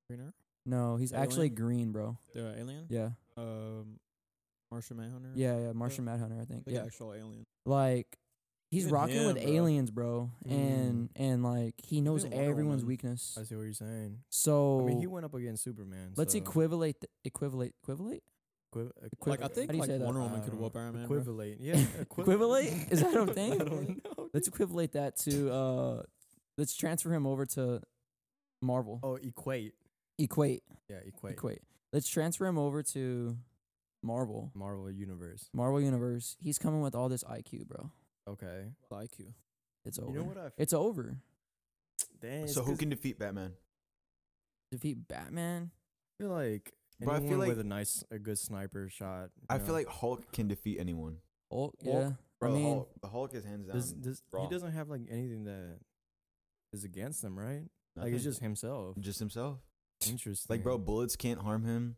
Speaker 3: Green Arrow?
Speaker 2: No, he's actually
Speaker 3: Alien?
Speaker 2: green, bro.
Speaker 3: The alien?
Speaker 2: Yeah,
Speaker 3: Um, Martian Manhunter?
Speaker 2: yeah, yeah. Martian Manhunter, I think.
Speaker 3: Like
Speaker 2: Yeah,
Speaker 3: actual alien.
Speaker 2: like he's
Speaker 3: Even
Speaker 2: rocking with
Speaker 3: him, bro.
Speaker 2: aliens, bro,
Speaker 1: Mm.
Speaker 2: and and like he knows
Speaker 3: Even Wonder
Speaker 2: everyone's
Speaker 3: Woman.
Speaker 2: weakness.
Speaker 1: I see what you're saying. I
Speaker 2: So
Speaker 1: mean, he uh, went up against Superman.
Speaker 2: let's
Speaker 1: so
Speaker 2: equivalent, th- equivalent, equivalent.
Speaker 1: equiv-
Speaker 3: Like I
Speaker 2: Equivalent.
Speaker 3: think
Speaker 2: How do you
Speaker 3: like
Speaker 2: say that?
Speaker 3: Wonder Woman
Speaker 1: I
Speaker 3: could
Speaker 1: don't
Speaker 3: whoop
Speaker 1: know.
Speaker 3: Iron Man. bro.
Speaker 1: Equivalent. Yeah. equivalent.
Speaker 2: Equivalent? Is that a thing?
Speaker 1: I don't know.
Speaker 2: Let's equivalent that to uh, let's transfer him over to Marvel.
Speaker 1: Oh, equate.
Speaker 2: Equate,
Speaker 1: Yeah, equate.
Speaker 2: equate. Let's transfer him over to Marvel,
Speaker 1: Marvel Universe.
Speaker 2: Marvel Universe. He's coming with all this IQ, bro.
Speaker 1: Okay.
Speaker 3: Like you.
Speaker 2: It's over.
Speaker 1: You know what I?
Speaker 2: It's over.
Speaker 1: Dang,
Speaker 5: so who can defeat Batman?
Speaker 2: Defeat Batman.
Speaker 1: feel like
Speaker 5: Bro, I feel
Speaker 1: anyone with a
Speaker 5: like-
Speaker 1: nice, a good sniper shot. you
Speaker 5: I
Speaker 1: know?
Speaker 5: feel like Hulk can defeat anyone.
Speaker 2: Oh yeah.
Speaker 1: Hulk,
Speaker 2: I mean,
Speaker 5: Hulk, the Hulk is hands down.
Speaker 1: does, does, he
Speaker 5: wrong.
Speaker 1: doesn't have like anything that is against him, right? Like
Speaker 5: Nothing.
Speaker 1: it's just himself.
Speaker 5: just himself.
Speaker 1: Interesting.
Speaker 5: Like, bro, bullets can't harm him.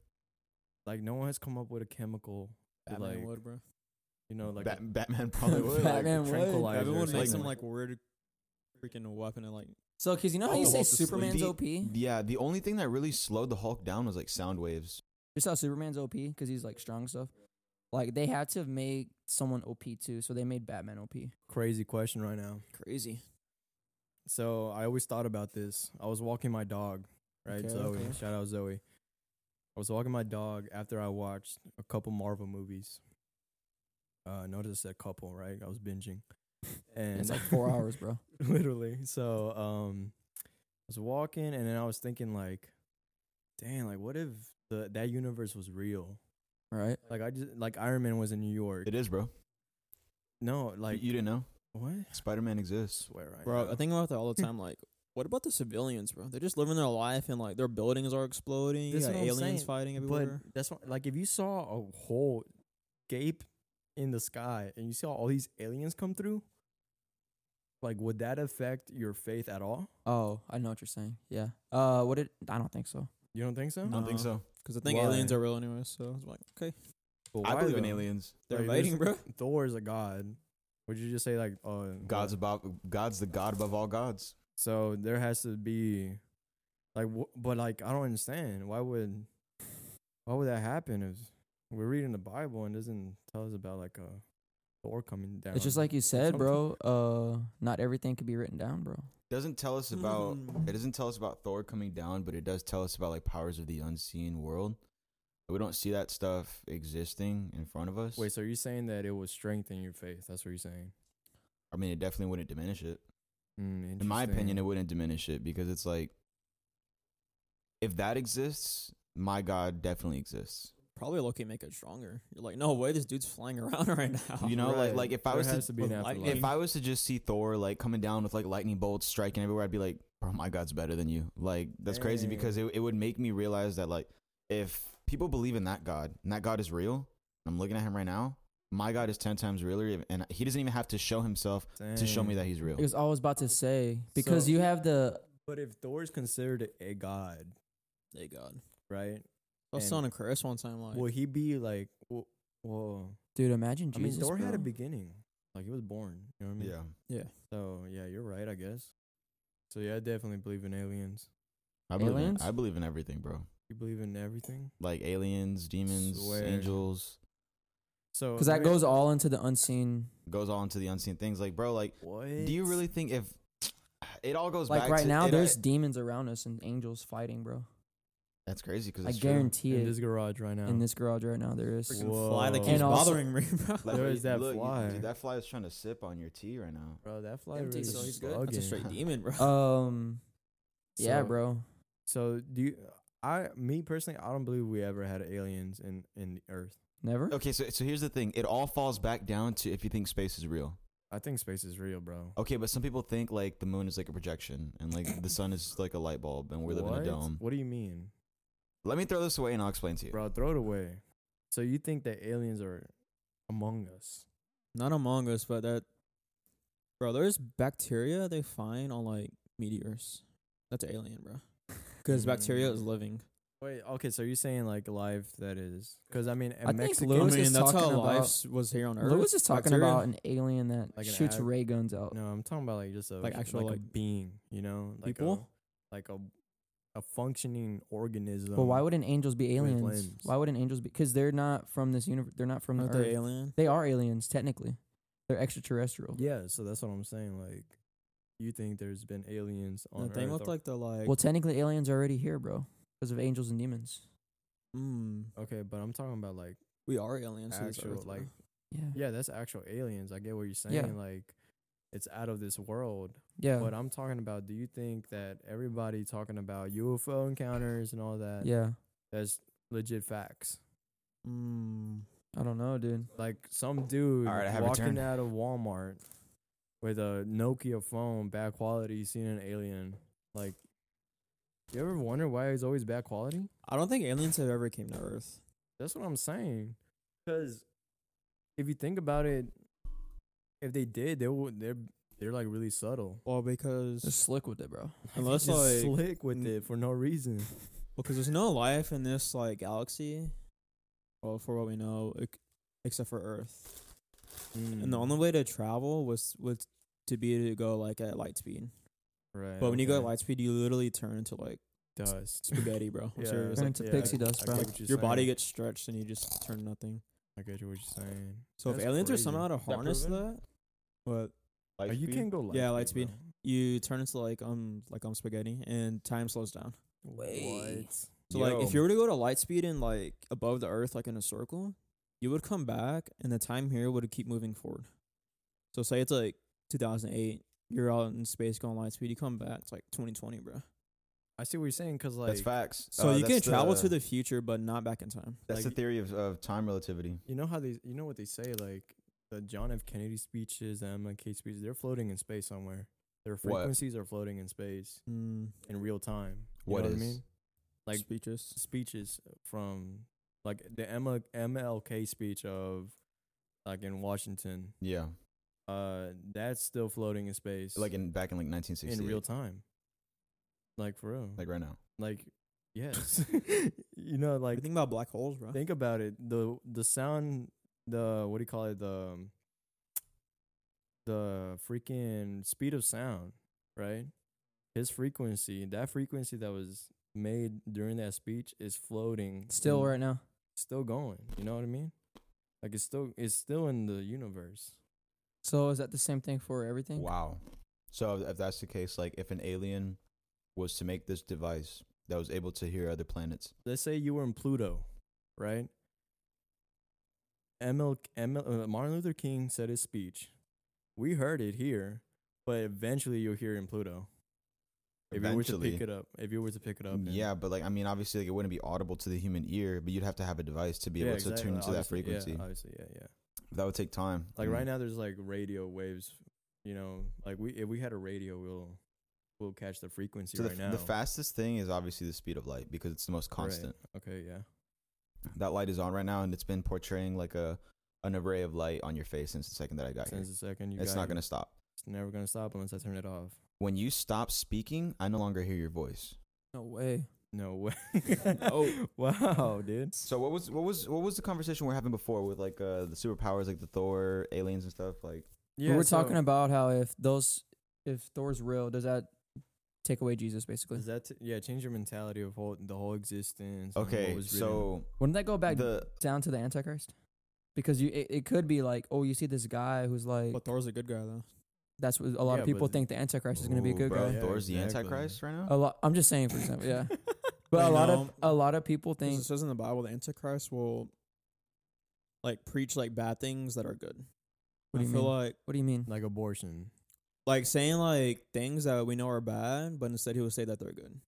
Speaker 1: like no one has come up with a chemical, to,
Speaker 3: Batman
Speaker 1: like
Speaker 3: would, bro.
Speaker 1: you know, like
Speaker 5: Bat- Batman
Speaker 1: a,
Speaker 5: probably would.
Speaker 2: Batman-
Speaker 5: Like,
Speaker 2: would.
Speaker 1: tranquilizer.
Speaker 3: Batman
Speaker 1: or
Speaker 3: would make
Speaker 1: something.
Speaker 3: some like weird freaking weapon and like
Speaker 2: So, cause you know how you
Speaker 3: Oh,
Speaker 2: say
Speaker 3: Hulk is sleep.
Speaker 2: Superman's
Speaker 5: The-
Speaker 2: OP,
Speaker 5: yeah, the only thing that really slowed the Hulk down was like sound waves.
Speaker 2: just how Superman's OP because he's like strong and stuff. Like they had to make someone OP too, so they made Batman OP.
Speaker 1: crazy question right now.
Speaker 3: crazy.
Speaker 1: So I always thought about this. I was walking my dog, right?
Speaker 3: Okay,
Speaker 1: Zoe.
Speaker 3: okay.
Speaker 1: Shout out Zoe. I was walking my dog after I watched a couple Marvel movies. Uh notice that couple, right? I was binging. And
Speaker 2: It's like four hours, bro.
Speaker 1: literally. So um I was walking and then I was thinking like, dang, like what if the that universe was real?
Speaker 2: All right.
Speaker 1: Like I just like Iron Man was in New York.
Speaker 5: It is, bro.
Speaker 1: No,
Speaker 5: Like
Speaker 1: like
Speaker 5: you didn't know
Speaker 1: what?
Speaker 5: Spider Man exists.
Speaker 1: swear right
Speaker 3: Bro,
Speaker 1: now.
Speaker 3: I think about that all the time. Like, what about the civilians, bro? They're just living their life and like their buildings are exploding. You
Speaker 1: That's
Speaker 3: got
Speaker 1: what I'm
Speaker 3: aliens
Speaker 1: saying,
Speaker 3: fighting
Speaker 1: But
Speaker 3: everywhere.
Speaker 1: that's what, like if you saw a whole gape in the sky and you saw all these aliens come through, like would that affect your faith at all?
Speaker 2: Oh, I know what you're saying. Yeah. Uh, what did I don't think so.
Speaker 1: You don't think so?
Speaker 5: I don't think
Speaker 3: No.
Speaker 1: Uh-huh.
Speaker 5: so.
Speaker 3: Because I think
Speaker 1: Why?
Speaker 3: aliens are real anyway. So it's like, okay,
Speaker 1: But
Speaker 5: I
Speaker 1: why,
Speaker 5: believe in
Speaker 1: though?
Speaker 5: aliens.
Speaker 3: they're
Speaker 1: Like,
Speaker 3: invading, bro.
Speaker 1: Thor is a god. Would you just say like, oh,
Speaker 5: God's above. God's the God above all gods.
Speaker 1: So there has to be, like, wh- but like I don't understand why would, why would that happen if we're reading the Bible and doesn't tell us about like a door coming down?
Speaker 2: It's just like you said,
Speaker 1: something.
Speaker 2: bro. Uh, not everything could be written down, bro.
Speaker 5: Doesn't tell us about.
Speaker 1: Hmm.
Speaker 5: It doesn't tell us about Thor coming down, but it does tell us about like powers of the unseen world. We don't see that stuff existing in front of us.
Speaker 1: wait. So you're saying that it would strengthen your faith? That's what you're saying.
Speaker 5: I mean, it definitely wouldn't diminish it.
Speaker 1: Mm,
Speaker 5: In my opinion,
Speaker 1: interesting.
Speaker 5: it wouldn't diminish it because it's like, if that exists, my God definitely exists.
Speaker 3: Probably low key make it stronger. You're like, no way, this dude's flying around right now.
Speaker 5: You know, like
Speaker 1: Right.
Speaker 5: like if I
Speaker 1: There
Speaker 5: was
Speaker 1: has to
Speaker 5: to,
Speaker 1: be an
Speaker 3: with lightning.
Speaker 1: afterlife.
Speaker 5: if I was to just see Thor like coming down with like lightning bolts striking everywhere, I'd be like, bro, my God's better than you. Like that's crazy because it it would make me realize that like if people believe in that God and that God is real, I'm looking at him right now. My God is ten times realer, and he doesn't even have to show himself to show me
Speaker 1: Dang.
Speaker 5: that he's real.
Speaker 2: Because I was about to say because
Speaker 1: So-
Speaker 2: you have the
Speaker 1: But if Thor is considered a god,
Speaker 3: Thank God.
Speaker 1: right?
Speaker 3: I was
Speaker 1: And-
Speaker 3: telling Chris one time, like,
Speaker 1: Will he be like, whoa? whoa.
Speaker 2: dude. Imagine
Speaker 1: I mean,
Speaker 2: Jesus.
Speaker 1: Thor had a
Speaker 2: bro.
Speaker 1: beginning. Like he was born. You know what I mean?
Speaker 5: Yeah,
Speaker 1: So yeah, you're right. I guess. So yeah, I definitely believe in aliens.
Speaker 5: I believe in,
Speaker 2: Aliens?
Speaker 5: I believe in everything, bro.
Speaker 1: You believe in everything.
Speaker 5: Like aliens, demons,
Speaker 1: Swear.
Speaker 5: angels,
Speaker 1: So
Speaker 2: because
Speaker 1: let
Speaker 2: that
Speaker 1: me-
Speaker 2: goes all into the unseen.
Speaker 5: goes on to the unseen things. Like bro, like
Speaker 1: What?
Speaker 5: do you really think if it all goes
Speaker 2: Like
Speaker 5: back
Speaker 2: right
Speaker 5: to-
Speaker 2: now,
Speaker 5: it-
Speaker 2: there's demons around us and angels fighting, bro.
Speaker 5: that's crazy because
Speaker 2: I guarantee
Speaker 1: in
Speaker 2: it.
Speaker 1: this garage right now?
Speaker 2: in this garage right now, there is.
Speaker 3: freaking fly that
Speaker 1: Whoa.
Speaker 3: keeps
Speaker 2: And also-
Speaker 3: bothering me, bro.
Speaker 1: Like, There is that
Speaker 5: you-
Speaker 1: fly.
Speaker 5: dude, that fly is trying to sip on your tea right now.
Speaker 1: bro, that fly
Speaker 3: Empty,
Speaker 1: really
Speaker 3: so he's good.
Speaker 1: slugging.
Speaker 3: That's a straight demon, bro.
Speaker 2: Um, yeah,
Speaker 1: So-
Speaker 2: bro.
Speaker 1: So do you? I, me personally, I don't believe we ever had aliens in in the Earth.
Speaker 2: Never.
Speaker 5: Okay, so so here's the thing. It all falls back down to if you think space is real.
Speaker 1: I think space is real, bro.
Speaker 5: Okay, but some people think like the moon is like a projection and like the sun is like a light bulb and we live in
Speaker 1: What?
Speaker 5: a dome.
Speaker 1: What do you mean,
Speaker 5: Let me throw this away and I'll explain to you.
Speaker 1: bro? Throw it away. So you think that aliens are among us?
Speaker 3: Not Among Us, but that, bro. There's bacteria they find on like meteors. That's alien, bro. Because bacteria
Speaker 1: Mm.
Speaker 3: is living.
Speaker 1: Wait, okay. So you're saying like life that is? Because I mean, a
Speaker 2: I think
Speaker 1: Mexican,
Speaker 2: Lewis
Speaker 3: I mean,
Speaker 2: is
Speaker 3: that's how
Speaker 2: talking about-
Speaker 3: life was here on Earth.
Speaker 2: Lewis is talking
Speaker 3: Bacteria.
Speaker 2: about an alien that
Speaker 1: Like an
Speaker 2: shoots
Speaker 1: ag-
Speaker 2: ray guns out.
Speaker 1: No, I'm talking about like just a
Speaker 3: Like actual,
Speaker 1: like, a
Speaker 3: like,
Speaker 1: being, you know, like
Speaker 3: people?
Speaker 1: a, like a a functioning organism.
Speaker 2: But why wouldn't angels be
Speaker 1: with
Speaker 2: aliens?
Speaker 1: limbs.
Speaker 2: Why wouldn't angels be? Because they're not from this universe. They're not from the
Speaker 3: Aren't they
Speaker 2: Earth.
Speaker 3: alien.
Speaker 2: They are aliens technically. They're extraterrestrial.
Speaker 1: Yeah, so that's what I'm saying. Like, you think there's been aliens on
Speaker 3: The thing
Speaker 1: Earth?
Speaker 3: with
Speaker 1: or-
Speaker 3: like the like.
Speaker 2: Well, technically, aliens are already here, bro, because of angels and demons.
Speaker 3: mm,
Speaker 1: okay, but I'm talking about like
Speaker 3: we are aliens. to this
Speaker 1: actual,
Speaker 3: Earth, bro.
Speaker 1: like,
Speaker 2: Yeah.
Speaker 1: yeah, that's actual aliens. I get what you're saying.
Speaker 2: Yeah.
Speaker 1: Like, it's out of this world.
Speaker 2: Yeah.
Speaker 1: But I'm talking about. Do you think that everybody talking about UFO encounters and all that?
Speaker 2: yeah.
Speaker 1: that's legit facts.
Speaker 3: Mm,
Speaker 2: I don't know, dude.
Speaker 1: Like some dude
Speaker 5: All right, I have
Speaker 1: walking
Speaker 5: returned.
Speaker 1: out of Walmart with a Nokia phone, bad quality, seeing an alien. Like, you ever wonder why it's always bad quality?
Speaker 3: I don't think aliens have ever came to Earth.
Speaker 1: That's what I'm saying. Because if you think about it, if they did, they would they're they're like really subtle.
Speaker 3: Well, because
Speaker 2: Just slick with it, bro.
Speaker 3: unless
Speaker 1: Just
Speaker 3: like
Speaker 1: slick with
Speaker 3: n-
Speaker 1: it for no reason.
Speaker 3: because there's no life in this like galaxy. Well, for what we know, ec- except for Earth. And
Speaker 1: Mm. Hmm.
Speaker 3: the only way to travel was was to be to go like at light speed.
Speaker 1: right,
Speaker 3: but when you go at
Speaker 1: okay.
Speaker 3: light speed, you literally turn into like
Speaker 1: dust,
Speaker 3: spaghetti, bro. I'm
Speaker 1: Yeah,
Speaker 3: serious.
Speaker 2: Turn
Speaker 3: Like,
Speaker 2: into pixie dust,
Speaker 1: I
Speaker 2: bro.
Speaker 1: get what you're
Speaker 3: your body
Speaker 1: saying.
Speaker 3: gets stretched and you just turn nothing.
Speaker 1: I get you what you're saying.
Speaker 3: So if
Speaker 1: That's
Speaker 3: aliens are
Speaker 1: crazy.
Speaker 3: somehow to
Speaker 5: that
Speaker 3: harness
Speaker 5: proven?
Speaker 3: that, but
Speaker 5: Light
Speaker 1: Oh, you
Speaker 5: speed?
Speaker 1: can go light
Speaker 3: Yeah, light
Speaker 1: speed,
Speaker 3: speed.
Speaker 1: bro.
Speaker 3: you turn into like um like um spaghetti and time slows down.
Speaker 2: Way.
Speaker 1: What?
Speaker 3: So like if
Speaker 5: Yo.
Speaker 3: you were to go to light speed and like above the earth like in a circle, you would come back and the time here would keep moving forward. So say it's like 2008, you're out in space going light speed, you come back, it's like 2020, bro.
Speaker 1: I see what you're saying because like
Speaker 5: that's facts.
Speaker 3: So
Speaker 5: Uh,
Speaker 3: you can
Speaker 5: that's
Speaker 3: travel to the future but not back in time.
Speaker 5: That's
Speaker 1: like-
Speaker 5: the theory of, of time relativity.
Speaker 1: you know how they you know what they say like the John F Kennedy speeches, the MLK speeches, they're floating in space somewhere. Their frequencies are floating in space
Speaker 3: Mm,
Speaker 1: in real time. You
Speaker 5: What
Speaker 1: know
Speaker 5: is?
Speaker 1: what I mean? Like-
Speaker 3: like speeches.
Speaker 1: Speeches from like the ML, MLK speech of like in Washington.
Speaker 5: Yeah,
Speaker 1: Uh that's still floating in space
Speaker 5: like in back in like 1960.
Speaker 1: in real time. Like for real. Like,
Speaker 5: like right now.
Speaker 1: yes. you know like
Speaker 3: think about black holes, bro.
Speaker 1: think about it the the sound the what do you call it the um, the freaking speed of sound, right? His frequency, that frequency that was made during that speech is floating
Speaker 2: Still
Speaker 1: and
Speaker 2: right now.
Speaker 1: still going. You know what I mean? Like it's still it's still in the universe.
Speaker 2: So is that the same thing for everything?
Speaker 5: Wow. So if that's the case, like if an alien was to make this device that was able to hear other planets,
Speaker 1: Let's say you were in Pluto, right? ML, ML, uh, Martin Luther King said his speech. We heard it here, but eventually you'll hear it in Pluto. If you were to
Speaker 5: eventually. mm,
Speaker 1: pick it up, if you were to pick it up, and-
Speaker 5: yeah, but like I mean, obviously, like it wouldn't be audible to the human ear, but you'd have to have a device to be
Speaker 1: Yeah,
Speaker 5: able to
Speaker 1: exactly,
Speaker 5: tune into that
Speaker 1: obviously,
Speaker 5: frequency.
Speaker 1: Yeah, obviously, yeah, yeah.
Speaker 5: that would take time.
Speaker 1: Like
Speaker 5: Mm.
Speaker 1: right now, there's like radio waves. You know, like we if we had a radio, we'll we'll catch the frequency
Speaker 5: So the,
Speaker 1: right
Speaker 5: f-
Speaker 1: now.
Speaker 5: the fastest thing is obviously the speed of light because it's the most
Speaker 1: Right.
Speaker 5: constant.
Speaker 1: Okay, yeah.
Speaker 5: That light is on right now, and it's been portraying like a an array of light on your face since the second that I got
Speaker 1: Since
Speaker 5: here.
Speaker 1: a second, you
Speaker 5: It's
Speaker 1: got
Speaker 5: not
Speaker 1: it.
Speaker 5: going to stop.
Speaker 1: It's never gonna stop unless I turn it off.
Speaker 5: When you stop speaking, I no longer hear your voice.
Speaker 2: No way.
Speaker 1: No way.
Speaker 5: Oh.
Speaker 1: wow, dude.
Speaker 5: So what was what was what was the conversation we were having before with like uh, the superpowers, like the Thor, aliens and stuff? Like
Speaker 2: We we're talking about how if those if Thor's real, does that take away Jesus basically?
Speaker 1: Is that t- yeah? Change your mentality of whole the whole existence. and what
Speaker 5: okay,
Speaker 1: was written.
Speaker 5: so
Speaker 2: Wouldn't that go back
Speaker 5: the
Speaker 2: down to the Antichrist? Because you it, it could be like, oh, you see this guy who's like
Speaker 3: But Thor's a good guy though.
Speaker 2: that's what a lot
Speaker 1: Yeah,
Speaker 2: of people
Speaker 1: but-
Speaker 2: think the Antichrist is gonna be a
Speaker 5: Ooh,
Speaker 2: good
Speaker 5: bro,
Speaker 2: guy. Oh,
Speaker 1: Yeah,
Speaker 5: Thor's the
Speaker 1: exactly.
Speaker 5: Antichrist right now.
Speaker 2: A lot I'm just saying for example, yeah. But a
Speaker 3: You
Speaker 2: lot of
Speaker 3: know,
Speaker 2: a lot of people
Speaker 3: 'Cause
Speaker 2: think
Speaker 3: it says in the Bible the Antichrist will like preach like bad things that are good.
Speaker 2: What do
Speaker 3: I
Speaker 2: you
Speaker 3: feel
Speaker 2: mean?
Speaker 3: like
Speaker 2: what do you mean?
Speaker 1: like abortion.
Speaker 3: like saying like things that we know are bad, but instead he will say that they're good.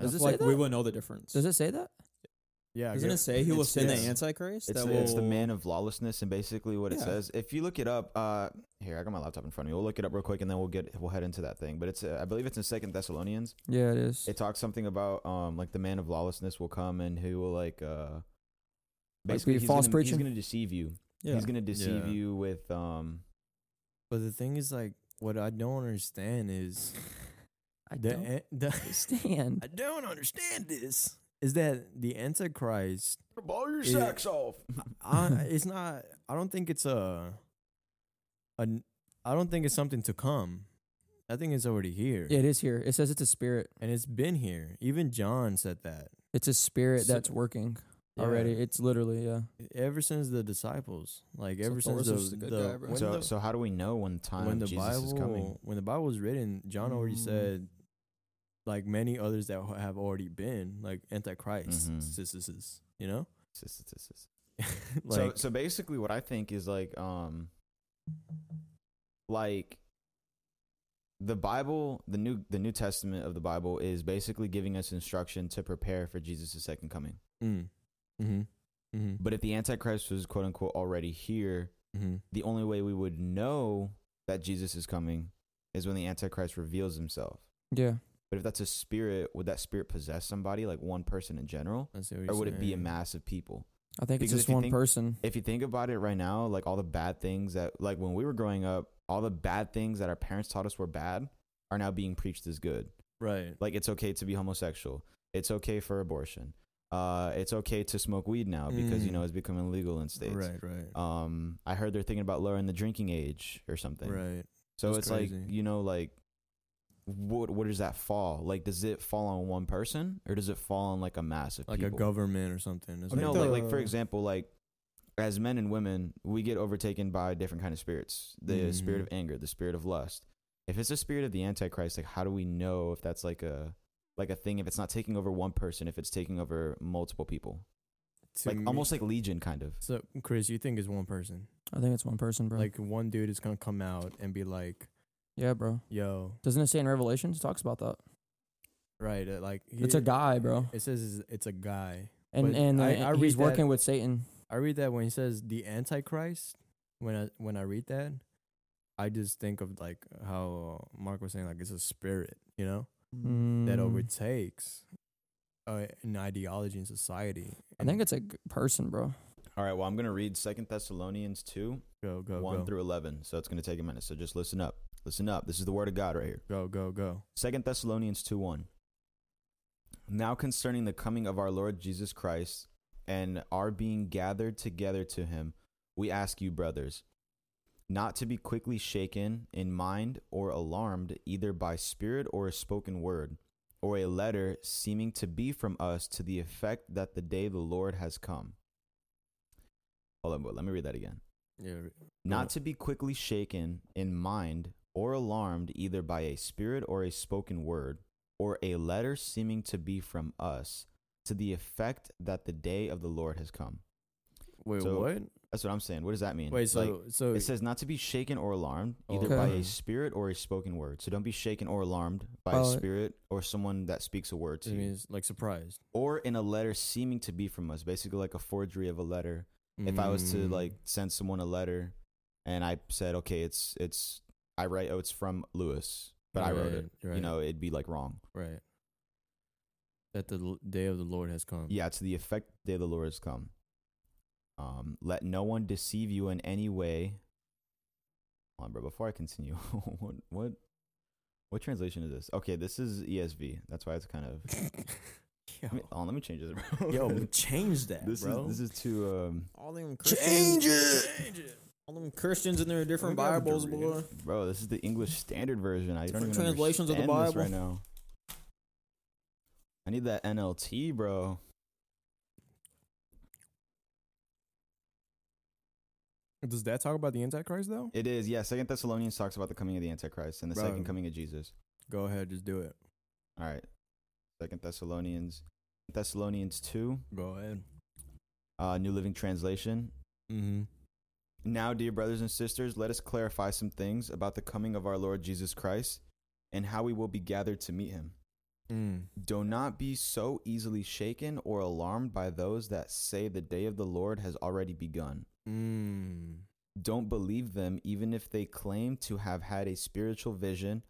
Speaker 3: And
Speaker 2: Does
Speaker 3: I
Speaker 2: it
Speaker 3: feel
Speaker 2: say
Speaker 3: like we
Speaker 2: that?
Speaker 3: will know the difference.
Speaker 2: Does it say that?
Speaker 1: Yeah, I
Speaker 3: Doesn't
Speaker 1: get-
Speaker 3: it say he will
Speaker 5: It's-
Speaker 3: send the
Speaker 5: it's-
Speaker 3: Antichrist?
Speaker 5: It's
Speaker 3: that
Speaker 5: the, it's the
Speaker 3: will-
Speaker 5: man of lawlessness, and basically what it
Speaker 3: Yeah.
Speaker 5: says. If you look it up, uh, here I got my laptop in front of me. We'll look it up real quick, and then we'll get we'll head into that thing. But it's uh, I believe it's in Second Thessalonians.
Speaker 2: Yeah, it is.
Speaker 5: It talks something about um like the man of lawlessness will come and who will like uh
Speaker 2: be
Speaker 5: basically he's
Speaker 2: false
Speaker 5: gonna,
Speaker 2: preaching?
Speaker 5: He's gonna deceive you.
Speaker 3: Yeah.
Speaker 5: He's gonna deceive
Speaker 1: Yeah.
Speaker 5: you with um
Speaker 1: But the thing is, like, what I don't understand is
Speaker 2: I
Speaker 1: the
Speaker 2: don't
Speaker 1: an- the
Speaker 2: understand.
Speaker 1: I don't understand this. Is that the Antichrist?
Speaker 5: ball your
Speaker 1: It- socks
Speaker 5: off.
Speaker 1: I, it's not. I don't think it's a. a n- I don't think it's something to come. I think it's already here,
Speaker 2: Yeah, it is here. It says it's a spirit.
Speaker 1: and it's been here. Even John said that
Speaker 2: It's a spirit
Speaker 1: So-
Speaker 2: that's working
Speaker 1: Yeah.
Speaker 2: already. It's literally yeah.
Speaker 1: ever since the disciples, like
Speaker 3: So
Speaker 1: ever
Speaker 3: Thor's
Speaker 1: since
Speaker 3: just
Speaker 1: the,
Speaker 3: a good
Speaker 1: the-
Speaker 3: guy, bro.
Speaker 1: when
Speaker 5: So
Speaker 1: the,
Speaker 5: so how do we know when time
Speaker 1: when
Speaker 5: when
Speaker 1: the
Speaker 5: Jesus
Speaker 1: Bible
Speaker 5: is coming?
Speaker 1: when the Bible was written, John already
Speaker 3: Mm.
Speaker 1: said, like many others that ho- have already been, like Antichrist,
Speaker 5: Mhm.
Speaker 1: sisters, you know.
Speaker 5: Sis- sis- sis- sis. so
Speaker 1: like,
Speaker 5: so basically what I think is like um like the Bible, the new the New Testament of the Bible is basically giving us instruction to prepare for Jesus' second coming.
Speaker 1: mm, mm-hmm, mm-hmm,
Speaker 5: But if the Antichrist was quote unquote already here,
Speaker 1: mm-hmm.
Speaker 5: the only way we would know that Jesus is coming is when the Antichrist reveals himself.
Speaker 2: Yeah.
Speaker 5: But if that's a spirit, would that spirit possess somebody, like one person in general?
Speaker 1: I see what
Speaker 5: Or
Speaker 1: you're
Speaker 5: would it be a
Speaker 1: saying.
Speaker 5: mass of people?
Speaker 2: I think
Speaker 5: Because
Speaker 2: it's just
Speaker 5: if you
Speaker 2: one
Speaker 5: think-
Speaker 2: person.
Speaker 5: If you think about it right now, like all the bad things that, like when we were growing up, all the bad things that our parents taught us were bad are now being preached as good.
Speaker 1: right?
Speaker 5: Like it's okay to be homosexual, it's okay for abortion, uh, it's okay to smoke weed now because, you
Speaker 1: Mm.
Speaker 5: know, it's becoming legal in states.
Speaker 1: Right, right,
Speaker 5: Um, I heard they're thinking about lowering the drinking age or something.
Speaker 1: right.
Speaker 5: So
Speaker 1: That's
Speaker 5: it's like
Speaker 1: crazy.
Speaker 5: you know, like what what does that fall? Like, does it fall on one person or does it fall on like a mass of
Speaker 1: Like
Speaker 5: people? Oh,
Speaker 1: a government or something. It's
Speaker 3: I mean,
Speaker 5: no,
Speaker 1: the-
Speaker 5: like like for
Speaker 3: the-
Speaker 5: example, like as men and women, we get overtaken by different kind of spirits: the spirit
Speaker 1: Mhm.
Speaker 5: of anger, the spirit of lust. If it's a spirit of the antichrist, like how do we know if that's like a like a thing? If it's not taking over one person, if it's taking over multiple people,
Speaker 1: to
Speaker 5: like
Speaker 1: me-
Speaker 5: almost like Legion, kind of.
Speaker 1: So, Chris, you think it's one person?
Speaker 2: I think it's one person, bro.
Speaker 1: Like one dude is gonna come out and be like,
Speaker 2: yeah, bro.
Speaker 1: "Yo,
Speaker 2: Doesn't it say in Revelations? It talks about that.
Speaker 1: right? Uh, like he,
Speaker 2: It's a guy, bro.
Speaker 1: It says it's- it's a guy.
Speaker 2: And
Speaker 1: but
Speaker 2: and uh,
Speaker 1: I- I
Speaker 2: he's
Speaker 1: read that-
Speaker 2: working with Satan.
Speaker 1: I read that when he says the Antichrist. When I when I read that, I just think of like how uh, Mark was saying, like it's a spirit, you know, that
Speaker 5: Mm-hmm.
Speaker 2: Mm.
Speaker 1: overtakes uh, an ideology in society.
Speaker 2: I think it's a g- person, bro.
Speaker 5: All right, well, I'm gonna read Second Thessalonians two.
Speaker 1: go go
Speaker 5: 1
Speaker 1: go
Speaker 5: through 11. So it's going to take a minute. So just listen up. Listen up. This is the word of God right here.
Speaker 1: go go go.
Speaker 5: Second Thessalonians 2 1. Now concerning the coming of our Lord Jesus Christ and our being gathered together to him, we ask you, brothers, not to be quickly shaken in mind or alarmed either by spirit or a spoken word or a letter seeming to be from us to the effect that the day the Lord has come. Hold on, but let me read that again
Speaker 1: Yeah. re-
Speaker 5: not
Speaker 1: Mm.
Speaker 5: to be quickly shaken in mind or alarmed either by a spirit or a spoken word or a letter seeming to be from us to the effect that the day of the lord has come
Speaker 1: Wait,
Speaker 5: So-
Speaker 1: what?
Speaker 5: that's what i'm saying what does that mean
Speaker 1: Wait, so
Speaker 5: Like,
Speaker 1: so
Speaker 5: it says not to be shaken or alarmed either
Speaker 1: Okay.
Speaker 5: by a spirit or a spoken word so don't be shaken or alarmed by a
Speaker 2: Oh.
Speaker 5: spirit or someone that speaks a word to
Speaker 1: it
Speaker 5: you
Speaker 1: means like surprised.
Speaker 5: or in a letter seeming to be from us basically like a forgery of a letter if I was to
Speaker 1: Mm.
Speaker 5: like send someone a letter and I said, okay, it's it's I write, oh, it's from Lewis, but I wrote it.
Speaker 1: Right,
Speaker 5: You know, it'd be like wrong.
Speaker 1: right. That the l- day of the Lord has come.
Speaker 5: Yeah, to the effect the day the Lord has come. Um, let no one deceive you in any way. Hold on, bro. Before I continue, what what what translation is this? Okay, this is ESV. That's why it's kind of. Let me,
Speaker 1: yo,
Speaker 5: hold on, let me change this. Bro.
Speaker 1: yo, change that,
Speaker 5: this
Speaker 1: bro.
Speaker 5: is this is too um,
Speaker 3: All them Christians,
Speaker 1: it.
Speaker 3: all them Christians in their different
Speaker 1: Look out,
Speaker 3: Bibles,
Speaker 1: Dorito.
Speaker 3: boy.
Speaker 5: bro. This is the English Standard Version. I don't
Speaker 3: Different
Speaker 5: even
Speaker 3: translations of the
Speaker 5: understand this
Speaker 3: Bible.
Speaker 5: right now. I need that NLT, bro.
Speaker 1: Does that talk about the Antichrist though?
Speaker 5: It is, yeah. Second Thessalonians talks about the coming of the Antichrist and the
Speaker 1: Bro.
Speaker 5: second coming of Jesus.
Speaker 1: Go ahead, just do it.
Speaker 5: All right. Second Thessalonians, Thessalonians two,
Speaker 1: Go ahead.
Speaker 5: uh, New Living Translation.
Speaker 1: Mm-hmm.
Speaker 5: Now, dear brothers and sisters, let us clarify some things about the coming of our Lord Jesus Christ and how we will be gathered to meet him.
Speaker 1: Mm.
Speaker 5: Do not be so easily shaken or alarmed by those that say the day of the Lord has already begun.
Speaker 1: Mm.
Speaker 5: don't believe them, even if they claim to have had a spiritual vision,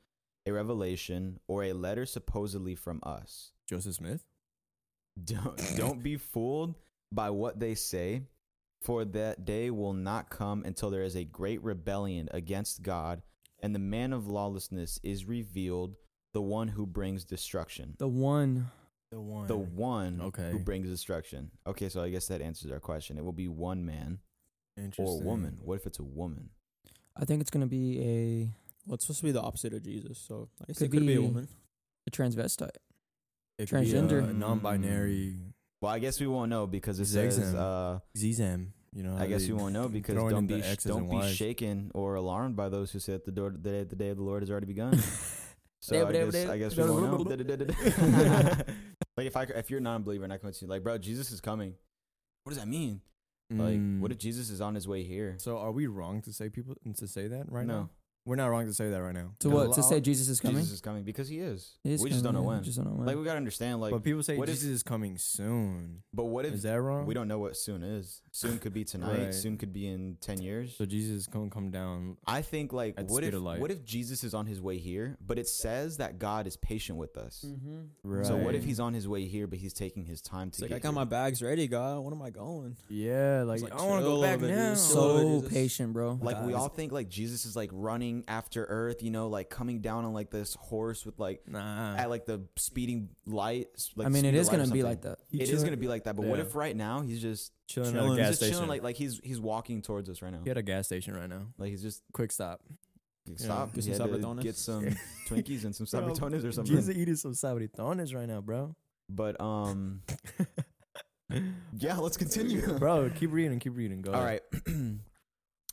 Speaker 5: a revelation, or a letter supposedly from us.
Speaker 1: Joseph Smith.
Speaker 5: Don't, don't be fooled by what they say, for that day will not come until there is a great rebellion against God, and the man of lawlessness is revealed, the one who brings destruction.
Speaker 2: The one.
Speaker 1: The one.
Speaker 5: The one
Speaker 1: Okay.
Speaker 5: who brings destruction. Okay, so I guess that answers our question. It will be one man or a
Speaker 1: Interesting.
Speaker 5: woman. What if it's a woman?
Speaker 2: I think it's gonna be a,
Speaker 3: Well, it's supposed to be the opposite of Jesus, so I guess
Speaker 2: Could
Speaker 3: it could be a
Speaker 2: be-
Speaker 3: woman.
Speaker 2: a transvestite.
Speaker 1: It could be, uh,
Speaker 2: Transgender.
Speaker 1: non-binary.
Speaker 5: Well, I guess we won't know because it
Speaker 1: Zig
Speaker 5: says,
Speaker 1: Zag.
Speaker 5: uh,
Speaker 1: Zizam. You know.
Speaker 5: I
Speaker 1: how
Speaker 5: guess
Speaker 1: they-
Speaker 5: we won't know because
Speaker 1: throwing
Speaker 5: don't
Speaker 1: in the
Speaker 5: be sh-
Speaker 1: X's
Speaker 5: don't
Speaker 1: and
Speaker 5: be
Speaker 1: Ys.
Speaker 5: shaken or alarmed by those who say that the, door, the, day, the day of the Lord has already begun. So I
Speaker 2: Day-
Speaker 5: guess,
Speaker 2: day-
Speaker 5: I guess we
Speaker 2: day-
Speaker 5: won't know.
Speaker 2: day- day-
Speaker 5: like if I c- if you're a non-believer and I come to you like, bro, Jesus is coming. What does that mean? Like, what
Speaker 1: Mm.
Speaker 5: if Jesus is on his way here?
Speaker 1: So are we wrong to say people and to say that right
Speaker 5: No.
Speaker 1: now? We're not wrong to say that right now.
Speaker 2: To
Speaker 1: There's a
Speaker 2: what? To
Speaker 1: lot-
Speaker 2: say Jesus is coming?
Speaker 5: Jesus is coming because he is.
Speaker 2: He is
Speaker 5: we just don't know
Speaker 2: coming, yeah,
Speaker 5: when.
Speaker 2: Just don't know when.
Speaker 5: Like we gotta understand. Like,
Speaker 1: but people say
Speaker 5: what if-
Speaker 1: Jesus is coming soon.
Speaker 5: but what if
Speaker 1: Is that wrong?
Speaker 5: we don't know what soon is? Soon could be tonight.
Speaker 1: Right.
Speaker 5: Soon could be in ten years.
Speaker 1: So Jesus is gonna come down.
Speaker 5: I think like
Speaker 1: At the
Speaker 5: what
Speaker 1: speed
Speaker 5: if
Speaker 1: of light.
Speaker 5: what if Jesus is on his way here, but it says that God is patient with us.
Speaker 2: mm-hmm.
Speaker 5: So what if
Speaker 1: Right.
Speaker 5: he's on his way here, but he's taking his time to
Speaker 3: It's like
Speaker 5: get
Speaker 3: I got
Speaker 5: here?
Speaker 3: my bags ready, God. When am I going?
Speaker 1: Yeah, like,
Speaker 3: like,
Speaker 1: I want to
Speaker 3: chill
Speaker 1: go
Speaker 3: a
Speaker 1: back
Speaker 3: little bit, dude.
Speaker 1: now.
Speaker 3: So-
Speaker 2: So
Speaker 3: Jesus.
Speaker 2: patient, bro.
Speaker 5: Oh, like we
Speaker 2: Guys.
Speaker 5: all think like Jesus is like running after Earth, you know, like coming down on like this horse with like
Speaker 1: nah.
Speaker 5: at like the speeding lights. Like
Speaker 2: I mean, it
Speaker 5: speed of
Speaker 2: is
Speaker 5: light or
Speaker 2: gonna be
Speaker 5: something.
Speaker 2: like that.
Speaker 5: It is gonna be like that. But what
Speaker 1: Yeah.
Speaker 5: if right now he's just
Speaker 1: chilling, at
Speaker 3: chilling.
Speaker 1: a
Speaker 5: he's
Speaker 1: gas
Speaker 5: just
Speaker 1: station.
Speaker 5: chilling, like like he's he's walking towards us right now.
Speaker 1: he at a gas station right now.
Speaker 5: Like he's just
Speaker 1: Quick stop.
Speaker 5: stop.
Speaker 3: Get
Speaker 5: he
Speaker 3: some
Speaker 5: had to
Speaker 3: Sabritonas.
Speaker 5: get some Twinkies and some
Speaker 1: Bro,
Speaker 5: sabritonas or something.
Speaker 1: Jesus eating some sabritones right now, bro.
Speaker 5: But um, yeah, let's continue,
Speaker 1: bro, keep reading, keep reading. Go.
Speaker 5: All
Speaker 1: ahead.
Speaker 5: right.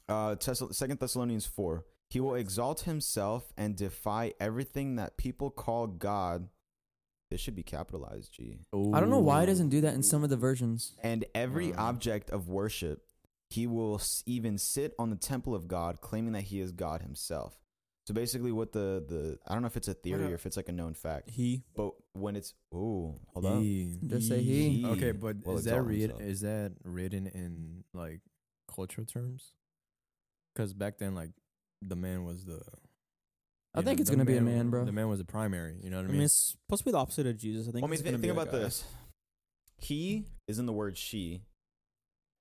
Speaker 5: uh, Tessa- Second Thessalonians four. He will exalt himself and defy everything that people call God. This should be capitalized, G.
Speaker 2: I don't know why it
Speaker 1: Ooh.
Speaker 2: doesn't do that in some of the versions.
Speaker 5: And every
Speaker 1: Wow.
Speaker 5: object of worship. He will s- even sit on the temple of God, claiming that he is God himself. So basically, what the the I don't know if it's a theory or if it's like a known fact,
Speaker 3: He
Speaker 5: but when it's ooh, hold up,
Speaker 1: Eee.
Speaker 2: Just say he.
Speaker 1: Okay, but
Speaker 5: will
Speaker 1: is that
Speaker 5: exalt
Speaker 1: read,
Speaker 5: himself.
Speaker 1: is that written in like cultural terms? Because back then, like the man was the.
Speaker 2: I
Speaker 1: you
Speaker 2: think
Speaker 1: know,
Speaker 2: it's
Speaker 1: the
Speaker 2: gonna be a man, bro.
Speaker 1: The man was the primary. You know what I
Speaker 3: I
Speaker 1: mean?
Speaker 3: mean, it's supposed to be the opposite of Jesus. I think.
Speaker 5: Well, I mean,
Speaker 3: it's
Speaker 5: thi-
Speaker 3: gonna
Speaker 5: think
Speaker 3: be
Speaker 5: about
Speaker 3: like a-
Speaker 5: this. He is in the word she,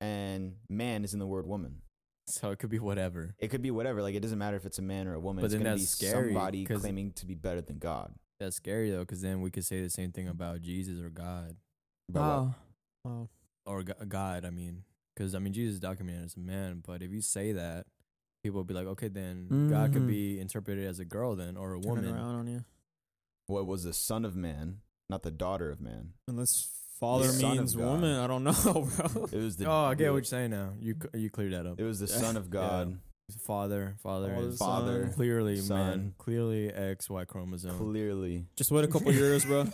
Speaker 5: and man is in the word woman.
Speaker 1: so it could be whatever.
Speaker 5: It could be whatever. Like it doesn't matter if it's a man or a woman.
Speaker 1: But
Speaker 5: it's
Speaker 1: then
Speaker 5: gonna be
Speaker 1: that's scary,
Speaker 5: somebody
Speaker 1: 'cause-
Speaker 5: claiming to be better than God.
Speaker 1: That's scary though, because then we could say the same thing about Jesus or God
Speaker 5: But what-
Speaker 2: Wow.
Speaker 3: Wow.
Speaker 1: or G- God. I mean, because I mean Jesus is documented as a man, but if you say that, people would be like, okay, then God could
Speaker 2: Mhm.
Speaker 1: be interpreted as a girl then or a
Speaker 3: Turning
Speaker 1: woman.
Speaker 3: around on you.
Speaker 5: What was the son of man, not the daughter of man?
Speaker 3: Unless father
Speaker 5: son of
Speaker 3: means
Speaker 5: God.
Speaker 3: woman, I don't know, bro.
Speaker 5: It was the.
Speaker 1: Oh, I get what you're saying now. You c- you cleared that up.
Speaker 5: It was the son of God.
Speaker 1: Father, father,
Speaker 3: Father,
Speaker 1: is
Speaker 5: Father.
Speaker 1: clearly man,
Speaker 5: Son.
Speaker 1: clearly X Y chromosome.
Speaker 5: Clearly,
Speaker 3: Just wait a couple years, bro.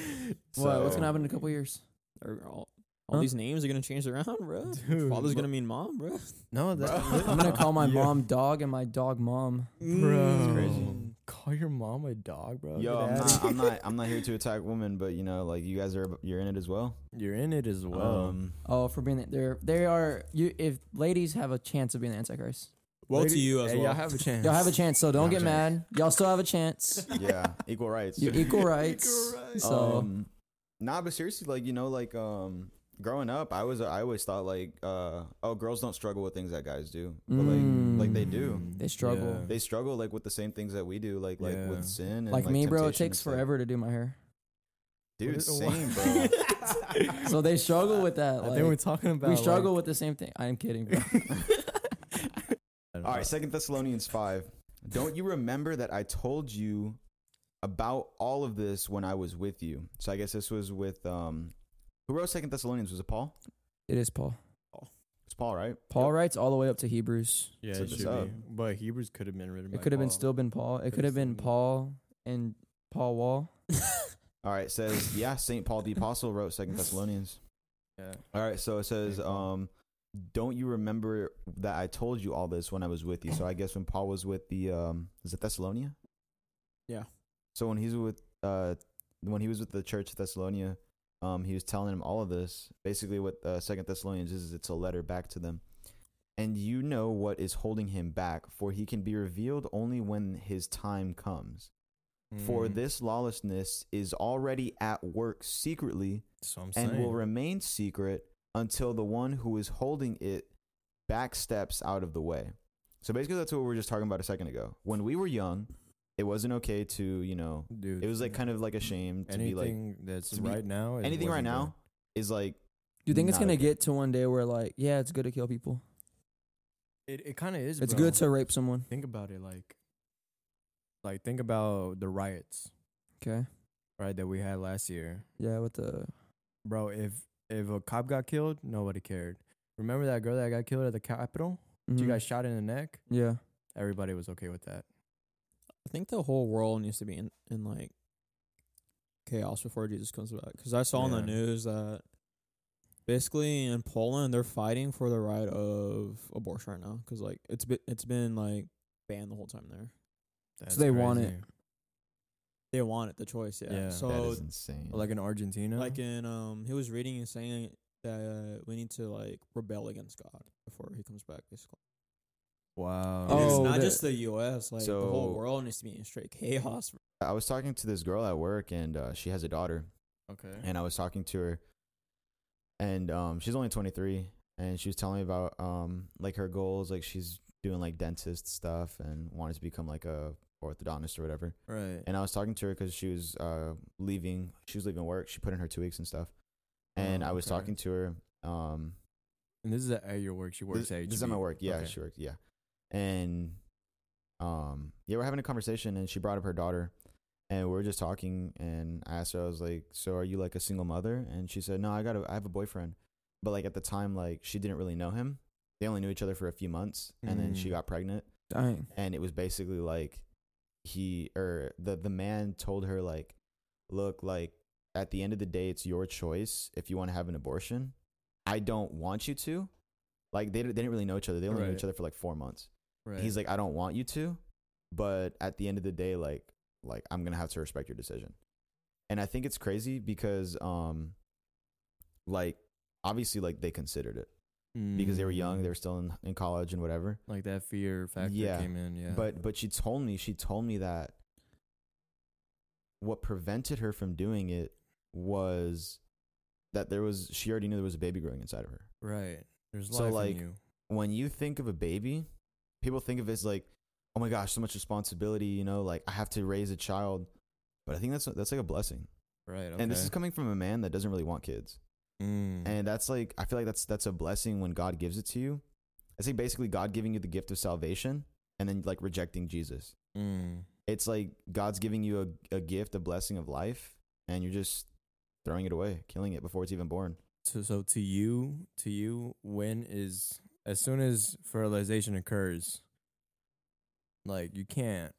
Speaker 2: what? What's
Speaker 5: So-
Speaker 2: gonna happen in a couple years?
Speaker 3: Or All, all
Speaker 2: Huh?
Speaker 3: these names are gonna change around, bro.
Speaker 1: Dude,
Speaker 3: Father's
Speaker 1: bro.
Speaker 3: gonna mean mom, bro.
Speaker 1: No, that,
Speaker 2: I'm gonna call my
Speaker 1: Yeah.
Speaker 2: mom dog and my dog mom.
Speaker 1: Bro,
Speaker 3: It's
Speaker 1: call your mom a dog, bro. Get
Speaker 5: yo, I'm
Speaker 1: outta
Speaker 5: not,
Speaker 1: here.
Speaker 5: I'm not, I'm not here to attack women, but you know, like you guys are, you're in it as well.
Speaker 1: You're in it as well.
Speaker 5: Um,
Speaker 2: Oh, for being there, they are. You, if ladies have a chance of being the Antichrist,
Speaker 3: Well,
Speaker 1: Lady-
Speaker 3: to you as
Speaker 1: hey,
Speaker 3: well.
Speaker 1: Y'all have a chance.
Speaker 2: y'all have a chance. So don't
Speaker 5: Yeah.
Speaker 2: get mad. Y'all still have a chance.
Speaker 5: yeah, equal rights.
Speaker 2: You're equal rights. So
Speaker 5: um, nah, but seriously, like you know, like um, growing up, I was, I always thought like, uh, oh, girls don't struggle with things that guys do, but like, like they do.
Speaker 1: Mm,
Speaker 2: They struggle.
Speaker 5: They struggle like with the same things that we do, like like
Speaker 1: Yeah.
Speaker 5: with sin. And,
Speaker 2: like, me, bro, it
Speaker 5: temptation
Speaker 2: takes
Speaker 5: and stuff.
Speaker 2: forever to do my hair.
Speaker 5: dude.
Speaker 1: What-
Speaker 5: Same, bro.
Speaker 2: So they struggle with that.
Speaker 1: I
Speaker 2: Like,
Speaker 1: think we're talking about.
Speaker 2: we struggle with the same thing. I'm kidding, bro.
Speaker 5: All right, Second Thessalonians five. Don't you remember that I told you about all of this when I was with you? So I guess this was with um, who wrote Second Thessalonians? Was it Paul?
Speaker 2: It is Paul.
Speaker 5: It's Paul, right?
Speaker 2: Paul writes all the way up to Hebrews.
Speaker 1: Yeah,
Speaker 5: So
Speaker 1: it
Speaker 5: just
Speaker 1: should
Speaker 5: up.
Speaker 1: be. But Hebrews could have been written.
Speaker 2: It could have been still been Paul. It could have been
Speaker 1: Christian.
Speaker 2: Paul and Paul Wall.
Speaker 5: All right, it says yeah. Saint Paul the apostle wrote Second Thessalonians.
Speaker 1: Yeah.
Speaker 5: All right, so it says
Speaker 1: Saint Paul.
Speaker 5: um, don't you remember that I told you all this when I was with you? So I guess when Paul was with the um, is it Thessalonia?
Speaker 3: Yeah.
Speaker 5: So when he's with uh, when he was with the church of Thessalonia, um, he was telling him all of this. Basically, what uh, Second Thessalonians is, is it's a letter back to them. And you know what is holding him back, for he can be revealed only when his time comes. For
Speaker 1: Mm,
Speaker 5: this lawlessness is already at work secretly
Speaker 1: So I'm
Speaker 5: and
Speaker 1: saying.
Speaker 5: will remain secret until the one who is holding it back steps out of the way. So basically, that's what we were just talking about a second ago. When we were young, it wasn't okay to, you know,
Speaker 1: Dude,
Speaker 5: it was like kind of like a shame to be like
Speaker 1: anything that's
Speaker 5: to be-
Speaker 1: right now. is-
Speaker 5: anything right
Speaker 1: wasn't
Speaker 5: now is like
Speaker 2: Do you think it's
Speaker 5: Not
Speaker 2: gonna
Speaker 5: okay.
Speaker 2: get to one day where like, yeah, it's good to kill people.
Speaker 1: good. It it kind of is.
Speaker 2: It's
Speaker 1: bro.
Speaker 2: good to rape someone.
Speaker 1: think about it. Like, like think about the riots,
Speaker 2: Okay.
Speaker 1: right? That we had last year,
Speaker 2: Yeah, with the
Speaker 1: bro. If if a cop got killed, nobody cared. Remember that girl that got killed at the Capitol? She
Speaker 2: Mhm.
Speaker 5: Mm-hmm.
Speaker 1: got shot in the neck.
Speaker 2: Yeah.
Speaker 1: Everybody was okay with that.
Speaker 3: I think the whole world needs to be in, in like chaos before Jesus comes back. 'Cause I saw on
Speaker 1: Yeah.
Speaker 3: the news that basically in Poland they're fighting for the right of abortion right now. 'Cause like it's been it's been like banned the whole time there.
Speaker 1: That's
Speaker 2: they want it.
Speaker 1: crazy.
Speaker 3: They want it, the choice, yeah.
Speaker 1: Yeah. That
Speaker 5: that
Speaker 3: So
Speaker 5: is insane.
Speaker 1: Like in Argentina.
Speaker 3: like in um, he was reading and saying that uh, we need to like rebel against God before he comes back. Basically,
Speaker 1: wow.
Speaker 3: And it's
Speaker 2: Oh,
Speaker 3: not
Speaker 2: the-
Speaker 3: just the U.S. Like the
Speaker 5: So-
Speaker 3: whole world needs to be in straight chaos.
Speaker 5: I was talking to this girl at work, and uh, she has a daughter,
Speaker 1: Okay.
Speaker 5: and I was talking to her, and um, she's only 23, and she was telling me about um, like her goals, like she's doing like dentist stuff and wanted to become like a orthodontist or whatever.
Speaker 1: Right.
Speaker 5: And I was talking to her because she was uh, leaving, she was leaving work. She put in her two weeks and stuff, and
Speaker 1: Oh,
Speaker 5: I was
Speaker 1: okay.
Speaker 5: talking to her. Um,
Speaker 1: And this is at at your work. She works
Speaker 5: this,
Speaker 1: at.
Speaker 5: this is at my
Speaker 1: HB.
Speaker 5: work. Yeah,
Speaker 1: Okay.
Speaker 5: she works. Yeah, and um, yeah, we're having a conversation, and she brought up her daughter, and we were just talking, and I asked her, I was like, "So are you like a single mother?" And she said, "No, I got, a, I have a boyfriend," but like at the time, like she didn't really know him. They only knew each other for a few months, and then she
Speaker 1: Mm.
Speaker 5: got pregnant,
Speaker 2: Dang.
Speaker 5: and it was basically like he or the the man told her like, "Look, like at the end of the day, it's your choice if you want to have an abortion. I don't want you to." Like they, di- they didn't really know each other. They only knew
Speaker 1: Right.
Speaker 5: each other for like four months.
Speaker 1: Right.
Speaker 5: He's like, "I don't want you to," but at the end of the day, like like I'm gonna have to respect your decision. And I think it's crazy because um, like obviously like they considered it because they were young,
Speaker 1: Mm-hmm.
Speaker 5: they were still in in college and whatever.
Speaker 1: Mm. like that fear factor
Speaker 5: Yeah,
Speaker 1: came in. Yeah.
Speaker 5: But but she told me she told me that what prevented her from doing it was that there was she already knew there was a baby growing inside of her.
Speaker 1: right. There's
Speaker 5: So,
Speaker 1: life
Speaker 5: like,
Speaker 1: in you.
Speaker 5: When you think of a baby, people think of it as like, oh my gosh, so much responsibility, you know, like I have to raise a child. But I think that's that's like a blessing.
Speaker 1: Right.
Speaker 5: And this
Speaker 1: okay.
Speaker 5: is coming from a man that doesn't really want kids.
Speaker 1: Mm.
Speaker 5: And that's like I feel like that's that's a blessing when God gives it to you. It's like basically God giving you the gift of salvation and then like rejecting Jesus.
Speaker 1: Mm.
Speaker 5: It's like God's giving you a, a gift, a blessing of life, and you're just throwing it away, killing it before it's even born.
Speaker 1: So, so to you, to you, when is as soon as fertilization occurs, like you can't.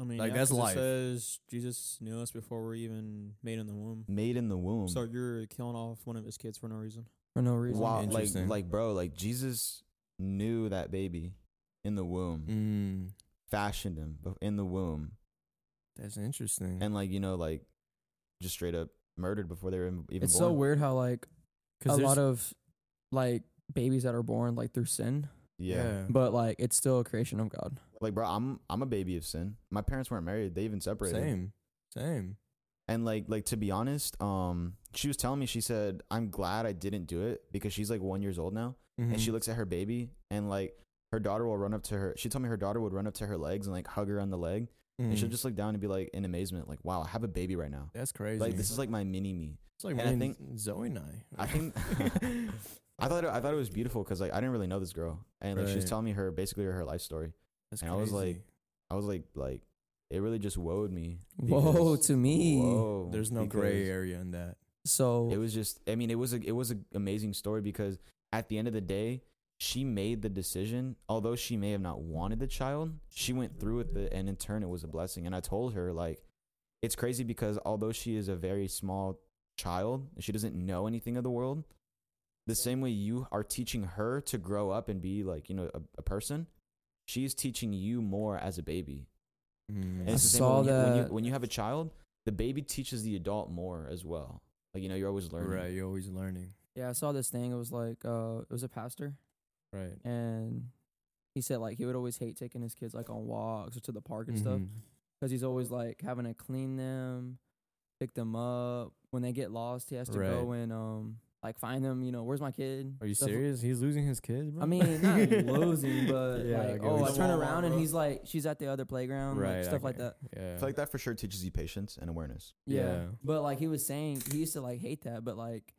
Speaker 3: I mean,
Speaker 1: Like,
Speaker 3: yeah,
Speaker 1: that's
Speaker 3: 'cause it
Speaker 1: life.
Speaker 3: says Jesus knew us before we are even made in the womb.
Speaker 5: Made in the womb.
Speaker 3: So you're killing off one of his kids for no reason.
Speaker 2: for no reason.
Speaker 5: wow, like
Speaker 1: Interesting.
Speaker 5: like bro, like Jesus knew that baby in the womb,
Speaker 1: Mm,
Speaker 5: fashioned him bef- in the womb,
Speaker 1: that's interesting.
Speaker 5: and like you know, like just straight up murdered before they were even born.
Speaker 2: It's so weird how like a
Speaker 1: there's-
Speaker 2: lot of like babies that are born like through sin,
Speaker 5: yeah,
Speaker 2: but like it's still a creation of God.
Speaker 5: like bro, I'm I'm a baby of sin. My parents weren't married; they even separated.
Speaker 1: same, same.
Speaker 5: and like like to be honest um she was telling me she said i'm glad i didn't do it because she's like one years old now and she
Speaker 1: Mhm.
Speaker 5: looks at her baby and like her daughter will run up to her she told me her daughter would run up to her legs and like hug her on the leg and she'll
Speaker 1: Mm.
Speaker 5: just look down and be like in amazement like wow i have a baby right now
Speaker 1: that's crazy.
Speaker 5: like this is like my mini me
Speaker 1: it's like
Speaker 5: and I
Speaker 1: me
Speaker 5: think-
Speaker 1: Zoe and I.
Speaker 5: i think i thought it, i thought it was beautiful because like i didn't really know this girl and like she was
Speaker 1: Right.
Speaker 5: telling me her basically her life story
Speaker 1: That's
Speaker 5: and I was like- i was like like it really just woed me
Speaker 2: Whoa,
Speaker 5: because-
Speaker 2: to me.
Speaker 5: Whoa,
Speaker 1: there's no gray
Speaker 5: because-
Speaker 1: area in that.
Speaker 2: So
Speaker 5: it was just i mean it was a it was an amazing story because at the end of the day she made the decision although she may have not wanted the child she went through with it and in turn it was a blessing and i told her like it's crazy because although she is a very small child and she doesn't know anything of the world the same way you are teaching her to grow up and be like you know a, a person she's teaching you more as a baby
Speaker 1: Mm.
Speaker 5: and it's
Speaker 2: I
Speaker 5: the same way when,
Speaker 2: saw
Speaker 5: you, when, you,
Speaker 2: that-
Speaker 5: when you have a child the baby teaches the adult more as well like you know you're always learning
Speaker 1: Right, you're always learning.
Speaker 2: yeah, I saw this thing. It was like uh, it was a pastor,
Speaker 1: Right.
Speaker 2: and he said like he would always hate taking his kids like on walks or to the park and stuff. 'Cause stuff
Speaker 1: Mhm.
Speaker 2: because he's always like having to clean them, pick them up when they get lost. He has to go and um like find them. You know, where's my kid?
Speaker 1: Are you
Speaker 2: Stuff-
Speaker 1: serious? He's losing his kids, bro.
Speaker 2: I mean, not losing, but
Speaker 1: Yeah, I
Speaker 2: like,
Speaker 1: get
Speaker 2: oh,
Speaker 1: what
Speaker 2: I
Speaker 1: you
Speaker 2: turn
Speaker 3: mean.
Speaker 2: around and
Speaker 3: Walmart,
Speaker 2: he's like, she's at the other playground,
Speaker 1: right,
Speaker 2: like
Speaker 1: I
Speaker 2: stuff like
Speaker 1: get-
Speaker 2: that.
Speaker 1: Yeah.
Speaker 5: I feel like that for sure teaches you patience and awareness.
Speaker 2: Yeah.
Speaker 1: Yeah.
Speaker 2: But like he was saying, he used to like hate that, but like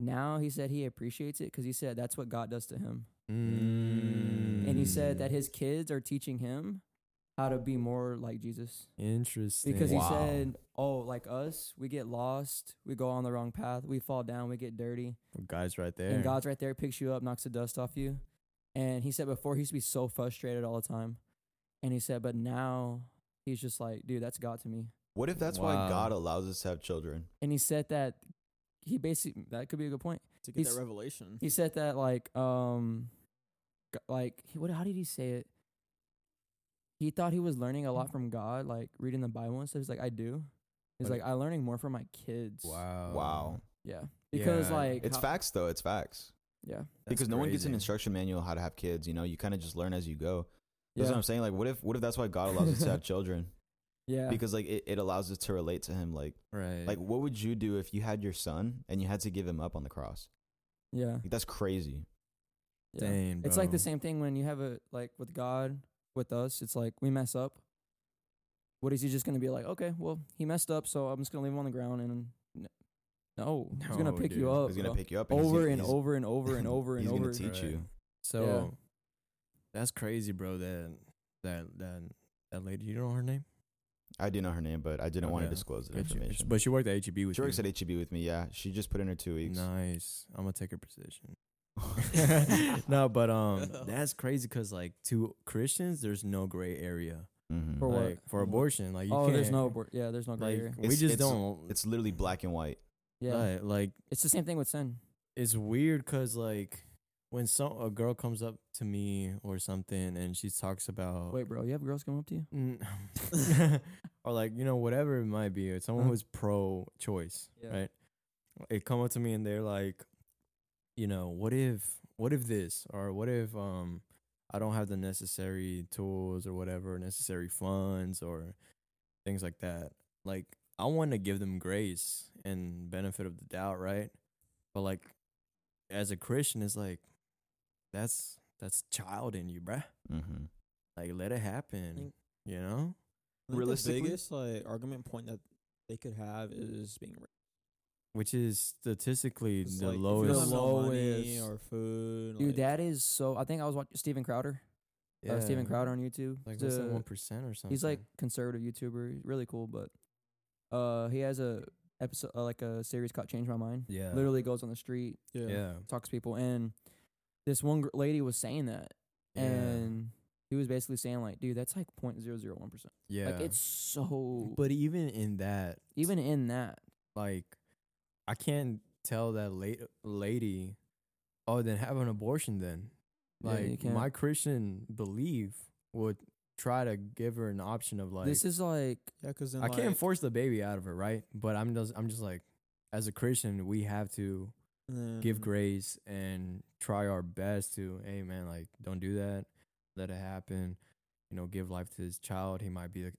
Speaker 2: now he said he appreciates it because he said that's what God does to him,
Speaker 1: Mm.
Speaker 2: and he said that his kids are teaching him how to be more like Jesus
Speaker 1: interesting
Speaker 2: because
Speaker 5: Wow.
Speaker 2: he said, oh, like us, we get lost, we go on the wrong path, we fall down, we get dirty,
Speaker 1: guys right there.
Speaker 2: and God's right there, picks you up, knocks the dust off you. And he said before he used to be so frustrated all the time. And he said, but now he's just like, dude, that's God to me.
Speaker 5: What if that's
Speaker 1: Wow.
Speaker 5: why God allows us to have children?
Speaker 2: And he said that he basically, that could be a good point.
Speaker 3: To get
Speaker 2: He's-
Speaker 3: that revelation.
Speaker 2: He said that like, um, g- like, he- what, how did he say it? He thought he was learning a
Speaker 5: Mm.
Speaker 2: lot from God, like reading the Bible and stuff. He's like, I do. He's
Speaker 1: Like-
Speaker 2: like, I'm learning more from my kids.
Speaker 1: Wow.
Speaker 5: Wow.
Speaker 2: Yeah. Because
Speaker 1: Yeah,
Speaker 2: like,
Speaker 5: It's
Speaker 2: how-
Speaker 5: facts though, it's facts.
Speaker 2: Yeah.
Speaker 1: That's
Speaker 5: because no one gets an
Speaker 1: crazy.
Speaker 5: instruction manual how to have kids, you know, you kind of just learn as you go. That's what
Speaker 2: Yeah.
Speaker 5: I'm saying. Like what if what if that's why God allows us to have children?
Speaker 2: Yeah.
Speaker 5: Because like it, it allows us to relate to him like
Speaker 1: Right.
Speaker 5: like what would you do if you had your son and you had to give him up on the cross?
Speaker 2: Yeah.
Speaker 5: Like that's crazy.
Speaker 2: yeah.
Speaker 1: Dang,
Speaker 2: It's like
Speaker 1: bro.
Speaker 2: the same thing when you have a like with God, with us. It's like we mess up. What is he just going to be like? Okay, well he messed up, so I'm just going to leave him on the ground and n- no, he's going
Speaker 1: No,
Speaker 2: to pick
Speaker 1: dude.
Speaker 2: you up
Speaker 5: he's going
Speaker 2: bro.
Speaker 5: to pick you up he's
Speaker 2: Uh, over
Speaker 5: gonna-
Speaker 2: and
Speaker 5: he's-
Speaker 2: over and over and over and
Speaker 5: he's
Speaker 2: over.
Speaker 5: going to teach
Speaker 1: Right.
Speaker 5: you.
Speaker 1: So that's crazy, bro. That that that that lady. You know her name?
Speaker 5: I do know her name, but I didn't want to
Speaker 1: Okay.
Speaker 5: disclose that
Speaker 1: But she-
Speaker 5: information.
Speaker 1: but she worked at HEB with
Speaker 5: E she works
Speaker 1: you.
Speaker 5: at E HEB with me. Yeah, she just put in her 2 weeks.
Speaker 1: Nice. I'm gonna take her position. no, but um, that's crazy because like to Christians, there's no gray area
Speaker 5: Mhm.
Speaker 2: For what?
Speaker 1: like for Mm-hmm. abortion. Like you
Speaker 2: oh,
Speaker 1: can't,
Speaker 2: there's no abor- yeah, there's no gray
Speaker 1: like
Speaker 2: area.
Speaker 1: we
Speaker 5: It's-
Speaker 1: just
Speaker 5: it's-
Speaker 1: don't.
Speaker 5: It's literally black and white.
Speaker 2: Yeah,
Speaker 1: right, like
Speaker 2: it's the same thing with sin.
Speaker 1: it's weird because like when some a girl comes up to me or something and she talks about
Speaker 2: Wait, bro, you have girls come up to you?
Speaker 1: Mm. or like you know whatever it might be it's someone
Speaker 2: Uh-huh.
Speaker 1: who's pro-choice
Speaker 2: Yeah.
Speaker 1: right it come up to me and they're like you know what if what if this or what if um i don't have the necessary tools or whatever necessary funds or things like that like i want to give them grace and benefit of the doubt right but like as a christian it's like that's that's child in you bruh
Speaker 5: Mm-hmm.
Speaker 1: like let it happen
Speaker 3: Think-
Speaker 1: you know
Speaker 3: I think
Speaker 5: Realistically-
Speaker 3: the biggest like argument point that they could have is being raped.
Speaker 1: which is statistically
Speaker 3: It's
Speaker 1: the
Speaker 3: like, if you don't
Speaker 1: lowest.
Speaker 3: have no money
Speaker 2: lowest.
Speaker 3: or food.
Speaker 2: Dude,
Speaker 3: like,
Speaker 2: that is so. I think I was watching Steven Crowder. Uh, Steven Crowder on YouTube.
Speaker 1: like
Speaker 2: He's
Speaker 1: less than
Speaker 2: a-
Speaker 1: one percent or something.
Speaker 2: He's like conservative YouTuber. He's really cool, but uh, he has a episode uh, like a series called "Change My Mind."
Speaker 1: yeah,
Speaker 2: Literally goes on the street,
Speaker 3: Yeah.
Speaker 1: yeah,
Speaker 2: talks to people, and this one gr- lady was saying that,
Speaker 1: Yeah.
Speaker 2: and he was basically saying like, "Dude, that's like point zero zero one percent.
Speaker 1: yeah.
Speaker 2: Like it's so."
Speaker 1: but even in that,
Speaker 2: even in that,
Speaker 1: like, I can't tell that late lady, oh, then have an abortion. Then,
Speaker 2: Yeah, you
Speaker 1: like,
Speaker 2: can't.
Speaker 1: my Christian belief would try to give her an option of like,
Speaker 2: this is like
Speaker 3: Yeah, because then
Speaker 1: I
Speaker 3: like,
Speaker 1: can't force the baby out of her, right? But I'm just, I'm just like, as a Christian, we have to give
Speaker 3: um,
Speaker 1: grace and try our best to hey man like don't do that let it happen you know give life to this child he might be like,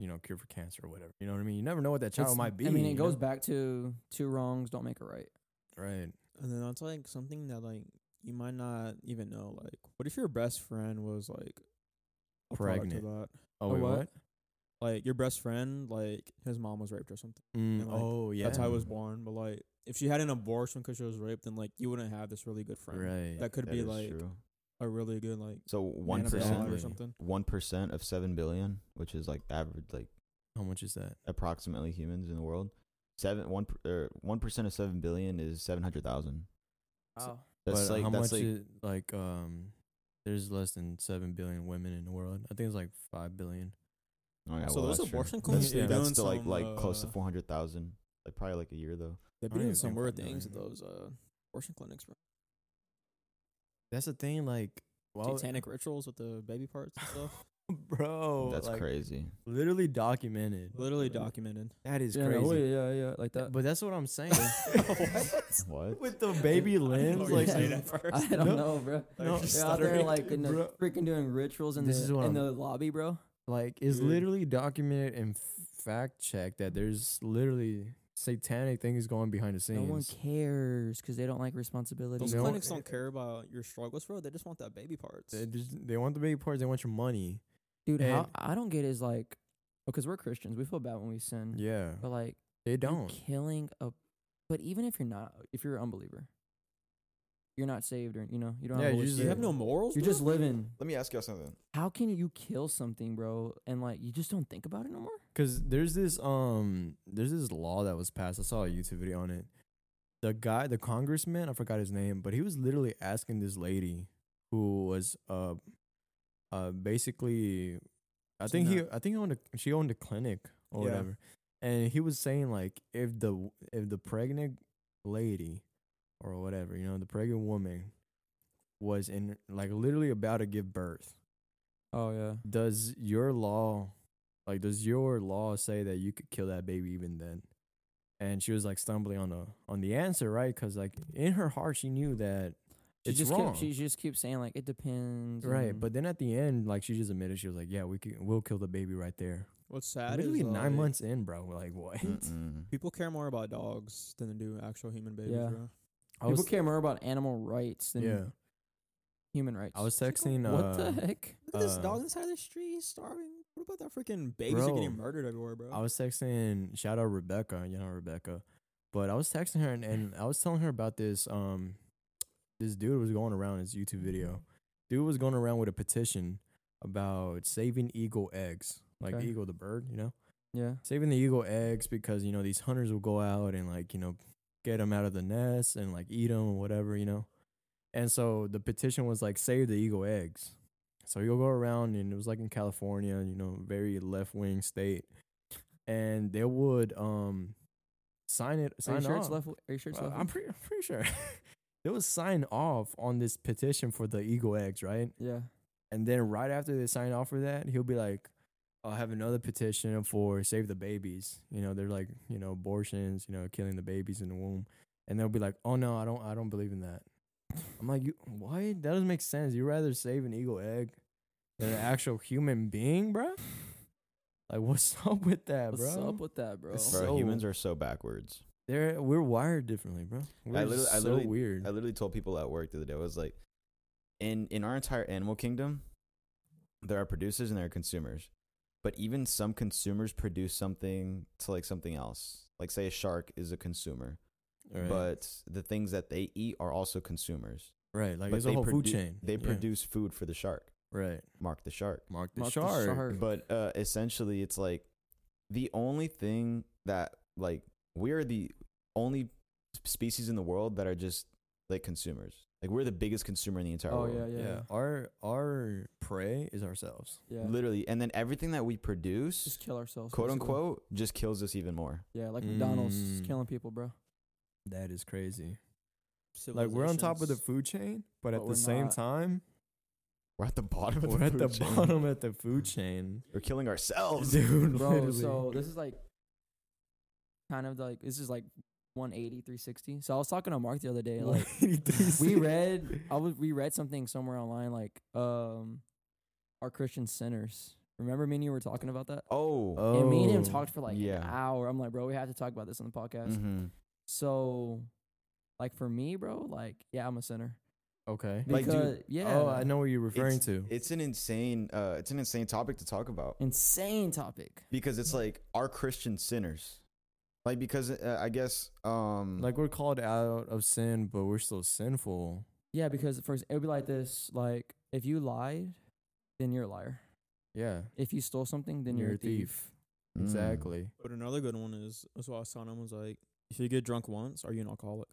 Speaker 1: you know cured for cancer or whatever you know what i mean you never know what that child
Speaker 2: it's-
Speaker 1: might be
Speaker 2: I mean,
Speaker 1: you
Speaker 2: it goes
Speaker 1: know?
Speaker 2: back to two wrongs don't make a right.
Speaker 1: right
Speaker 3: And then that's like something that like you might not even know. Like, what if your best friend was like a product
Speaker 1: Pregnant.
Speaker 3: of that?
Speaker 1: oh
Speaker 2: A
Speaker 1: wait,
Speaker 2: what?
Speaker 1: what,
Speaker 3: Like your best friend, like his mom was raped or something.
Speaker 1: Mm,
Speaker 3: And, like,
Speaker 1: oh yeah
Speaker 3: That's how I was born. But like, if she had an abortion 'cause she was raped, then like you wouldn't have this really good friend.
Speaker 1: right
Speaker 3: That could
Speaker 5: That
Speaker 3: be
Speaker 5: is
Speaker 3: like
Speaker 5: true.
Speaker 3: a really good like
Speaker 5: so
Speaker 3: man
Speaker 5: one
Speaker 3: of God
Speaker 5: percent,
Speaker 3: or
Speaker 1: Exactly.
Speaker 3: something.
Speaker 5: one percent of seven billion, which is like the average, like
Speaker 1: how much is that
Speaker 5: approximately humans in the world. Seven one per- or one percent of seven billion is seven hundred thousand.
Speaker 2: Wow.
Speaker 5: That's
Speaker 1: but
Speaker 5: like
Speaker 1: how much
Speaker 5: that's like
Speaker 1: is, like um there's less than 7 billion women in the world i think it's like 5 billips
Speaker 5: oh yeah,
Speaker 3: so
Speaker 5: well,
Speaker 3: those
Speaker 5: that's true.
Speaker 3: abortion
Speaker 1: That's-
Speaker 3: clinics,
Speaker 1: yeah,
Speaker 3: they're
Speaker 5: That's
Speaker 3: doing
Speaker 5: still like
Speaker 3: some,
Speaker 5: like close to
Speaker 3: uh,
Speaker 5: four hundred thousand, like probably like a year though.
Speaker 3: They've
Speaker 1: I
Speaker 3: been
Speaker 1: don't even
Speaker 3: doing some
Speaker 1: think
Speaker 3: weird
Speaker 1: five
Speaker 3: things at
Speaker 1: million.
Speaker 3: those uh, abortion clinics, bro.
Speaker 1: that's the thing like well
Speaker 3: Satanic rituals with the baby parts and stuff.
Speaker 1: bro
Speaker 5: that's
Speaker 1: like,
Speaker 5: crazy.
Speaker 1: literally documented
Speaker 3: Literally documented.
Speaker 1: that is
Speaker 2: yeah,
Speaker 1: crazy
Speaker 2: No, yeah, yeah, like that.
Speaker 1: but that's what i'm saying
Speaker 5: What?
Speaker 1: with the baby limbs, like
Speaker 2: you
Speaker 1: you-
Speaker 2: said I don't
Speaker 1: No.
Speaker 2: know, bro.
Speaker 1: No.
Speaker 2: They're out there
Speaker 1: Stuttering.
Speaker 2: like in the
Speaker 1: Bro.
Speaker 2: freaking doing rituals in
Speaker 1: This is
Speaker 2: the
Speaker 1: what
Speaker 2: in
Speaker 1: I'm-
Speaker 2: the lobby, bro.
Speaker 1: like it's
Speaker 3: Dude.
Speaker 1: literally documented and fact checked that there's literally satanic things going behind the
Speaker 2: No one
Speaker 1: scenes.
Speaker 2: cares because they don't like responsibility.
Speaker 3: Those
Speaker 1: No.
Speaker 3: clinics don't care about your struggles, bro. They just want that baby parts.
Speaker 1: they, just, they want the baby parts. They want your money.
Speaker 2: Dude, how,
Speaker 1: And-
Speaker 2: I don't get is like, because we're Christians, we feel bad when we sin,
Speaker 1: Yeah,
Speaker 2: but like
Speaker 1: they
Speaker 2: you're
Speaker 1: don't.
Speaker 2: killing a. But even if you're not, if you're an unbeliever, you're not saved, or you know, you don't.
Speaker 1: Yeah,
Speaker 2: have
Speaker 1: you
Speaker 2: Holy
Speaker 1: just-
Speaker 3: you
Speaker 2: Spirit.
Speaker 3: have no morals.
Speaker 2: You're
Speaker 3: bro?
Speaker 2: just living.
Speaker 5: Let me ask y'all something.
Speaker 2: How can you kill something, bro? And like you just don't think about it no more.
Speaker 1: Cause there's this um there's this law that was passed. I saw a YouTube video on it. The guy, the congressman, I forgot his name, but he was literally asking this lady who was uh uh basically I
Speaker 3: Seen
Speaker 1: think he
Speaker 3: that.
Speaker 1: I think he owned a, she owned a clinic or
Speaker 3: Yeah.
Speaker 1: whatever. And he was saying like if the if the pregnant lady or whatever, you know, the pregnant woman was in like literally about to give birth
Speaker 2: Oh yeah.
Speaker 1: does your law like does your law say that you could kill that baby even then and she was like stumbling on the on the answer right because like in her heart she knew that
Speaker 2: She
Speaker 1: it's
Speaker 2: just Mm-hmm.
Speaker 1: wrong
Speaker 2: Kept, she just keeps saying like it depends.
Speaker 1: right
Speaker 2: and-
Speaker 1: but then at the end like she just admitted she was like yeah we can we'll kill the baby right there
Speaker 3: What's sad
Speaker 1: literally
Speaker 3: is
Speaker 1: nine
Speaker 3: like,
Speaker 1: months in bro like what
Speaker 5: Mm-mm.
Speaker 3: People care more about dogs than they do actual human babies,
Speaker 2: Yeah.
Speaker 3: bro.
Speaker 1: i
Speaker 2: people
Speaker 1: was
Speaker 2: care more about animal rights than
Speaker 1: yeah
Speaker 2: human rights.
Speaker 1: i was texting uh,
Speaker 2: what the heck?
Speaker 3: Look at this
Speaker 1: Uh,
Speaker 3: dog inside the street starving. What about that freaking babies that are getting
Speaker 1: Bro.
Speaker 3: murdered everywhere, bro?
Speaker 1: I was texting shout out Rebecca, you know Rebecca, but I was texting her and, and I was telling her about this um this dude was going around his YouTube video. Dude was going around with a petition about saving eagle eggs, like
Speaker 2: Okay.
Speaker 1: eagle the bird, you know,
Speaker 2: Yeah.
Speaker 1: saving the eagle eggs because you know these hunters will go out and like you know get them out of the nest and like eat them or whatever, you know. And so the petition was like save the eagle eggs. So you'll go around and it was like in California, you know, very left wing state. And they would um sign it
Speaker 2: Are you
Speaker 1: sign
Speaker 2: sure
Speaker 1: off.
Speaker 2: it's left? Are you sure it's
Speaker 1: Uh,
Speaker 2: left?
Speaker 1: I'm pretty I'm pretty sure. they would sign off on this petition for the eagle eggs, right?
Speaker 2: yeah.
Speaker 1: And then right after they sign off for that, he'll be like, I'll have another petition for save the babies. You know, they're like, you know, abortions, you know, killing the babies in the womb. And they'll be like, Oh no, I don't I don't believe in that. I'm like, you why? That doesn't make sense. You rather save an eagle egg than an actual human being, bruh? Like what's up with that,
Speaker 2: What's
Speaker 1: bro?
Speaker 2: up with that, bro?
Speaker 1: It's
Speaker 5: Bro,
Speaker 1: So-
Speaker 5: humans are so backwards.
Speaker 1: They're we're wired differently, bro. We're
Speaker 5: literally- I
Speaker 1: so
Speaker 5: literally-
Speaker 1: weird.
Speaker 5: I literally told people at work the other day. I was like, in in our entire animal kingdom, there are producers and there are consumers. but even some consumers produce something to like something else. Like say a shark is a consumer,
Speaker 1: All right.
Speaker 5: but the things that they eat are also consumers.
Speaker 1: right, like
Speaker 5: but
Speaker 1: there's a
Speaker 5: they
Speaker 1: whole food
Speaker 5: produ-
Speaker 1: chain.
Speaker 5: They
Speaker 1: Yeah.
Speaker 5: produce food for the shark.
Speaker 1: right.
Speaker 5: Mark the shark.
Speaker 1: Mark the
Speaker 2: Mark the
Speaker 1: shark.
Speaker 2: shark.
Speaker 5: But uh, essentially, it's like the only thing that like we are the only species in the world that are just like consumers. Like we're the biggest consumer in the entire
Speaker 2: Oh
Speaker 5: world.
Speaker 2: yeah, yeah,
Speaker 1: Yeah. our our prey is ourselves.
Speaker 2: yeah.
Speaker 5: Literally, and then everything that we produce,
Speaker 2: Just kill ourselves.
Speaker 5: quote
Speaker 2: basically.
Speaker 5: unquote, just kills us even more.
Speaker 2: Yeah, like McDonald's just
Speaker 1: Mm.
Speaker 2: killing people, bro.
Speaker 1: That is crazy. Like we're on top of the
Speaker 3: Civilizations.
Speaker 1: food chain, but,
Speaker 2: But
Speaker 1: at
Speaker 2: we're
Speaker 1: the same
Speaker 2: not.
Speaker 1: time,
Speaker 5: We're at the bottom. Of
Speaker 1: we're
Speaker 5: the
Speaker 1: at the
Speaker 5: food chain.
Speaker 1: bottom at the food chain,
Speaker 5: We're killing ourselves.
Speaker 1: dude.
Speaker 2: Bro,
Speaker 1: literally.
Speaker 2: so this is like kind of like this is like 180, 360. So I was talking to Mark the other day, like we read I was we read something somewhere online like um our Christian sinners. Remember me and you were talking about that?
Speaker 5: Oh,
Speaker 1: Oh,
Speaker 2: And me and him talked for like an
Speaker 5: yeah.
Speaker 2: hour. I'm like, bro, we have to talk about this on the podcast.
Speaker 5: mhm.
Speaker 2: So like for me, bro, like yeah, I'm a sinner.
Speaker 1: okay.
Speaker 5: Like, dude,
Speaker 2: Because yeah.
Speaker 1: Oh, I know what you're referring to.
Speaker 5: it's an insane, uh, it's an insane topic to talk about.
Speaker 2: Insane topic.
Speaker 5: because it's like are Christian sinners, like because uh, I guess um
Speaker 1: like we're called out of sin, but we're still sinful.
Speaker 2: Yeah, because first it would be like this: like if you lied, then you're a liar.
Speaker 1: Yeah,
Speaker 2: If you stole something, then you're, a thief.
Speaker 5: Mm.
Speaker 1: Exactly.
Speaker 3: But another good one is as well. I saw him was like, if you get drunk once, are you an alcoholic?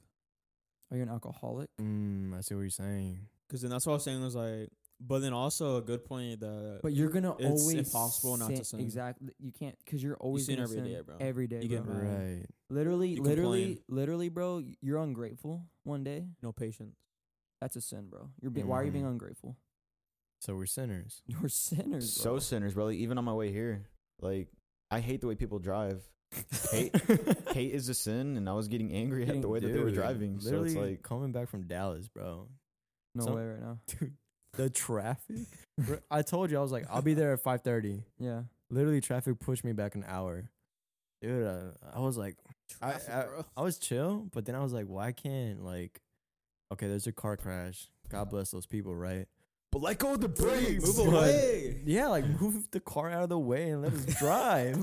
Speaker 2: Are you an alcoholic?
Speaker 1: Mm, I see what you're saying.
Speaker 3: Because then that's what I was saying was like, but then also a good point that
Speaker 2: But you're gonna
Speaker 3: It's
Speaker 2: always
Speaker 3: impossible not to sin.
Speaker 2: Exactly, you can't because you're always
Speaker 3: sin
Speaker 2: gonna
Speaker 3: every
Speaker 2: sin
Speaker 3: day, bro.
Speaker 2: Every day,
Speaker 3: You get
Speaker 2: bro.
Speaker 3: mad.
Speaker 1: Right.
Speaker 2: literally,
Speaker 3: You
Speaker 2: literally,
Speaker 3: complain.
Speaker 2: literally, bro. y- You're ungrateful. One day,
Speaker 3: no patience.
Speaker 2: that's a sin, bro. You're be- why are you being
Speaker 5: Mhm.
Speaker 2: ungrateful?
Speaker 1: So we're sinners.
Speaker 2: You're sinners.
Speaker 5: So
Speaker 2: bro.
Speaker 5: sinners, bro. Like, even on my way here, like I hate the way people drive. Hate, hate is a sin, and I was getting angry at the way that they were
Speaker 1: Dude,
Speaker 5: driving. So
Speaker 1: Literally
Speaker 5: it's like
Speaker 1: coming back from Dallas, bro.
Speaker 2: no
Speaker 1: some-
Speaker 2: way right now.
Speaker 1: Dude, the traffic. Bro, I told you I was like, I'll be there at five thirty.
Speaker 2: Yeah,
Speaker 1: Literally, traffic pushed me back an hour. Dude, I, I was like, I, I, I was chill, but then I was like, why can't like, okay, there's a car crash. God bless those people, right?
Speaker 5: But let go of the
Speaker 1: brakes,
Speaker 5: Move
Speaker 1: bro.
Speaker 5: away.
Speaker 1: Yeah, like move the car out of the way and let us drive.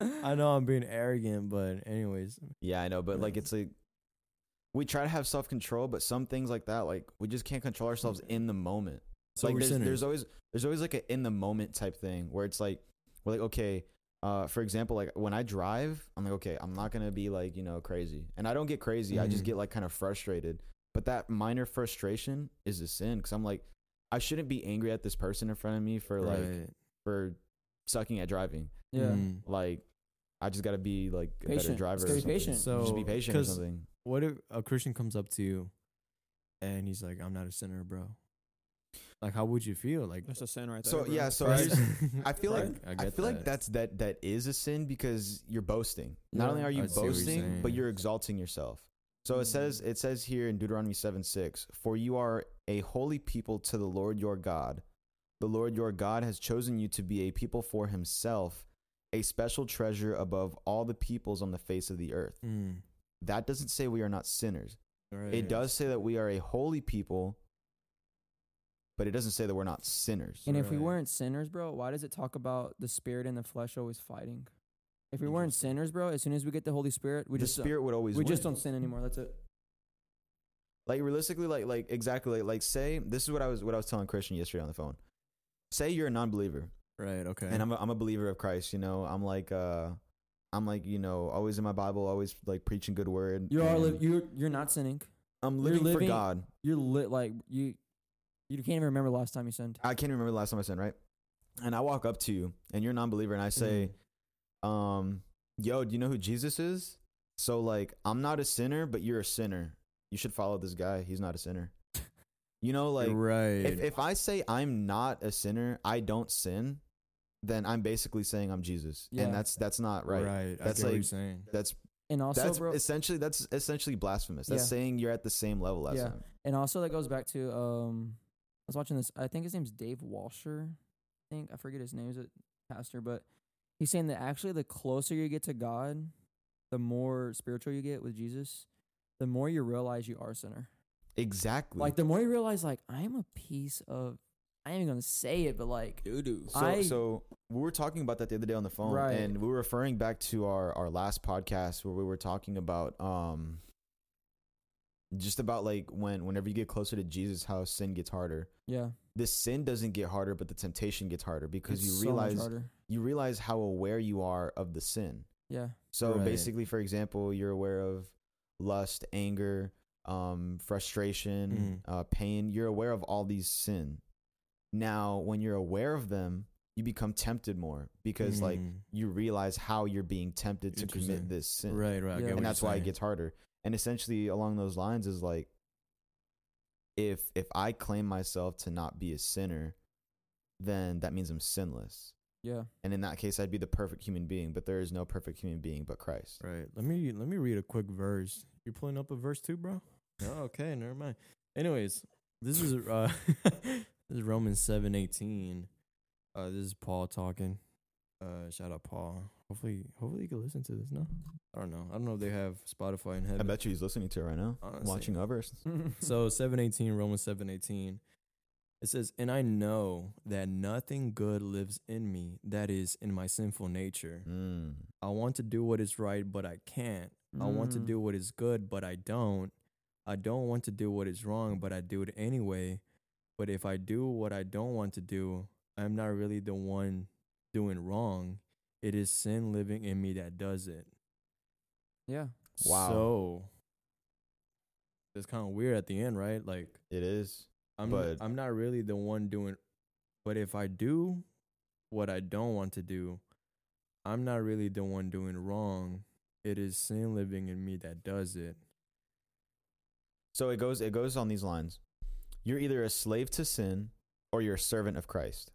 Speaker 1: I know I'm being arrogant, but anyways,
Speaker 5: Yeah, I know, but like it's like we try to have self control, but some things like that, like we just can't control ourselves in the moment.
Speaker 1: So
Speaker 5: like
Speaker 1: we're
Speaker 5: there's,
Speaker 1: sinners.
Speaker 5: there's always there's always like a in the moment type thing where it's like we're like okay, uh, for example, like when I drive, I'm like okay, I'm not gonna be like you know crazy, and I don't get crazy. I just
Speaker 1: Mhm.
Speaker 5: get like kind of frustrated. But that minor frustration is a sin because I'm like I shouldn't be angry at this person in front of me for like
Speaker 1: Right.
Speaker 5: for sucking at driving.
Speaker 2: yeah.
Speaker 1: Mm.
Speaker 5: Like I just gotta be like a better
Speaker 2: Patient.
Speaker 5: driver. or
Speaker 2: Stay
Speaker 5: something.
Speaker 2: patient.
Speaker 1: So
Speaker 5: just be patient or
Speaker 1: 'cause
Speaker 5: something.
Speaker 1: What if a Christian comes up to you and he's like, I'm not a sinner, bro? Like, how would you feel? Like,
Speaker 3: That's a sin right there.
Speaker 5: So
Speaker 3: bro.
Speaker 5: yeah, so
Speaker 1: Right.
Speaker 5: here's- I feel like
Speaker 1: Right. I
Speaker 5: I,
Speaker 1: get
Speaker 5: feel like
Speaker 1: that.
Speaker 5: that's that that is a sin because you're boasting. Not
Speaker 2: Yeah.
Speaker 5: only are you
Speaker 1: I see what you're
Speaker 5: boasting, but
Speaker 1: saying.
Speaker 5: you're exalting yourself. So it
Speaker 2: Mm.
Speaker 5: says it says here in Deuteronomy seven six, for you are a holy people to the Lord your God. The Lord your God has chosen you to be a people for Himself, a special treasure above all the peoples on the face of the earth.
Speaker 1: Mm.
Speaker 5: That doesn't say we are not sinners.
Speaker 1: Right.
Speaker 5: It does say that we are a holy people, but it doesn't say that we're not sinners.
Speaker 2: And if we
Speaker 1: Right.
Speaker 2: weren't sinners, bro, why does it talk about the spirit and the flesh always fighting? If we weren't sinners, bro, as soon as we get the Holy Spirit, we
Speaker 5: the
Speaker 2: just
Speaker 5: spirit would always
Speaker 2: we
Speaker 5: win.
Speaker 2: just don't sin anymore. That's it.
Speaker 5: like realistically like like exactly like, like say this is what i was what i was telling christian yesterday on the phone say you're a non-believer
Speaker 1: Right. Okay.
Speaker 5: and I'm a, I'm a believer of christ you know i'm like uh i'm like you know always in my bible always like preaching good word
Speaker 2: You are li-
Speaker 5: and
Speaker 2: you're you're not sinning.
Speaker 5: i'm
Speaker 2: you're
Speaker 5: living, for
Speaker 2: living-
Speaker 5: god
Speaker 2: You're lit like you. You can't even remember the last time you sinned.
Speaker 5: i can't remember the last time i sinned right and i walk up to you and you're a non-believer and i say
Speaker 2: Mm-hmm.
Speaker 5: um yo do you know who jesus is so like i'm not a sinner but you're a sinner you should follow this guy he's not a sinner you know like
Speaker 1: right.
Speaker 5: if, if I say I'm not a sinner, I don't sin, then I'm basically saying I'm Jesus,
Speaker 2: Yeah.
Speaker 5: and that's that's not
Speaker 1: That's
Speaker 5: right. That's
Speaker 1: what you're
Speaker 5: like-
Speaker 1: saying.
Speaker 5: That's
Speaker 2: And also,
Speaker 5: that's
Speaker 2: bro,
Speaker 5: essentially that's essentially blasphemous. That's
Speaker 2: Yeah.
Speaker 5: saying you're at the same level as
Speaker 2: Yeah.
Speaker 5: him.
Speaker 2: and also that goes back to um, I was watching this. I think his name's Dave Walsher. I think I forget his name. He's a pastor, but he's saying that actually, the closer you get to God, the more spiritual you get with Jesus, the more you realize you are a sinner.
Speaker 5: Exactly.
Speaker 2: Like the more you realize, like I'm a piece of, I I ain't gonna say it, but like
Speaker 3: Doo doo.
Speaker 5: So,
Speaker 2: I-
Speaker 5: so we were talking about that the other day on the phone,
Speaker 2: Right.
Speaker 5: and we were referring back to our our last podcast where we were talking about um, just about like when whenever you get closer to Jesus, how sin gets harder.
Speaker 2: yeah,
Speaker 5: The sin doesn't get harder, but the temptation gets harder because
Speaker 2: it's
Speaker 5: you
Speaker 2: so much
Speaker 5: realize
Speaker 2: harder.
Speaker 5: you realize how aware you are of the sin.
Speaker 2: yeah,
Speaker 5: So
Speaker 1: Right.
Speaker 5: basically, for example, you're aware of lust, anger, um,
Speaker 1: Mm.
Speaker 5: frustration, uh, pain. You're aware of all these sin. Now, when you're aware of them, you become tempted more because like
Speaker 1: Mm.
Speaker 5: you realize how you're being tempted to
Speaker 1: Interesting.
Speaker 5: commit this sin,
Speaker 1: right, right. I get
Speaker 2: Yeah. And
Speaker 1: what
Speaker 5: and that's why
Speaker 1: you're
Speaker 5: it gets harder. And essentially, along those lines, is like if if I claim myself to not be a sinner, then that means I'm sinless.
Speaker 2: yeah.
Speaker 5: And in that case, I'd be the perfect human being, but there is no perfect human being but Christ.
Speaker 1: saying. Right. Let me let me read a quick verse. You're pulling up a verse too, bro. No, okay, never mind. Anyways, this is uh, this is Romans seven eighteen. Uh, this is Paul talking. Uh, shout out Paul. Hopefully, hopefully you can listen to this. No, I don't know. I don't know if they have Spotify in
Speaker 5: I
Speaker 1: heaven.
Speaker 5: bet you he's listening to it right now,
Speaker 1: Honestly.
Speaker 5: watching others.
Speaker 1: So seven eighteen, Romans seven eighteen. It says, And I know that nothing good lives in me, that is, in my sinful nature.
Speaker 5: Mm.
Speaker 1: I want to do what is right, but I can't. I want to
Speaker 2: Mm.
Speaker 1: do what is good, but I don't. I don't want to do what is wrong, but I do it anyway. But if I do what I don't want to do, I'm not really the one doing wrong. It is sin living in me that does it.
Speaker 2: yeah.
Speaker 5: Wow.
Speaker 1: So it's kind of weird at the end, right? Like
Speaker 5: It is.
Speaker 1: I'm
Speaker 5: But-
Speaker 1: I'm not really the one doing but if I do what I don't want to do, I'm not really the one doing wrong. It is sin living in me that does it.
Speaker 5: So it goes. It goes on these lines. You're either a slave to sin or you're a servant of Christ.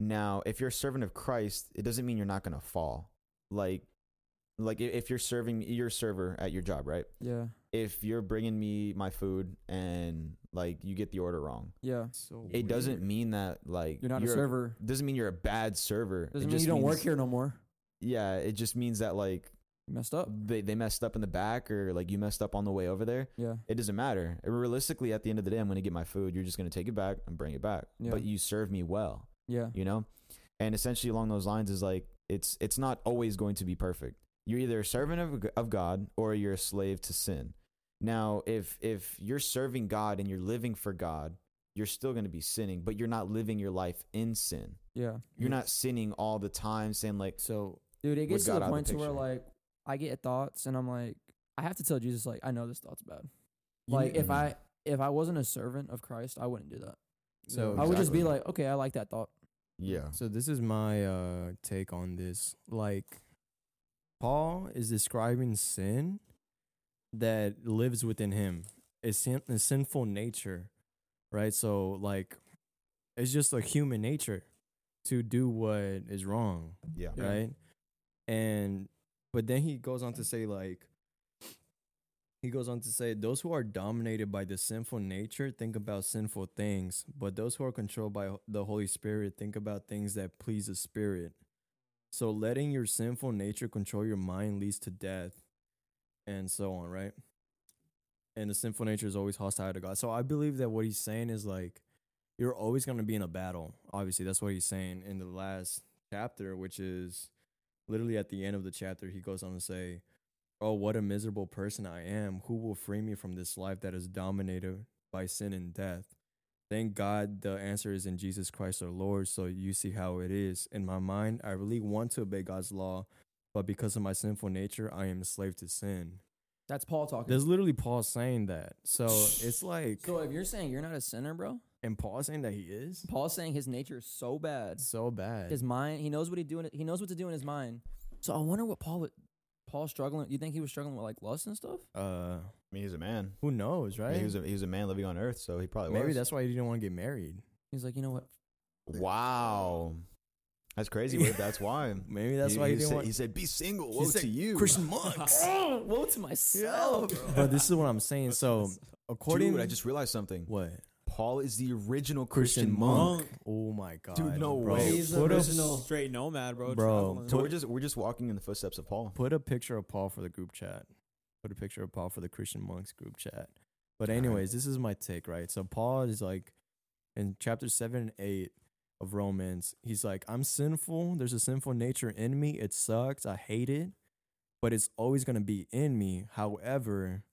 Speaker 5: Now, if you're a servant of Christ, it doesn't mean you're not gonna fall. Like, like i- if you're serving, you're a server at your job, right?
Speaker 2: Yeah.
Speaker 5: If you're bringing me my food and like you get the order wrong,
Speaker 2: Yeah.
Speaker 1: So
Speaker 5: it doesn't mean that like
Speaker 2: You're not a server.
Speaker 5: Doesn't mean you're a bad server. It
Speaker 2: Doesn't mean
Speaker 5: just
Speaker 2: you don't work
Speaker 5: means-
Speaker 2: here no more.
Speaker 5: Yeah, it just means that like
Speaker 2: You messed up.
Speaker 5: they, they messed up in the back or like you messed up on the way over there,
Speaker 2: Yeah.
Speaker 5: it doesn't matter. Realistically, at the end of the day, I'm going to get my food. You're just going to take it back and bring it back.
Speaker 2: Yeah.
Speaker 5: But you serve me well,
Speaker 2: Yeah.
Speaker 5: you know? And essentially along those lines is like, it's, it's not always going to be perfect. You're either a servant of, G- of God or you're a slave to sin. Now, if, if you're serving God and you're living for God, you're still going to be sinning, but you're not living your life in sin.
Speaker 2: Yeah.
Speaker 5: You're not sinning all the time saying like,
Speaker 1: So
Speaker 2: Dude, it
Speaker 5: With
Speaker 2: gets to
Speaker 5: God
Speaker 2: the
Speaker 5: out of the
Speaker 2: point to where
Speaker 5: picture.
Speaker 2: like I get thoughts and I'm like I have to tell Jesus like I know this thought's bad. Like if I if I wasn't a servant of Christ, I wouldn't do that.
Speaker 1: so
Speaker 2: I would just be
Speaker 5: Oh, Exactly.
Speaker 2: like, okay, I like that thought.
Speaker 5: yeah,
Speaker 1: So this is my uh take on this. Like Paul is describing sin that lives within him. It's sin- a sinful nature, right? So like it's just a human nature to do what is wrong,
Speaker 5: yeah,
Speaker 1: right? And but then he goes on to say like he goes on to say those who are dominated by the sinful nature think about sinful things, but those who are controlled by ho- the Holy Spirit think about things that please the Spirit. So letting your sinful nature control your mind leads to death and so on, right? And the sinful nature is always hostile to God. So I believe that what he's saying is like you're always going to be in a battle. Obviously, that's what he's saying in the last chapter, which is literally at the end of the chapter, he goes on to say, Oh, what a miserable person I am. Who will free me from this life that is dominated by sin and death? Thank God the answer is in Jesus Christ our Lord. So you see how it is. In my mind, I really want to obey God's law, but because of my sinful nature, I am a slave to sin.
Speaker 2: That's Paul talking.
Speaker 1: There's literally Paul saying that. So it's like,
Speaker 5: uh,
Speaker 2: so if you're saying you're not a sinner, bro,
Speaker 1: and Paul saying that he is
Speaker 2: Paul's saying his nature is so bad.
Speaker 1: so bad.
Speaker 2: His mind, he knows what he doing. He knows what to do in his mind. So I wonder what Paul would. Paul struggling. You think he was struggling with like lust and stuff?
Speaker 1: Uh,
Speaker 5: I mean, he's a man.
Speaker 1: who knows,
Speaker 5: I mean,
Speaker 1: right?
Speaker 5: he was a he was a man living on earth, so he probably
Speaker 1: Maybe
Speaker 5: was.
Speaker 1: that's why he didn't want to get married.
Speaker 2: He's like, you know what?
Speaker 5: wow. That's crazy, but that's why.
Speaker 1: Maybe that's why he didn't
Speaker 5: said,
Speaker 1: want.
Speaker 5: He said, "Be single, woe
Speaker 1: said,
Speaker 5: to you."
Speaker 1: monks.
Speaker 2: Oh, woe to myself.
Speaker 1: but this is what I'm saying. So according,
Speaker 5: Dude, I just realized something.
Speaker 1: what
Speaker 5: Paul is the original Christian, monk.
Speaker 1: Oh my god,
Speaker 5: Dude, no
Speaker 1: bro.
Speaker 5: way.
Speaker 1: Put a-
Speaker 3: Straight nomad, bro.
Speaker 1: Bro,
Speaker 3: traveling.
Speaker 5: So we're just we're just walking in the footsteps of Paul.
Speaker 1: put a picture of Paul for the group chat. Put a picture of Paul for the Christian monks group chat. But anyways, this is my take, right? So Paul is like in chapter 7 and 8 of Romans, he's like, I'm sinful. There's a sinful nature in me. It sucks. I hate it, but it's always going to be in me. However,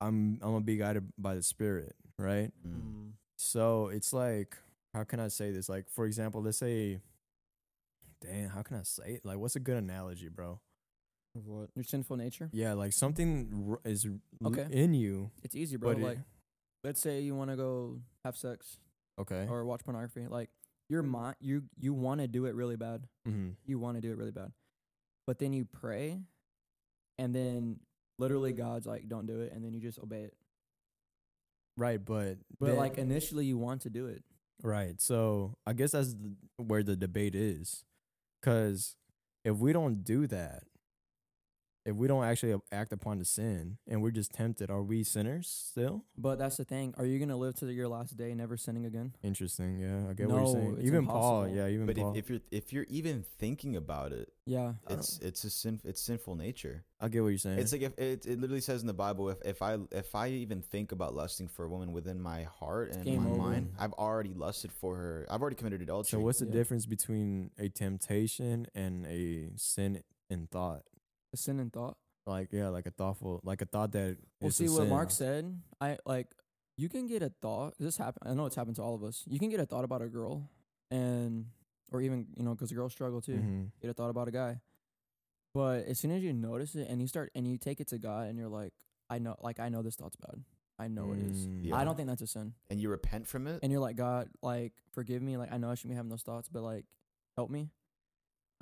Speaker 1: I'm, I'm going to be guided by the Spirit, right?
Speaker 5: Mm.
Speaker 1: So it's like, how can I say this? Like, for example, let's say, damn, how can I say it? Like, what's a good analogy, bro?
Speaker 3: Of what?
Speaker 2: Your sinful nature.
Speaker 1: Yeah, like something r- is l-
Speaker 2: Okay.
Speaker 1: in you.
Speaker 2: It's easy, bro.
Speaker 1: But it-
Speaker 2: like, let's say you want to go have sex
Speaker 1: Okay.
Speaker 2: or watch pornography. Like, your mind, you you want to do it really bad.
Speaker 1: mm-hmm.
Speaker 2: you want to do it really bad. But then you pray, and then literally God's like, don't do it. And then you just obey it.
Speaker 1: Right, but
Speaker 2: But
Speaker 1: then-
Speaker 2: like, initially, you want to do it.
Speaker 1: Right. So I guess that's th- where the debate is. Because if we don't do that, if we don't actually act upon the sin and we're just tempted, are we sinners still?
Speaker 2: But that's the thing. Are you going to live to your last day never sinning again?
Speaker 1: Interesting. Yeah. I get what you're saying.
Speaker 2: No, it's
Speaker 1: Even Paul.
Speaker 2: impossible.
Speaker 1: Yeah. Even
Speaker 5: But
Speaker 1: Paul.
Speaker 5: if, if you're if you're even thinking about it,
Speaker 2: Yeah.
Speaker 1: I
Speaker 5: it's it's a sin it's sinful nature.
Speaker 1: I get what you're saying.
Speaker 5: It's like if it, it literally says in the Bible, if, if I if I even think about lusting for a woman within my heart and
Speaker 2: game
Speaker 5: my
Speaker 2: over.
Speaker 5: mind, I've already lusted for her. I've already committed adultery.
Speaker 1: so what's the
Speaker 2: yeah.
Speaker 1: difference between a temptation and a sin in thought?
Speaker 2: A sin in thought.
Speaker 1: Like, yeah, like a thoughtful, like a thought that.
Speaker 2: Well,
Speaker 1: is a
Speaker 2: see what
Speaker 1: sin.
Speaker 2: Mark said. I like, you can get a thought. This happened. I know it's happened to all of us. You can get a thought about a girl, and or even you know, 'cause girls struggle too.
Speaker 5: Mm-hmm.
Speaker 1: Mhm.
Speaker 2: get a thought about a guy. But as soon as you notice it and you start and you take it to God and you're like, I know, like I know this thought's bad. I know it is.
Speaker 1: Mm.
Speaker 5: Yeah.
Speaker 2: I don't think that's a sin.
Speaker 5: and you repent from it?
Speaker 2: And you're like, God, like forgive me. Like I know I shouldn't be having those thoughts, but like help me.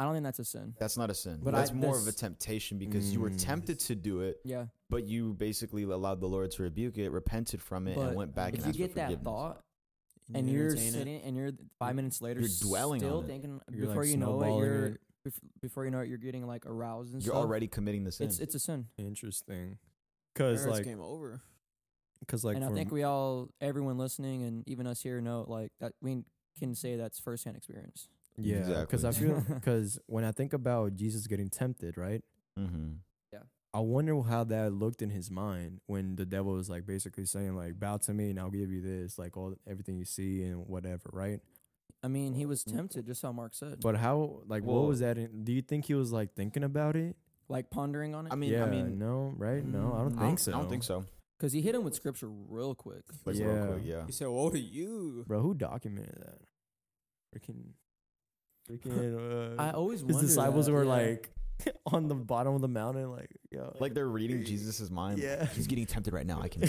Speaker 2: I don't think that's a sin.
Speaker 5: That's not a sin.
Speaker 2: But
Speaker 5: that's
Speaker 2: I-
Speaker 5: more of a
Speaker 2: this-
Speaker 5: temptation because you were
Speaker 1: Mm.
Speaker 5: tempted to do it,
Speaker 2: Yeah.
Speaker 5: but you basically allowed the Lord to rebuke it, repented from it,
Speaker 2: But
Speaker 5: and went back
Speaker 2: If
Speaker 5: and
Speaker 2: you
Speaker 5: asked
Speaker 2: get
Speaker 5: for
Speaker 2: that
Speaker 5: forgiveness.
Speaker 2: thought and you're
Speaker 3: entertain it.
Speaker 2: sitting and you're th- five minutes later
Speaker 5: You're dwelling
Speaker 2: still
Speaker 5: on it.
Speaker 2: thinking
Speaker 1: You're, like,
Speaker 2: before you know it,
Speaker 1: snowballing
Speaker 2: you're
Speaker 1: it.
Speaker 2: bef- before you know it, you're getting like aroused and
Speaker 5: You're
Speaker 2: stuff.
Speaker 5: already committing the sin.
Speaker 2: it's it's a sin.
Speaker 1: Interesting. Because,
Speaker 3: Eric's
Speaker 1: like,
Speaker 3: game over.
Speaker 1: because, like,
Speaker 2: and I
Speaker 1: for
Speaker 2: think we all, everyone listening, and even us here, know like that we can say that's firsthand experience.
Speaker 1: Yeah, because I
Speaker 5: Exactly.
Speaker 1: feel because when I think about Jesus getting tempted, right?
Speaker 5: mm-hmm.
Speaker 1: I wonder how that looked in his mind when the devil was like basically saying like, "Bow to me, and I'll give you this, like all everything you see and whatever," right?
Speaker 2: I mean, he was tempted, just how Mark said,
Speaker 1: Mm-hmm. But how, like,
Speaker 5: Well-
Speaker 1: what was that? In, do you think he was like thinking about it?
Speaker 2: like pondering on it,
Speaker 5: I mean,
Speaker 1: yeah,
Speaker 5: I mean,
Speaker 1: no, right? No, I
Speaker 2: Mm,
Speaker 1: don't
Speaker 5: I don't,
Speaker 1: think so.
Speaker 5: I don't think so.
Speaker 2: because he hit him with scripture real quick.
Speaker 5: Like
Speaker 1: Yeah.
Speaker 5: real quick, yeah.
Speaker 3: He said, "What are you?"
Speaker 1: bro. Who documented that? Freaking, freaking. Uh,
Speaker 2: I always
Speaker 1: his
Speaker 2: wonder
Speaker 1: disciples
Speaker 2: that,
Speaker 1: were
Speaker 2: yeah.
Speaker 1: like on the bottom of the mountain, like, yo,
Speaker 5: Like they're reading Jesus' mind.
Speaker 1: Yeah.
Speaker 5: He's getting tempted right now. I can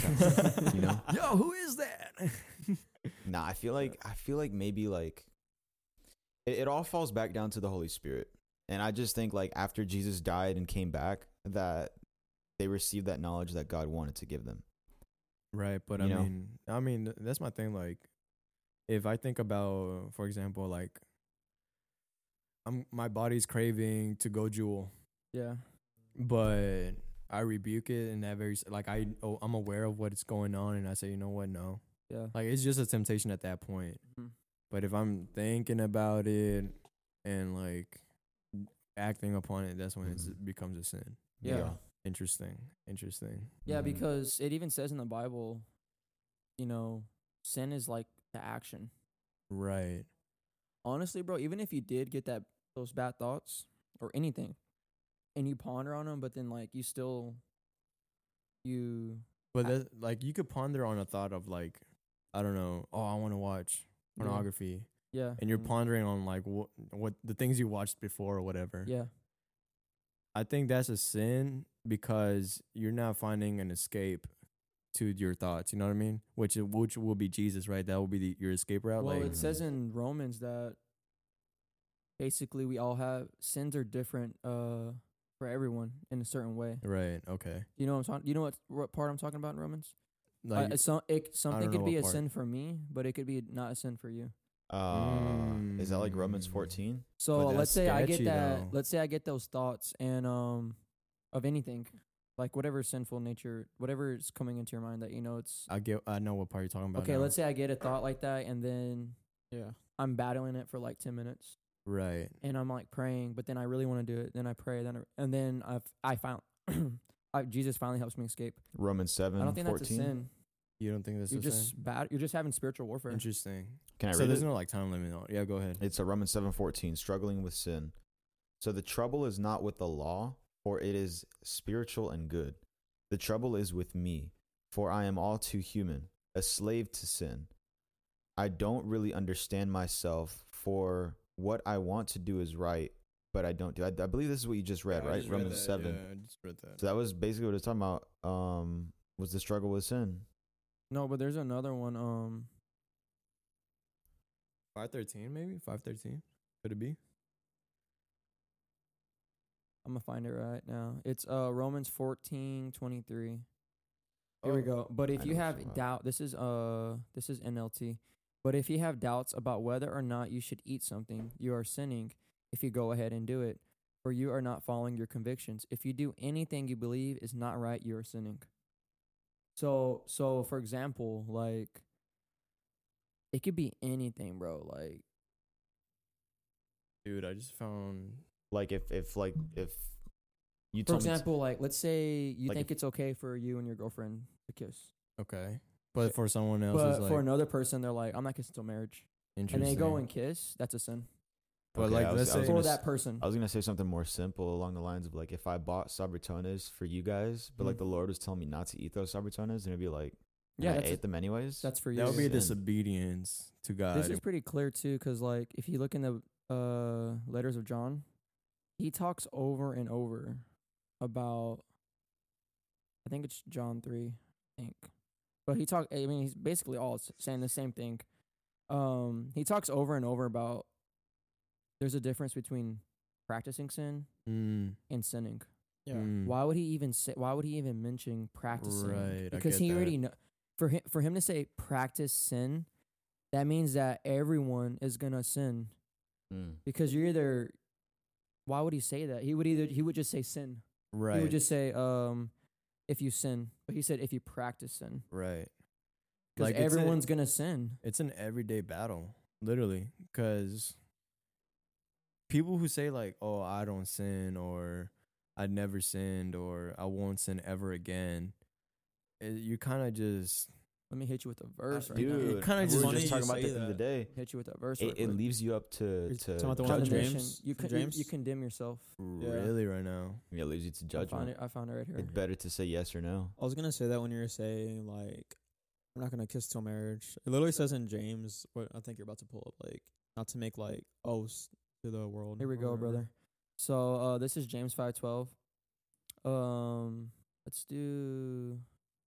Speaker 5: tell. you know?
Speaker 1: yo, who is that?
Speaker 5: Nah, I feel like I feel like maybe like it, it all falls back down to the Holy Spirit. And I just think like after Jesus died and came back, that they received that knowledge that God wanted to give them.
Speaker 1: Right, but
Speaker 5: You
Speaker 1: I
Speaker 5: know?
Speaker 1: mean, I mean, th- that's my thing. Like, if I think about, for example, like, I'm my body's craving to go jewel,
Speaker 2: yeah,
Speaker 1: but I rebuke it, and that very s- like I oh, I'm aware of what's going on, and I say, you know what, no,
Speaker 2: yeah,
Speaker 1: like it's just a temptation at that point.
Speaker 2: Mhm.
Speaker 1: But if I'm thinking about it and like acting upon it, that's when it's it
Speaker 5: Mhm.
Speaker 1: becomes a sin.
Speaker 2: yeah, yeah,
Speaker 1: Interesting, interesting.
Speaker 5: Mhm.
Speaker 2: Because it even says in the Bible, you know, sin is like the action.
Speaker 1: Right.
Speaker 2: Honestly, bro, even if you did get that those bad thoughts or anything, and you ponder on them, but then like you still, you
Speaker 1: But
Speaker 2: I-
Speaker 1: that, like you could ponder on a thought of like, I don't know, oh, I want to watch
Speaker 2: Yeah. Mm-hmm.
Speaker 1: pornography,
Speaker 2: yeah,
Speaker 1: and you're
Speaker 3: Mhm.
Speaker 1: pondering on like what what the things you watched before or whatever.
Speaker 2: yeah.
Speaker 1: I think that's a sin because you're not finding an escape to your thoughts. You know what I mean? Which i- which will be Jesus, right? That will be the, your escape route.
Speaker 2: Well,
Speaker 1: like,
Speaker 2: it says in Romans that basically we all have sins are different uh, for everyone in a certain way.
Speaker 1: right? Okay.
Speaker 2: You know what I'm talking. You know what, what part I'm talking about in Romans? Uh,
Speaker 1: Like,
Speaker 2: it's some, it, something
Speaker 1: don't know
Speaker 2: could be
Speaker 1: what
Speaker 2: a
Speaker 1: part.
Speaker 2: sin for me, but it could be not a sin for you.
Speaker 5: Uh, Is that like Romans
Speaker 1: Mm.
Speaker 5: 14?
Speaker 2: So
Speaker 1: But
Speaker 2: let's
Speaker 1: that's
Speaker 2: say I get
Speaker 1: sketchy,
Speaker 2: that.
Speaker 1: though.
Speaker 2: Let's say I get those thoughts and um, of anything, like whatever sinful nature, whatever is coming into your mind that you know it's
Speaker 1: I get. I know what part you're talking about.
Speaker 2: okay.
Speaker 1: now.
Speaker 2: Let's say I get a thought like that, and then
Speaker 3: Yeah.
Speaker 2: I'm battling it for like ten minutes.
Speaker 1: right.
Speaker 2: and I'm like praying, but then I really want to do it. Then I pray, then I, and then I've I found I, Jesus finally helps me escape.
Speaker 5: Romans 7,
Speaker 2: I don't think
Speaker 5: 14?
Speaker 2: that's a sin.
Speaker 1: You don't think that's
Speaker 2: You're
Speaker 1: the
Speaker 2: just
Speaker 1: same?
Speaker 2: bad. You're just having spiritual warfare.
Speaker 1: Interesting.
Speaker 5: Can I
Speaker 1: so
Speaker 5: read
Speaker 1: there's
Speaker 5: it?
Speaker 1: no like time limit on. Yeah, go ahead.
Speaker 5: It's a Romans seven fourteen, struggling with sin. So the trouble is not with the law, for it is spiritual and good. The trouble is with me, for I am all too human, a slave to sin. I don't really understand myself, for what I want to do is right, but I don't do. I, I believe this is what you just read, right? Romans seven.
Speaker 1: I just read
Speaker 5: So that was basically what it's talking about. Um, was the struggle with sin?
Speaker 2: No, but there's another one. Um,
Speaker 1: Five thirteen, maybe five thirteen. Could it be?
Speaker 2: I'm gonna find it right now. It's uh Romans fourteen twenty three. Here we go. But if
Speaker 5: Oh, I
Speaker 2: you
Speaker 5: know what
Speaker 2: have
Speaker 5: you're talking
Speaker 2: doubt, this is uh this is NLT. But if you have doubts about whether or not you should eat something, you are sinning if you go ahead and do it, for you are not following your convictions. If you do anything you believe is not right, you are sinning. So so for example, like it could be anything, bro. Like
Speaker 1: Dude, I just found.
Speaker 5: Like if if like if you
Speaker 2: for
Speaker 5: told me to-
Speaker 2: example, like let's say you
Speaker 5: Like
Speaker 2: think
Speaker 5: if-
Speaker 2: it's okay for you and your girlfriend to kiss.
Speaker 1: Okay, but for someone else,
Speaker 2: but
Speaker 1: it's like
Speaker 2: for another person, they're like, I'm not kissing till marriage. And
Speaker 1: interesting.
Speaker 2: they go and kiss, that's a sin.
Speaker 1: But
Speaker 5: Okay,
Speaker 1: like,
Speaker 5: I was-
Speaker 1: let's
Speaker 5: I was
Speaker 1: say
Speaker 5: gonna
Speaker 2: For
Speaker 5: s-
Speaker 2: that person.
Speaker 5: I was gonna say something more simple along the lines of like if I bought sabritonas for you guys, but like the Lord was telling me not to eat those sabritonas, and it'd be like,
Speaker 2: Yeah,
Speaker 5: yeah, I
Speaker 2: that's
Speaker 5: ate
Speaker 2: a-
Speaker 5: them anyways.
Speaker 2: That's for you.
Speaker 1: that would be
Speaker 5: Sin.
Speaker 1: disobedience to God.
Speaker 2: this is pretty clear too, because like if you look in the uh letters of John, he talks over and over about I think it's John three, I think. But he talk I mean he's basically all s- saying the same thing. Um he talks over and over about there's a difference between practicing sin
Speaker 1: Mm,
Speaker 2: and sinning.
Speaker 3: Yeah.
Speaker 1: mm.
Speaker 2: Why would he even say? Why would he even mention practicing?
Speaker 1: Right, I
Speaker 2: Because
Speaker 1: get
Speaker 2: he
Speaker 1: that.
Speaker 2: already know. For him, for him to say practice sin, that means that everyone is gonna sin.
Speaker 5: Mm.
Speaker 2: Because you're either. Why would he say that? He would either he would just say sin.
Speaker 1: Right.
Speaker 2: He would just say um, if you sin. But he said if you practice sin,
Speaker 1: right.
Speaker 2: because
Speaker 1: Like, it's a-
Speaker 2: everyone's gonna sin.
Speaker 1: It's an everyday battle, literally, because people who say like, "Oh, I don't sin," or "I never sinned," or "I won't sin ever again," it, you kind of just
Speaker 2: Let me hit you with a verse right
Speaker 5: Dude,
Speaker 2: now.
Speaker 1: it kinda
Speaker 5: we
Speaker 1: just-
Speaker 5: were
Speaker 1: Funny
Speaker 5: just
Speaker 1: you
Speaker 5: talking about
Speaker 3: say
Speaker 5: that the other
Speaker 3: that.
Speaker 5: day.
Speaker 2: Hit you with a verse.
Speaker 5: It,
Speaker 2: right
Speaker 5: it
Speaker 2: quick.
Speaker 5: leave leaves you up to
Speaker 3: It's
Speaker 5: to
Speaker 3: talking about the one from
Speaker 2: Condemnation.
Speaker 3: James?
Speaker 2: You,
Speaker 3: From
Speaker 2: con- you- you
Speaker 3: James?
Speaker 2: condemn yourself.
Speaker 1: really right now.
Speaker 5: yeah, it leaves you to
Speaker 2: I found
Speaker 5: judgment.
Speaker 2: it. I found it right here.
Speaker 5: It's better to say yes or no.
Speaker 3: I was gonna say that when you were saying like, I'm not gonna kiss till marriage. It literally says in James what I think you're about to pull up, like not to make like oaths to the world.
Speaker 2: Here we
Speaker 3: or
Speaker 2: go,
Speaker 3: whatever.
Speaker 2: brother. So uh, this is James five twelve. Um, let's do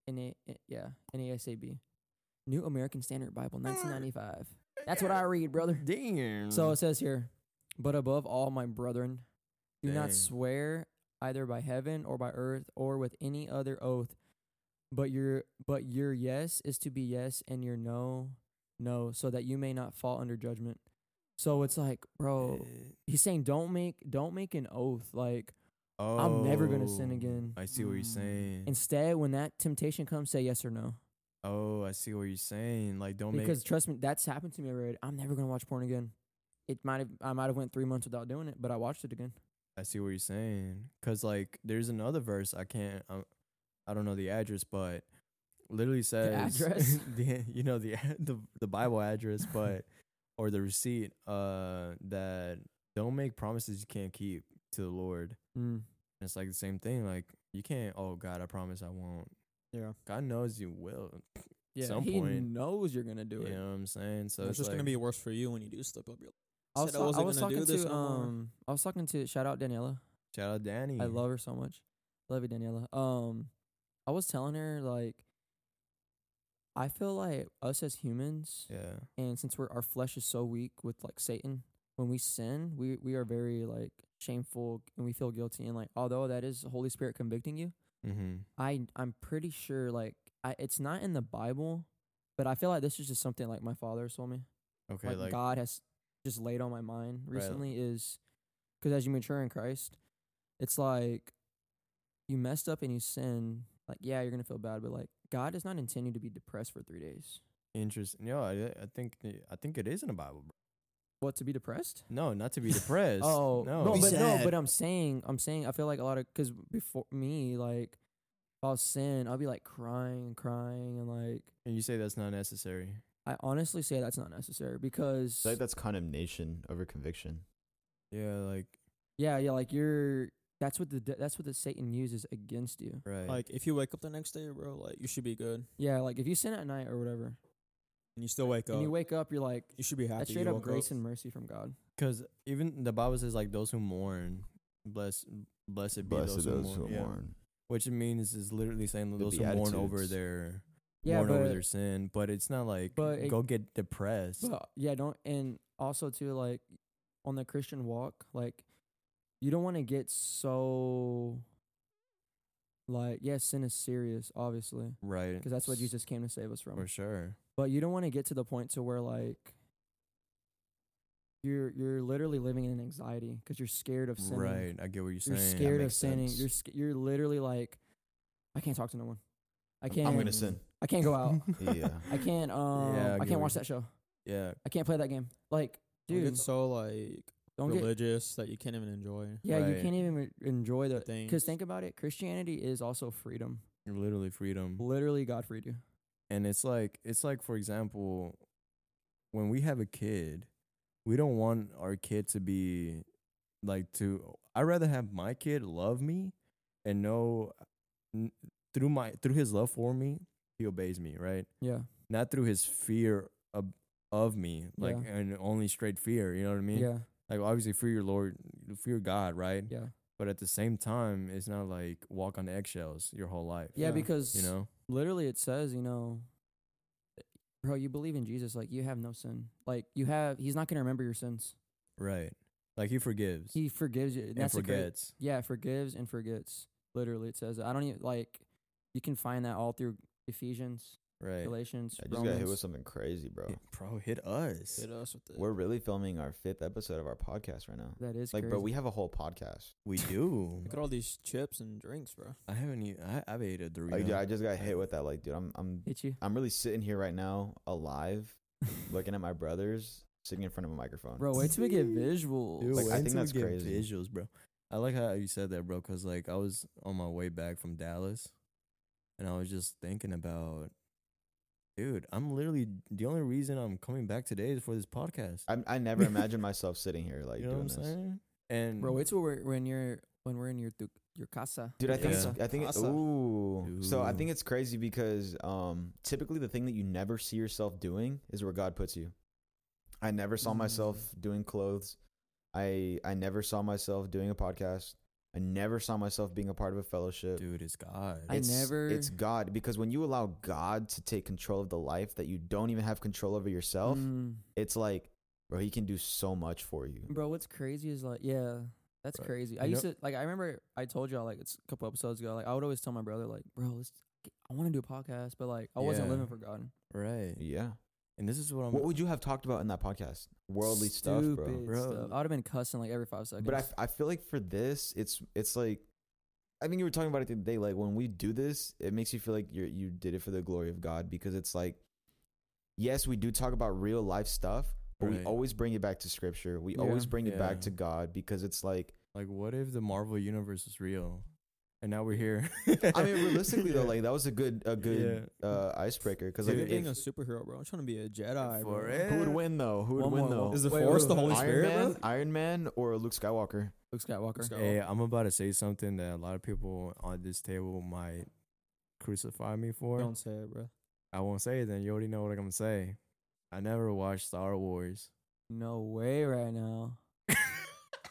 Speaker 2: NA, eh, yeah NASAB, New American Standard Bible, nineteen ninety five. That's what I read, brother.
Speaker 1: Damn.
Speaker 2: So it says here, but above all, my brethren, do
Speaker 1: Dang.
Speaker 2: not swear either by heaven or by earth or with any other oath, but your but your yes is to be yes and your no no, so that you may not fall under judgment. So it's like, bro,
Speaker 1: Eh,
Speaker 2: he's saying don't make don't make an oath like
Speaker 1: oh,
Speaker 2: I'm never gonna sin again.
Speaker 1: I see what you're
Speaker 3: Mm.
Speaker 1: saying.
Speaker 2: instead when that temptation comes say yes or no
Speaker 1: oh, I see what you're saying. Like, don't
Speaker 2: because
Speaker 1: make.
Speaker 2: trust me that's happened to me already i'm never gonna watch porn again it might have i might have went three months without doing it but i watched it again
Speaker 1: I see what you're saying. Cause like, there's another verse I can't. I, I don't know the address, but literally says
Speaker 2: address?
Speaker 1: the- you know the ad- the the Bible address, but or the receipt. Uh, that don't make promises you can't keep to the Lord.
Speaker 2: mm.
Speaker 1: And it's like the same thing. Like you can't. Oh God, I promise I won't.
Speaker 3: Yeah,
Speaker 1: God knows you will.
Speaker 2: yeah
Speaker 1: Some
Speaker 2: he
Speaker 1: point.
Speaker 2: knows you're gonna do
Speaker 1: You
Speaker 2: it
Speaker 1: know what I'm saying? So
Speaker 3: it's,
Speaker 1: it's
Speaker 3: just
Speaker 1: like-
Speaker 3: gonna be worse for you when you do slip up your.
Speaker 2: I was,
Speaker 3: Said I
Speaker 2: ta- I
Speaker 3: wasn't
Speaker 2: was
Speaker 3: gonna do
Speaker 2: talking
Speaker 3: this
Speaker 2: to
Speaker 3: no more.
Speaker 2: um I was talking to shout out Daniela.
Speaker 1: Shout out Danny.
Speaker 2: I love her so much. Love you, Daniela. Um I was telling her like I feel like us as humans
Speaker 1: Yeah.
Speaker 2: and since we're our flesh is so weak with like Satan, when we sin, we we are very like shameful and we feel guilty and like although that is the Holy Spirit convicting you,
Speaker 1: Mm-hmm.
Speaker 2: I I'm pretty sure like I it's not in the Bible, but I feel like this is just something like my father told me
Speaker 1: Okay.
Speaker 2: like,
Speaker 1: like
Speaker 2: God has just laid on my mind
Speaker 1: Right.
Speaker 2: recently is because as you mature in Christ, it's like you messed up and you sin. Like, yeah, you're gonna feel bad, but like God does not intend you to be depressed for three days.
Speaker 1: Interesting. No, I, I think I think it is in the Bible. Bro.
Speaker 2: What to be depressed?
Speaker 1: No, not to be depressed.
Speaker 2: Oh
Speaker 1: no,
Speaker 2: no, but no, but I'm saying, I'm saying, I feel like a lot of because before me, like I'll sin, I'll be like crying and crying and like
Speaker 1: And you say that's not necessary.
Speaker 2: I honestly say that's not necessary because
Speaker 5: It's like that's condemnation over conviction.
Speaker 1: Yeah, like
Speaker 2: yeah, yeah, like you're that's what the de- that's what the Satan uses against you.
Speaker 1: right.
Speaker 3: Like if you wake up the next day, bro, like you should be good,
Speaker 2: Yeah, like if you sin at night or whatever,
Speaker 3: and you still wake up.
Speaker 2: and you wake up, you're like
Speaker 3: you should be happy.
Speaker 2: that's straight
Speaker 3: you
Speaker 2: up
Speaker 3: woke
Speaker 2: grace and mercy from God.
Speaker 1: Because even the Bible says like those who mourn, bless blessed be
Speaker 5: Blessed
Speaker 1: those, who mourn. Yeah.
Speaker 5: mourn.
Speaker 1: Which it means is literally saying that
Speaker 5: The
Speaker 1: those who mourn over
Speaker 5: Beatitudes.
Speaker 1: their
Speaker 2: Yeah,
Speaker 1: mourn over
Speaker 2: but-
Speaker 1: their sin. But it's not like
Speaker 2: but it-
Speaker 1: go get depressed.
Speaker 2: But yeah, don't and also too like on the Christian walk, like you don't want to get so like yeah, sin is serious, obviously,
Speaker 1: right.
Speaker 2: because that's what
Speaker 1: S-
Speaker 2: Jesus came to save us from.
Speaker 1: For sure.
Speaker 2: But you don't want to get to the point to where like you're you're literally living in anxiety because you're scared of sinning.
Speaker 1: Right. I get what you're
Speaker 2: You're
Speaker 1: saying.
Speaker 2: scared of
Speaker 5: makes
Speaker 2: sinning. You're
Speaker 5: sense.
Speaker 2: sc- you're literally like, I can't talk to no one. I can't.
Speaker 5: I'm gonna sin.
Speaker 2: I can't go out.
Speaker 5: Yeah.
Speaker 2: I can't. Um.
Speaker 1: I
Speaker 2: I
Speaker 1: get
Speaker 2: can't
Speaker 1: what
Speaker 2: watch
Speaker 1: you-
Speaker 2: that show.
Speaker 1: yeah.
Speaker 2: I can't play that game. Like,
Speaker 3: Dude,
Speaker 2: dude,
Speaker 3: it's so like
Speaker 2: don't get.
Speaker 3: religious that you can't even enjoy.
Speaker 2: Yeah, you
Speaker 1: Right.
Speaker 2: can't even re- enjoy the. Because
Speaker 3: Things.
Speaker 2: think about it, Christianity is also freedom.
Speaker 1: Literally freedom.
Speaker 2: Literally, God freed you.
Speaker 1: And it's like it's like for example, when we have a kid, we don't want our kid to be like to I rather have my kid love me and know n- through my through his love for me, he obeys me, right?
Speaker 2: Yeah,
Speaker 1: Not through his fear of, of me, like
Speaker 2: Yeah.
Speaker 1: and only straight fear, you know what I mean?
Speaker 2: yeah,
Speaker 1: Like obviously fear your Lord, fear God, right?
Speaker 2: yeah,
Speaker 1: But at the same time, it's not like walk on eggshells your whole life.
Speaker 2: yeah.
Speaker 3: Yeah.
Speaker 2: Because
Speaker 1: You know?
Speaker 2: literally, it says, you know, bro, you believe in Jesus, like you have no sin. Like you have, He's not gonna remember your sins.
Speaker 1: Right. Like he forgives.
Speaker 2: He forgives you. And
Speaker 1: and
Speaker 2: that's the great-
Speaker 1: forgets.
Speaker 2: yeah, forgives and forgets. Literally, it says. that. I don't even like. You can find that all through Ephesians,
Speaker 1: Right.
Speaker 2: Galatians,
Speaker 5: I just got hit with
Speaker 2: Romans.
Speaker 5: something crazy, bro.
Speaker 1: Hit- Bro, hit us.
Speaker 3: Hit us with the
Speaker 5: We're really filming our fifth episode of our podcast right now.
Speaker 2: That is
Speaker 5: Like,
Speaker 2: crazy.
Speaker 5: bro, we have a whole podcast.
Speaker 1: We do.
Speaker 3: Look at all these chips and drinks, bro.
Speaker 1: I haven't even. I, I've ate a Dorito.
Speaker 5: Like, dude, Oh, I just got hit with that. Like, dude, I'm, I'm,
Speaker 2: hit you,
Speaker 5: I'm really sitting here right now, alive, looking at my brothers sitting in front of a microphone.
Speaker 2: bro. Wait till we get
Speaker 1: Dude,
Speaker 2: visuals.
Speaker 5: Like, I
Speaker 1: wait
Speaker 5: think
Speaker 1: till we
Speaker 5: that's
Speaker 1: get
Speaker 5: crazy.
Speaker 1: Visuals, bro. I like how you said that, bro. Cause like I was on my way back from Dallas, and I was just thinking about, dude. I'm literally the only reason I'm coming back today is for this podcast.
Speaker 5: I, I never imagined myself sitting here like
Speaker 1: you know what
Speaker 5: doing
Speaker 1: I'm
Speaker 5: this.
Speaker 1: saying? And
Speaker 2: Bro, wait till we're when you're when we're in your tu- your casa.
Speaker 5: Mm. Dude, I think it's,
Speaker 1: Yeah.
Speaker 5: I think it,
Speaker 3: Casa.
Speaker 5: ooh. So I
Speaker 1: Ooh.
Speaker 5: think it's crazy because um typically the thing that you never see yourself doing is where God puts you. I never saw myself
Speaker 1: Mm.
Speaker 5: doing clothes. I I never saw myself doing a podcast. I never saw myself being a part of a fellowship.
Speaker 1: dude, it's God.
Speaker 2: I
Speaker 5: it's,
Speaker 2: never-
Speaker 5: It's God because when you allow God to take control of the life that you don't even have control over yourself,
Speaker 2: Mm.
Speaker 5: it's like, bro, He can do so much for you.
Speaker 2: Bro, what's crazy is like, yeah, that's
Speaker 1: Bro,
Speaker 2: crazy. I
Speaker 1: you
Speaker 2: used to like, I remember I told y'all like it's a couple episodes ago. Like, I would always tell my brother like, bro, let's, get- I want to do a podcast, but like, I wasn't
Speaker 1: Yeah.
Speaker 2: living for God.
Speaker 1: right.
Speaker 5: Yeah.
Speaker 1: And this is what I'm.
Speaker 5: What would you have talked about in that podcast? Worldly stuff, bro.
Speaker 2: Stupid
Speaker 1: Bro.
Speaker 2: stuff. I would have been cussing like every five seconds.
Speaker 5: But I, f- I feel like for this, it's it's like I think you were talking about it the other day. Like when we do this, it makes you feel like you you did it for the glory of God because it's like, yes, we do talk about real life stuff, but we
Speaker 1: Right.
Speaker 5: always bring it back to Scripture. We always
Speaker 2: Yeah.
Speaker 5: bring it back
Speaker 1: Yeah.
Speaker 5: to God because it's like
Speaker 1: like, what if the Marvel universe is real, and now we're here?
Speaker 5: I mean, realistically though,
Speaker 1: Yeah.
Speaker 5: like that was a good a good uh, icebreaker because like
Speaker 3: Dude,
Speaker 1: Dude,
Speaker 3: being
Speaker 5: if,
Speaker 3: a superhero, bro. I'm trying to be a Jedi.
Speaker 1: For
Speaker 3: bro.
Speaker 1: real.
Speaker 5: who would win though? Who would
Speaker 2: One
Speaker 5: win
Speaker 2: more,
Speaker 5: though?
Speaker 2: one-
Speaker 3: Is the
Speaker 2: Wait,
Speaker 3: Force
Speaker 2: wait,
Speaker 3: the
Speaker 2: wait.
Speaker 3: Holy
Speaker 5: Iron
Speaker 3: Spirit,
Speaker 5: Man,
Speaker 3: bro?
Speaker 5: Iron Man, or Luke Skywalker?
Speaker 2: Luke Skywalker.
Speaker 3: Skywalker.
Speaker 1: Hey, I'm about to say something that a lot of people on this table might crucify me for.
Speaker 3: Don't say it, bro.
Speaker 1: I won't say it then. You already know what I'm gonna say. I never watched Star Wars.
Speaker 2: No way, right now.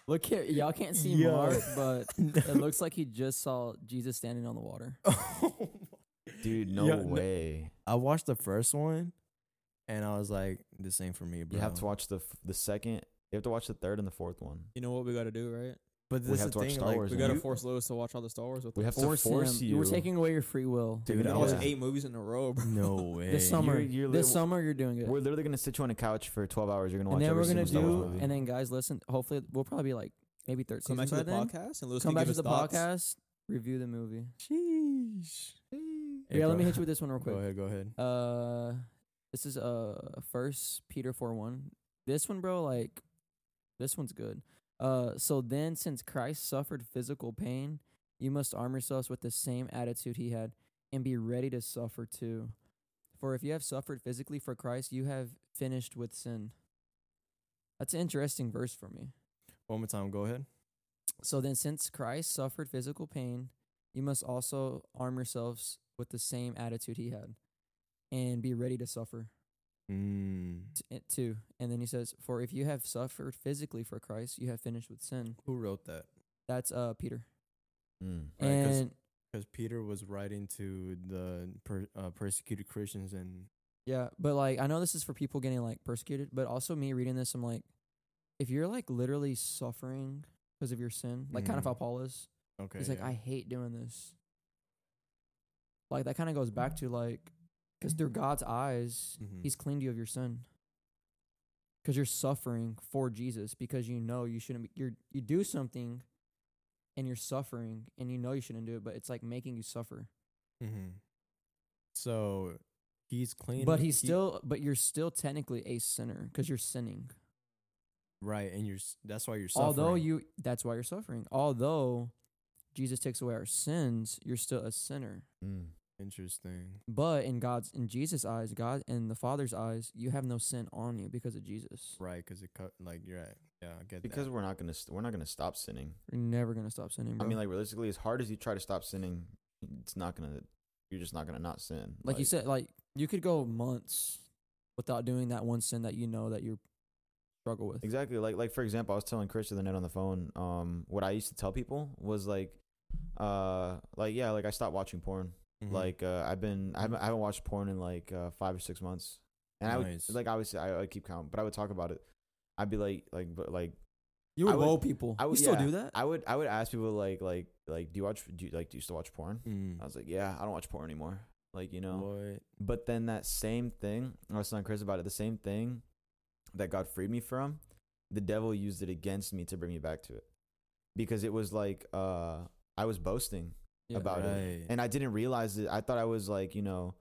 Speaker 2: Look here, y'all can't see
Speaker 1: Yo.
Speaker 2: Mark, but it
Speaker 1: No.
Speaker 2: looks like he just saw Jesus standing on the water.
Speaker 5: Dude, no
Speaker 1: Yeah, no-
Speaker 5: way.
Speaker 1: I watched the first one, and I was like, "This ain't for me, bro."
Speaker 5: You have to watch the f- the second. You have to watch the third and the fourth one.
Speaker 3: You know what we got to do, right?
Speaker 1: But
Speaker 5: We
Speaker 1: this
Speaker 5: have
Speaker 1: is the
Speaker 5: to watch
Speaker 1: thing.
Speaker 5: Star
Speaker 1: like,
Speaker 5: Wars
Speaker 3: We
Speaker 5: now.
Speaker 3: got to
Speaker 5: You-
Speaker 3: force Lewis to watch all the Star Wars with
Speaker 5: We
Speaker 3: us.
Speaker 5: have to force
Speaker 2: him.
Speaker 5: you.
Speaker 2: We're taking away your free will.
Speaker 5: Dude,
Speaker 3: You
Speaker 5: I
Speaker 3: can watch
Speaker 5: was-
Speaker 3: eight movies in a row, bro.
Speaker 1: No way.
Speaker 2: This summer,
Speaker 5: You're- you're
Speaker 2: this
Speaker 5: lit-
Speaker 2: summer you're doing it.
Speaker 5: We're literally gonna sit you on a couch for twelve hours. You're gonna watch
Speaker 2: and then
Speaker 5: every
Speaker 2: we're gonna
Speaker 5: single Star Wars
Speaker 2: do,
Speaker 5: movie.
Speaker 2: and then guys, listen. Hopefully, we'll probably be like maybe third season
Speaker 3: Come back to
Speaker 2: by
Speaker 3: the
Speaker 2: then.
Speaker 3: podcast and Lewis
Speaker 2: Come
Speaker 3: can
Speaker 2: back
Speaker 3: give
Speaker 2: to the
Speaker 3: us thoughts.
Speaker 2: podcast, review the movie.
Speaker 1: Sheesh. Hey,
Speaker 2: yeah,
Speaker 1: bro.
Speaker 2: let me hit you with this one real
Speaker 1: Go
Speaker 2: quick.
Speaker 1: ahead. Go ahead.
Speaker 2: Uh, this is uh first Peter four one. This one, bro, like this one's good. Uh, so then, since Christ suffered physical pain, You must arm yourselves with the same attitude he had and be ready to suffer too. For if you have suffered physically for Christ, you have finished with sin. That's an interesting verse for me.
Speaker 1: One more time. Go ahead.
Speaker 2: So then, since Christ suffered physical pain, you must also arm yourselves with the same attitude he had and be ready to suffer
Speaker 1: Mm.
Speaker 2: t- it too. And then he says, For if you have suffered physically for Christ, you have finished with sin.
Speaker 1: Who wrote that?
Speaker 2: That's uh, Peter.
Speaker 5: Mm.
Speaker 1: Right, 'cause-
Speaker 2: and
Speaker 1: Because Peter was writing to the per, uh, persecuted Christians and
Speaker 2: Yeah, but like I know this is for people getting like persecuted, but also me reading this, I'm like, if you're like literally suffering because of your sin, like kind of
Speaker 1: Mhm.
Speaker 2: how Paul is,
Speaker 1: okay,
Speaker 2: he's like, I hate doing this. Like that kind of goes back to like, because
Speaker 1: Mm-hmm.
Speaker 2: through God's eyes,
Speaker 1: Mhm.
Speaker 2: He's cleaned you of your sin. Because you're suffering for Jesus, because you know you shouldn't be. You're you do something, and you're suffering, and you know you shouldn't do it, but it's like making you suffer.
Speaker 5: Mm-hmm.
Speaker 1: hmm So he's clean,
Speaker 2: But he's
Speaker 1: he-
Speaker 2: still, but you're still technically a sinner because you're sinning.
Speaker 1: right, and you're s- that's why you're suffering.
Speaker 2: although you that's why you're suffering although jesus takes away our sins you're still a sinner
Speaker 5: Mm.
Speaker 1: interesting.
Speaker 2: but in god's in jesus eyes god in the father's eyes you have no sin on you because of jesus
Speaker 1: Right, because it cut like you're right. Yeah, I get
Speaker 5: Because
Speaker 1: that.
Speaker 5: we're not gonna st- we're not gonna stop sinning.
Speaker 2: you're never gonna stop sinning bro.
Speaker 5: I mean, like realistically, as hard as you try to stop sinning, it's not gonna. You're just not gonna not sin.
Speaker 2: like you said like you could go months without doing that one sin that you know that you struggle with
Speaker 5: Exactly. Like like for example, I was telling Chris the other night on the phone. Um, what I used to tell people was like, uh, like yeah, like I stopped watching porn.
Speaker 3: Mm-hmm.
Speaker 1: Mhm.
Speaker 5: Like uh, I've been I haven't I haven't watched porn in like uh, five or six months. And
Speaker 1: Nice.
Speaker 5: I would like I would say I would keep count, but I would talk about it. I'd be like like but like
Speaker 2: you
Speaker 5: I would-
Speaker 2: owe people
Speaker 5: I would
Speaker 3: still
Speaker 5: yeah,
Speaker 3: do that?
Speaker 5: I would I would ask people like like like do you watch do you like do you still watch porn?
Speaker 1: Mm.
Speaker 5: I was like yeah, I don't watch porn anymore. Like you know,
Speaker 1: What?
Speaker 5: but then that same thing, I was telling Chris about it, the same thing that God freed me from, the devil used it against me to bring me back to it. Because it was like uh I was boasting
Speaker 2: Yeah.
Speaker 5: about it.
Speaker 1: Right.
Speaker 5: And I didn't realize it. I thought I was like, you know,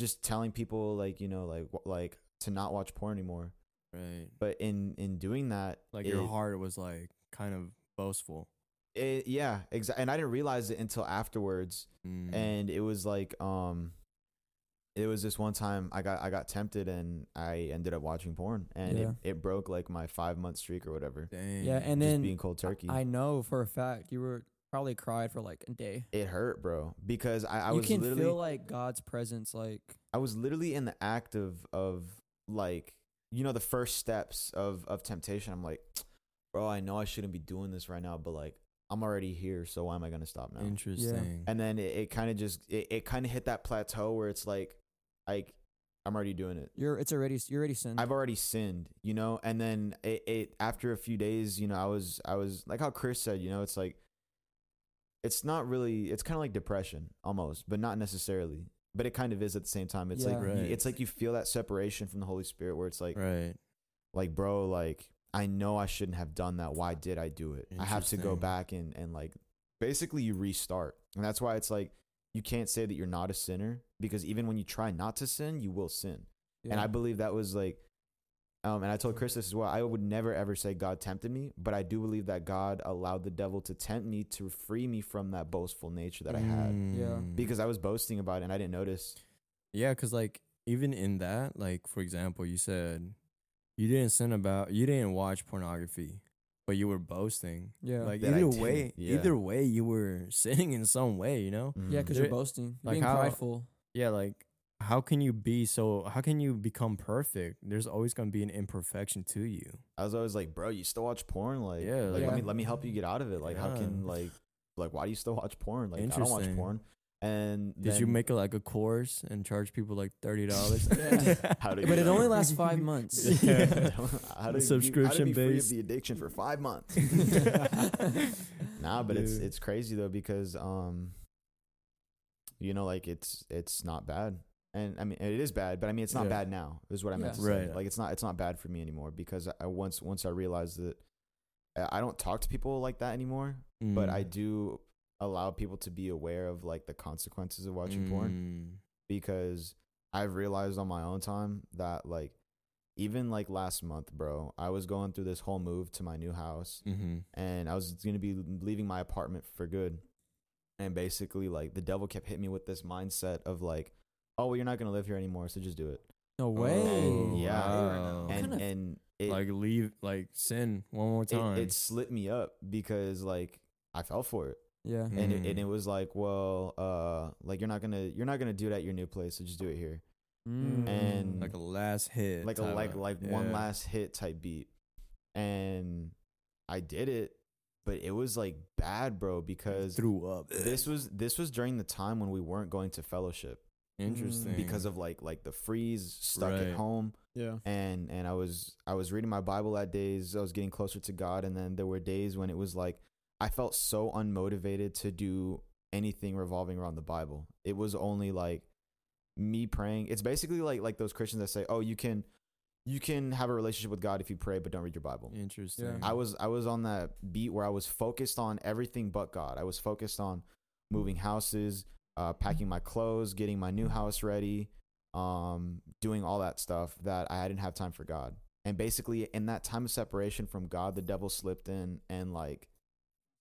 Speaker 5: just telling people like, you know, like wh- like to not watch porn anymore.
Speaker 1: Right.
Speaker 5: But in in doing that,
Speaker 1: Like your
Speaker 5: it-
Speaker 1: heart was like kind of boastful.
Speaker 5: it- yeah, exactly. And I didn't realize it until afterwards.
Speaker 2: Mm-hmm.
Speaker 1: Mm.
Speaker 5: and it was like um it was this one time i got i got tempted and i ended up watching porn and
Speaker 2: Yeah.
Speaker 5: it, it broke like my five month streak or whatever
Speaker 1: Dang.
Speaker 2: yeah and
Speaker 5: just
Speaker 2: then
Speaker 5: being cold turkey
Speaker 2: i know for a fact you were probably cried for like a day
Speaker 5: it hurt bro because i, I
Speaker 2: you
Speaker 5: was
Speaker 2: can
Speaker 5: literally
Speaker 2: feel like god's presence like
Speaker 5: i was literally in the act of of like you know the first steps of of temptation i'm like bro i know i shouldn't be doing this right now but like i'm already here so why am i gonna stop now
Speaker 1: interesting.
Speaker 5: and then it, it kind of just it, it kind of hit that plateau where it's like like i'm already doing it
Speaker 2: you're it's already you're already sinned
Speaker 5: I've already sinned, you know, and then it, it after a few days, you know, I was I was like how Chris said, you know, it's like it's not really it's kind of like depression almost, but not necessarily. But it kind of is at the same time. It's like
Speaker 2: Yeah.
Speaker 5: you-
Speaker 1: Right.
Speaker 5: it's like you feel that separation from the Holy Spirit where it's like
Speaker 1: right.
Speaker 5: like bro, like I know I shouldn't have done that. Why did I do it? I have to go
Speaker 1: Interesting.
Speaker 5: back and and like basically you restart. And that's why it's like you can't say that you're not a sinner because even when you try not to sin, you will sin. And I
Speaker 2: Yeah.
Speaker 5: believe that was like, um, and I told Chris this as well. I would never ever say God tempted me, but I do believe that God allowed the devil to tempt me to free me from that boastful nature that I had
Speaker 2: Yeah.
Speaker 1: Mm.
Speaker 5: because I was boasting about it and I didn't notice.
Speaker 1: Yeah, because like even in that, like for example, you said you didn't sin about you didn't watch pornography, but you were boasting.
Speaker 2: yeah
Speaker 1: Like
Speaker 5: That I
Speaker 1: either
Speaker 5: did,
Speaker 1: way,
Speaker 5: yeah.
Speaker 1: either way, you were sinning in some way. You know?
Speaker 2: Yeah,
Speaker 5: Mm.
Speaker 2: because you're
Speaker 1: There-
Speaker 2: boasting, you're
Speaker 1: like
Speaker 2: being
Speaker 1: how-
Speaker 2: prideful.
Speaker 1: Yeah. Like how can you be so? How can you become perfect? There's always gonna be an imperfection to you.
Speaker 5: I was always like, bro, you still watch porn? Like,
Speaker 1: Yeah,
Speaker 5: like let
Speaker 2: Yeah.
Speaker 5: me let me help you get out of it. Like, how can
Speaker 1: Yeah.
Speaker 5: like like why do you still watch porn? Like, I don't watch
Speaker 1: Interesting.
Speaker 5: porn. And
Speaker 1: Did you
Speaker 5: then-
Speaker 1: make like a course and charge people like thirty dollars?
Speaker 2: Yeah.
Speaker 5: How did
Speaker 2: But
Speaker 5: you
Speaker 2: it only
Speaker 5: know?
Speaker 2: lasts five months.
Speaker 1: Yeah.
Speaker 5: how did you, how did you be free of
Speaker 1: Subscription-based.
Speaker 5: the addiction for five months? Nah, but it's
Speaker 1: Dude.
Speaker 5: it's crazy though because um, you know, like it's it's not bad, and I mean it is bad, but I mean it's not
Speaker 1: Yeah.
Speaker 5: bad now. Is what I meant
Speaker 2: Yeah.
Speaker 5: to say.
Speaker 1: Right.
Speaker 5: Like it's not it's not bad for me anymore because I- I once once I realized that I I don't talk to people like that anymore,
Speaker 1: Mm.
Speaker 5: but I do allow people to be aware of like the consequences of
Speaker 1: Mm.
Speaker 5: watching porn because I've realized on my own time that like even like last month, bro, I was going through this whole move to my new house
Speaker 1: Mm-hmm.
Speaker 5: and I was going to be leaving my apartment for good. and basically like the devil kept hitting me with this mindset of like, oh well, you're not gonna live here anymore, so just do it.
Speaker 2: No way.
Speaker 1: Oh,
Speaker 5: Yeah.
Speaker 1: wow.
Speaker 5: and
Speaker 2: kind of-
Speaker 5: and it,
Speaker 1: like leave like sin one more
Speaker 5: it
Speaker 1: time.
Speaker 5: it slit me up because like I fell for it.
Speaker 2: Yeah.
Speaker 1: Mm.
Speaker 5: and it, and it was like, well, uh, like you're not gonna you're not gonna do it at your new place, so just do it here,
Speaker 2: Mm.
Speaker 5: and
Speaker 1: like a last hit,
Speaker 5: like a
Speaker 1: type
Speaker 5: like
Speaker 1: of-
Speaker 5: like one
Speaker 1: yeah.
Speaker 5: last hit type beat, and I did it, but it was like bad, bro, because
Speaker 1: threw up.
Speaker 5: this was this was during the time when we weren't going to fellowship
Speaker 1: interesting
Speaker 5: because of like like the freeze, stuck
Speaker 1: Right.
Speaker 5: at home,
Speaker 3: Yeah.
Speaker 5: and and I was I was reading my Bible at days I was getting closer to God, and then there were days when it was like I felt so unmotivated to do anything revolving around the Bible. It was only like me praying. It's basically like like those Christians that say, "Oh, you can you can have a relationship with God if you pray, but don't read your Bible."
Speaker 1: interesting.
Speaker 5: I was I was on that beat where I was focused on everything but God. I was focused on moving houses, uh, packing my clothes, getting my new house ready, um, doing all that stuff that I didn't have time for God. And basically, in that time of separation from God, the devil slipped in and like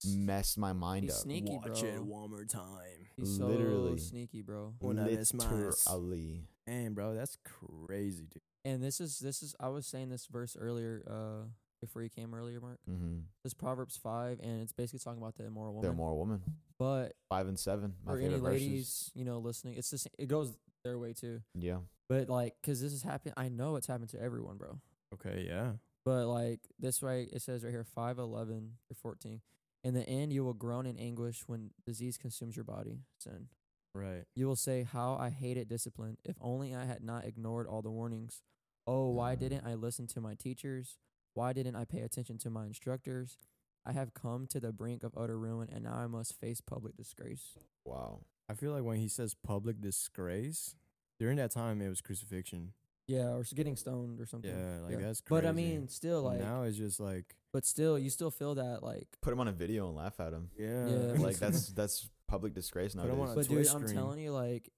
Speaker 5: messed my mind
Speaker 2: He's
Speaker 5: up.
Speaker 2: sneaky,
Speaker 1: watch
Speaker 2: bro.
Speaker 1: it one more time.
Speaker 2: He's so
Speaker 5: Literally.
Speaker 2: sneaky, bro.
Speaker 1: When I miss mine.
Speaker 5: Literally.
Speaker 1: Damn, bro, that's crazy, dude.
Speaker 2: And this is this is I was saying this verse earlier, uh, before you came earlier, Mark.
Speaker 5: Mm-hmm.
Speaker 2: This Proverbs five, and it's basically talking about the immoral
Speaker 5: They're
Speaker 2: woman.
Speaker 5: more woman.
Speaker 2: but
Speaker 5: Five and seven. My
Speaker 2: for any
Speaker 5: favorite verses.
Speaker 2: ladies, you know, listening, it's just it goes their way too.
Speaker 5: Yeah.
Speaker 2: But like, cause this has happened. I know it's happened to everyone, bro.
Speaker 1: Okay, yeah.
Speaker 2: But like this way, it says right here, five, eleven, or fourteen. In the end, you will groan in anguish when disease consumes your body. Sin.
Speaker 1: Right.
Speaker 2: You will say, "How I hated discipline! If only I had not ignored all the warnings. Oh, why
Speaker 5: Mm.
Speaker 2: didn't I listen to my teachers? Why didn't I pay attention to my instructors? I have come to the brink of utter ruin, and now I must face public disgrace."
Speaker 5: Wow.
Speaker 1: I feel like when he says public disgrace, during that time it was crucifixion.
Speaker 2: Yeah, or s- getting stoned or something.
Speaker 1: Yeah, like that's crazy.
Speaker 2: Mm-hmm. But I mean, still, like,
Speaker 1: now it's just like
Speaker 2: but still, you still feel that, like,
Speaker 5: Put him on a video and laugh at him.
Speaker 1: yeah,
Speaker 2: Yeah.
Speaker 5: Like that's that's public disgrace
Speaker 1: Put him on
Speaker 5: nowadays.
Speaker 1: a
Speaker 2: but dude,
Speaker 1: twist
Speaker 2: I'm
Speaker 1: screen.
Speaker 2: telling you, like,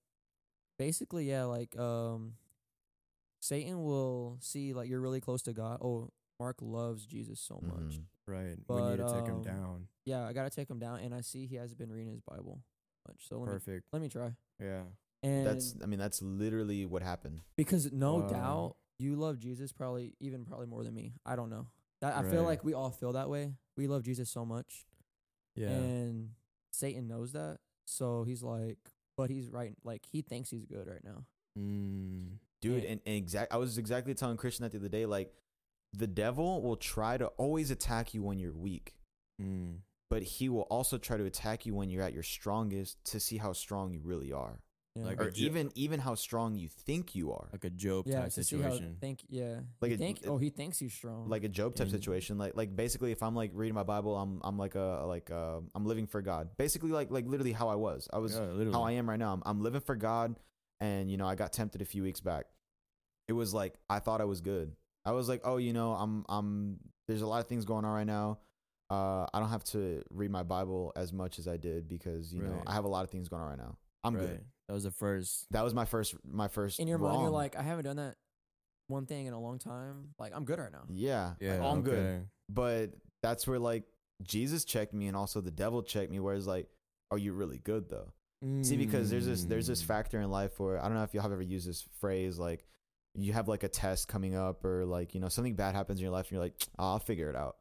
Speaker 2: basically, yeah, like, um, Satan will see like you're really close to God. Oh, Mark loves Jesus so
Speaker 1: Mm-hmm.
Speaker 2: much.
Speaker 5: Mhm.
Speaker 1: right. we
Speaker 2: but,
Speaker 1: need to take him
Speaker 2: um,
Speaker 1: down.
Speaker 2: Yeah, I gotta take him down, and I see he hasn't been reading his Bible much. So let me
Speaker 1: Perfect.
Speaker 2: let me try.
Speaker 1: Yeah.
Speaker 2: And
Speaker 5: That's I mean that's literally what happened.
Speaker 2: because no
Speaker 1: Wow.
Speaker 2: doubt you love Jesus probably even probably more than me. I don't know. That I feel
Speaker 1: Right.
Speaker 2: like we all feel that way. We love Jesus so much,
Speaker 1: Yeah.
Speaker 2: and Satan knows that. So he's like, but he's right. Like he thinks he's good right now.
Speaker 1: mm,
Speaker 5: Dude,
Speaker 2: Yeah.
Speaker 5: and, and exact I was exactly telling Christian that the other day like the devil will try to always attack you when you're weak,
Speaker 1: mm,
Speaker 5: but he will also try to attack you when you're at your strongest to see how strong you really are
Speaker 2: Yeah.
Speaker 1: Like
Speaker 5: or
Speaker 1: a ju-
Speaker 5: even even how strong you think you are.
Speaker 1: like a Job
Speaker 2: yeah,
Speaker 1: type
Speaker 2: to see how
Speaker 1: situation.
Speaker 2: think yeah.
Speaker 5: Like
Speaker 2: Like
Speaker 5: it-
Speaker 2: think
Speaker 5: it-
Speaker 2: oh he thinks he's strong.
Speaker 5: Like a Job type
Speaker 1: Mm.
Speaker 5: situation, like like basically, if I'm like reading my Bible, I'm I'm like a like uh I'm living for God. Basically, like like literally how I was. I was
Speaker 1: yeah, literally.
Speaker 5: how I am right now. I'm, I'm living for God, and you know I got tempted a few weeks back. It was like I thought I was good. I was like, oh, you know, I'm I'm. There's a lot of things going on right now. Uh, I don't have to read my Bible as much as I did because you know
Speaker 1: Right.
Speaker 5: I have a lot of things going on right now. I'm good.
Speaker 1: Right. That was the first.
Speaker 5: That was my first my first.
Speaker 2: in your mind you're
Speaker 5: wrong.
Speaker 2: like I haven't done that one thing in a long time. Like I'm good right now.
Speaker 5: yeah,
Speaker 1: Yeah.
Speaker 5: I'm good.
Speaker 1: okay.
Speaker 5: But that's where like Jesus checked me, and also the devil checked me. Where it's like, are you really good though? See, because there's this there's this
Speaker 1: Mm.
Speaker 5: factor in life where I don't know if y'all have ever used this phrase like you have like a test coming up or like you know something bad happens in your life and you're like "Ah, I'll figure it out.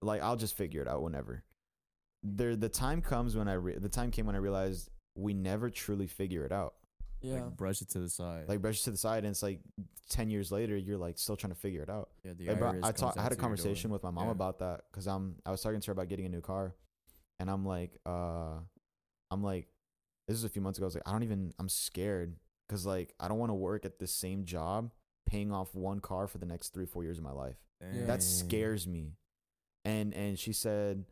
Speaker 5: Like I'll just figure it out whenever. There the time comes when I re- the time came when I realized we never truly figure it out.
Speaker 2: Yeah.
Speaker 1: Like, brush it to the side.
Speaker 5: Like brush it to the side and it's like 10 years later you're like still trying to figure it out.
Speaker 1: yeah, the
Speaker 5: Like, bro,
Speaker 1: IRS
Speaker 5: I
Speaker 1: comes
Speaker 5: talked. I
Speaker 1: out
Speaker 5: had a
Speaker 1: to your door.
Speaker 5: conversation with my mom
Speaker 1: Yeah.
Speaker 5: about that because I'm. I was talking to her about getting a new car, and I'm like, uh, I'm like, this is a few months ago. I was like, I don't even. I'm scared because like I don't want to work at the same job, paying off one car for the next three four years of my life.
Speaker 2: Yeah.
Speaker 5: That
Speaker 1: Dang.
Speaker 5: scares me. And and she said,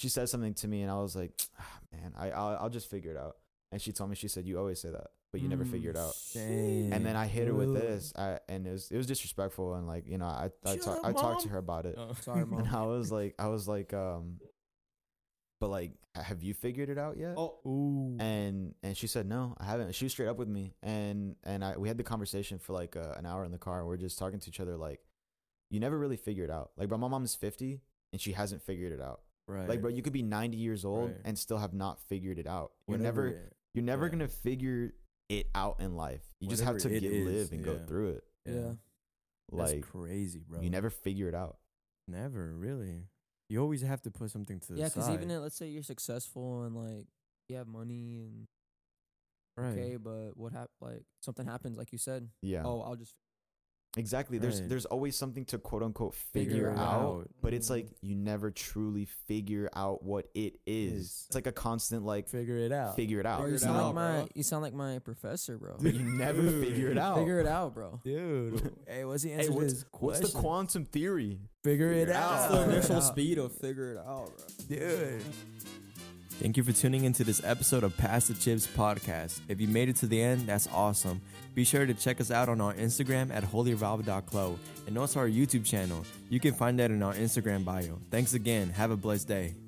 Speaker 5: she said something to me, and I was like, "Ah, man, I I'll, I'll just figure it out. And she told me, she said, you always say that, but you never
Speaker 2: Mm.
Speaker 5: figure it out.
Speaker 1: Dang.
Speaker 5: And then I hit her with
Speaker 2: Ugh.
Speaker 5: this, I, and it was it was disrespectful, and like you know, I I,
Speaker 1: Shut
Speaker 5: talk,
Speaker 1: up,
Speaker 5: I talked to
Speaker 1: Mom.
Speaker 5: her about it,
Speaker 1: Oh.
Speaker 2: Sorry, Mom.
Speaker 5: and I was like, I was like, um, but like, have you figured it out yet?
Speaker 3: Oh,
Speaker 1: Ooh.
Speaker 5: And and she said, no, I haven't. She was straight up with me, and and I we had the conversation for like uh, an hour in the car, and we are just talking to each other like, you never really figure it out. Like, but my mom's fifty and she hasn't figured it out.
Speaker 1: Right.
Speaker 5: Like, bro, you could be 90 years old
Speaker 1: Right.
Speaker 5: and still have not figured it out. You're
Speaker 1: Whatever
Speaker 5: never
Speaker 1: it-
Speaker 5: you're never
Speaker 1: yeah.
Speaker 5: gonna figure it out in life. You just have to
Speaker 1: Whatever it
Speaker 5: get
Speaker 1: is,
Speaker 5: live and go
Speaker 1: yeah.
Speaker 5: through it.
Speaker 2: Yeah.
Speaker 1: That's
Speaker 5: Like
Speaker 1: crazy, bro.
Speaker 5: you never figure it out.
Speaker 1: never really. You always have to put something to the
Speaker 2: Yeah,
Speaker 1: side.
Speaker 2: because even if, let's say you're successful and like you have money and
Speaker 1: right.
Speaker 2: okay, but what hap- like something happens, like you said.
Speaker 5: Yeah.
Speaker 2: Oh, I'll just
Speaker 5: Exactly. There's
Speaker 1: Right.
Speaker 5: there's always something to quote unquote
Speaker 2: Figure
Speaker 5: figure,
Speaker 2: it
Speaker 5: out,
Speaker 1: out.
Speaker 5: but it's
Speaker 2: Mm.
Speaker 5: like you never truly figure out what it is.
Speaker 1: Is.
Speaker 5: It's like a constant like
Speaker 1: Figure it out.
Speaker 5: figure it out.
Speaker 2: Oh,
Speaker 3: Figure
Speaker 2: you
Speaker 3: it
Speaker 2: sound
Speaker 3: out,
Speaker 2: like my
Speaker 3: bro.
Speaker 2: you sound like my professor, bro.
Speaker 5: But you never
Speaker 1: Dude.
Speaker 5: figure it out.
Speaker 2: Figure it out, bro.
Speaker 1: Dude. hey, what's the
Speaker 5: Hey,
Speaker 1: answer to
Speaker 5: what's,
Speaker 1: this
Speaker 5: what's the
Speaker 1: question?
Speaker 5: quantum theory?
Speaker 1: Figure it
Speaker 5: Figure it
Speaker 1: out.
Speaker 3: That's
Speaker 5: out.
Speaker 3: the
Speaker 2: Figure it
Speaker 3: initial
Speaker 2: out.
Speaker 3: speed of figure it out, bro.
Speaker 1: Dude. Thank you for tuning into this episode of Pass the Chips podcast. If you made it to the end, that's awesome. Be sure to check us out on our Instagram at holyrevolve.clo and also our YouTube channel. You can find that in our Instagram bio. Thanks again. Have a blessed day.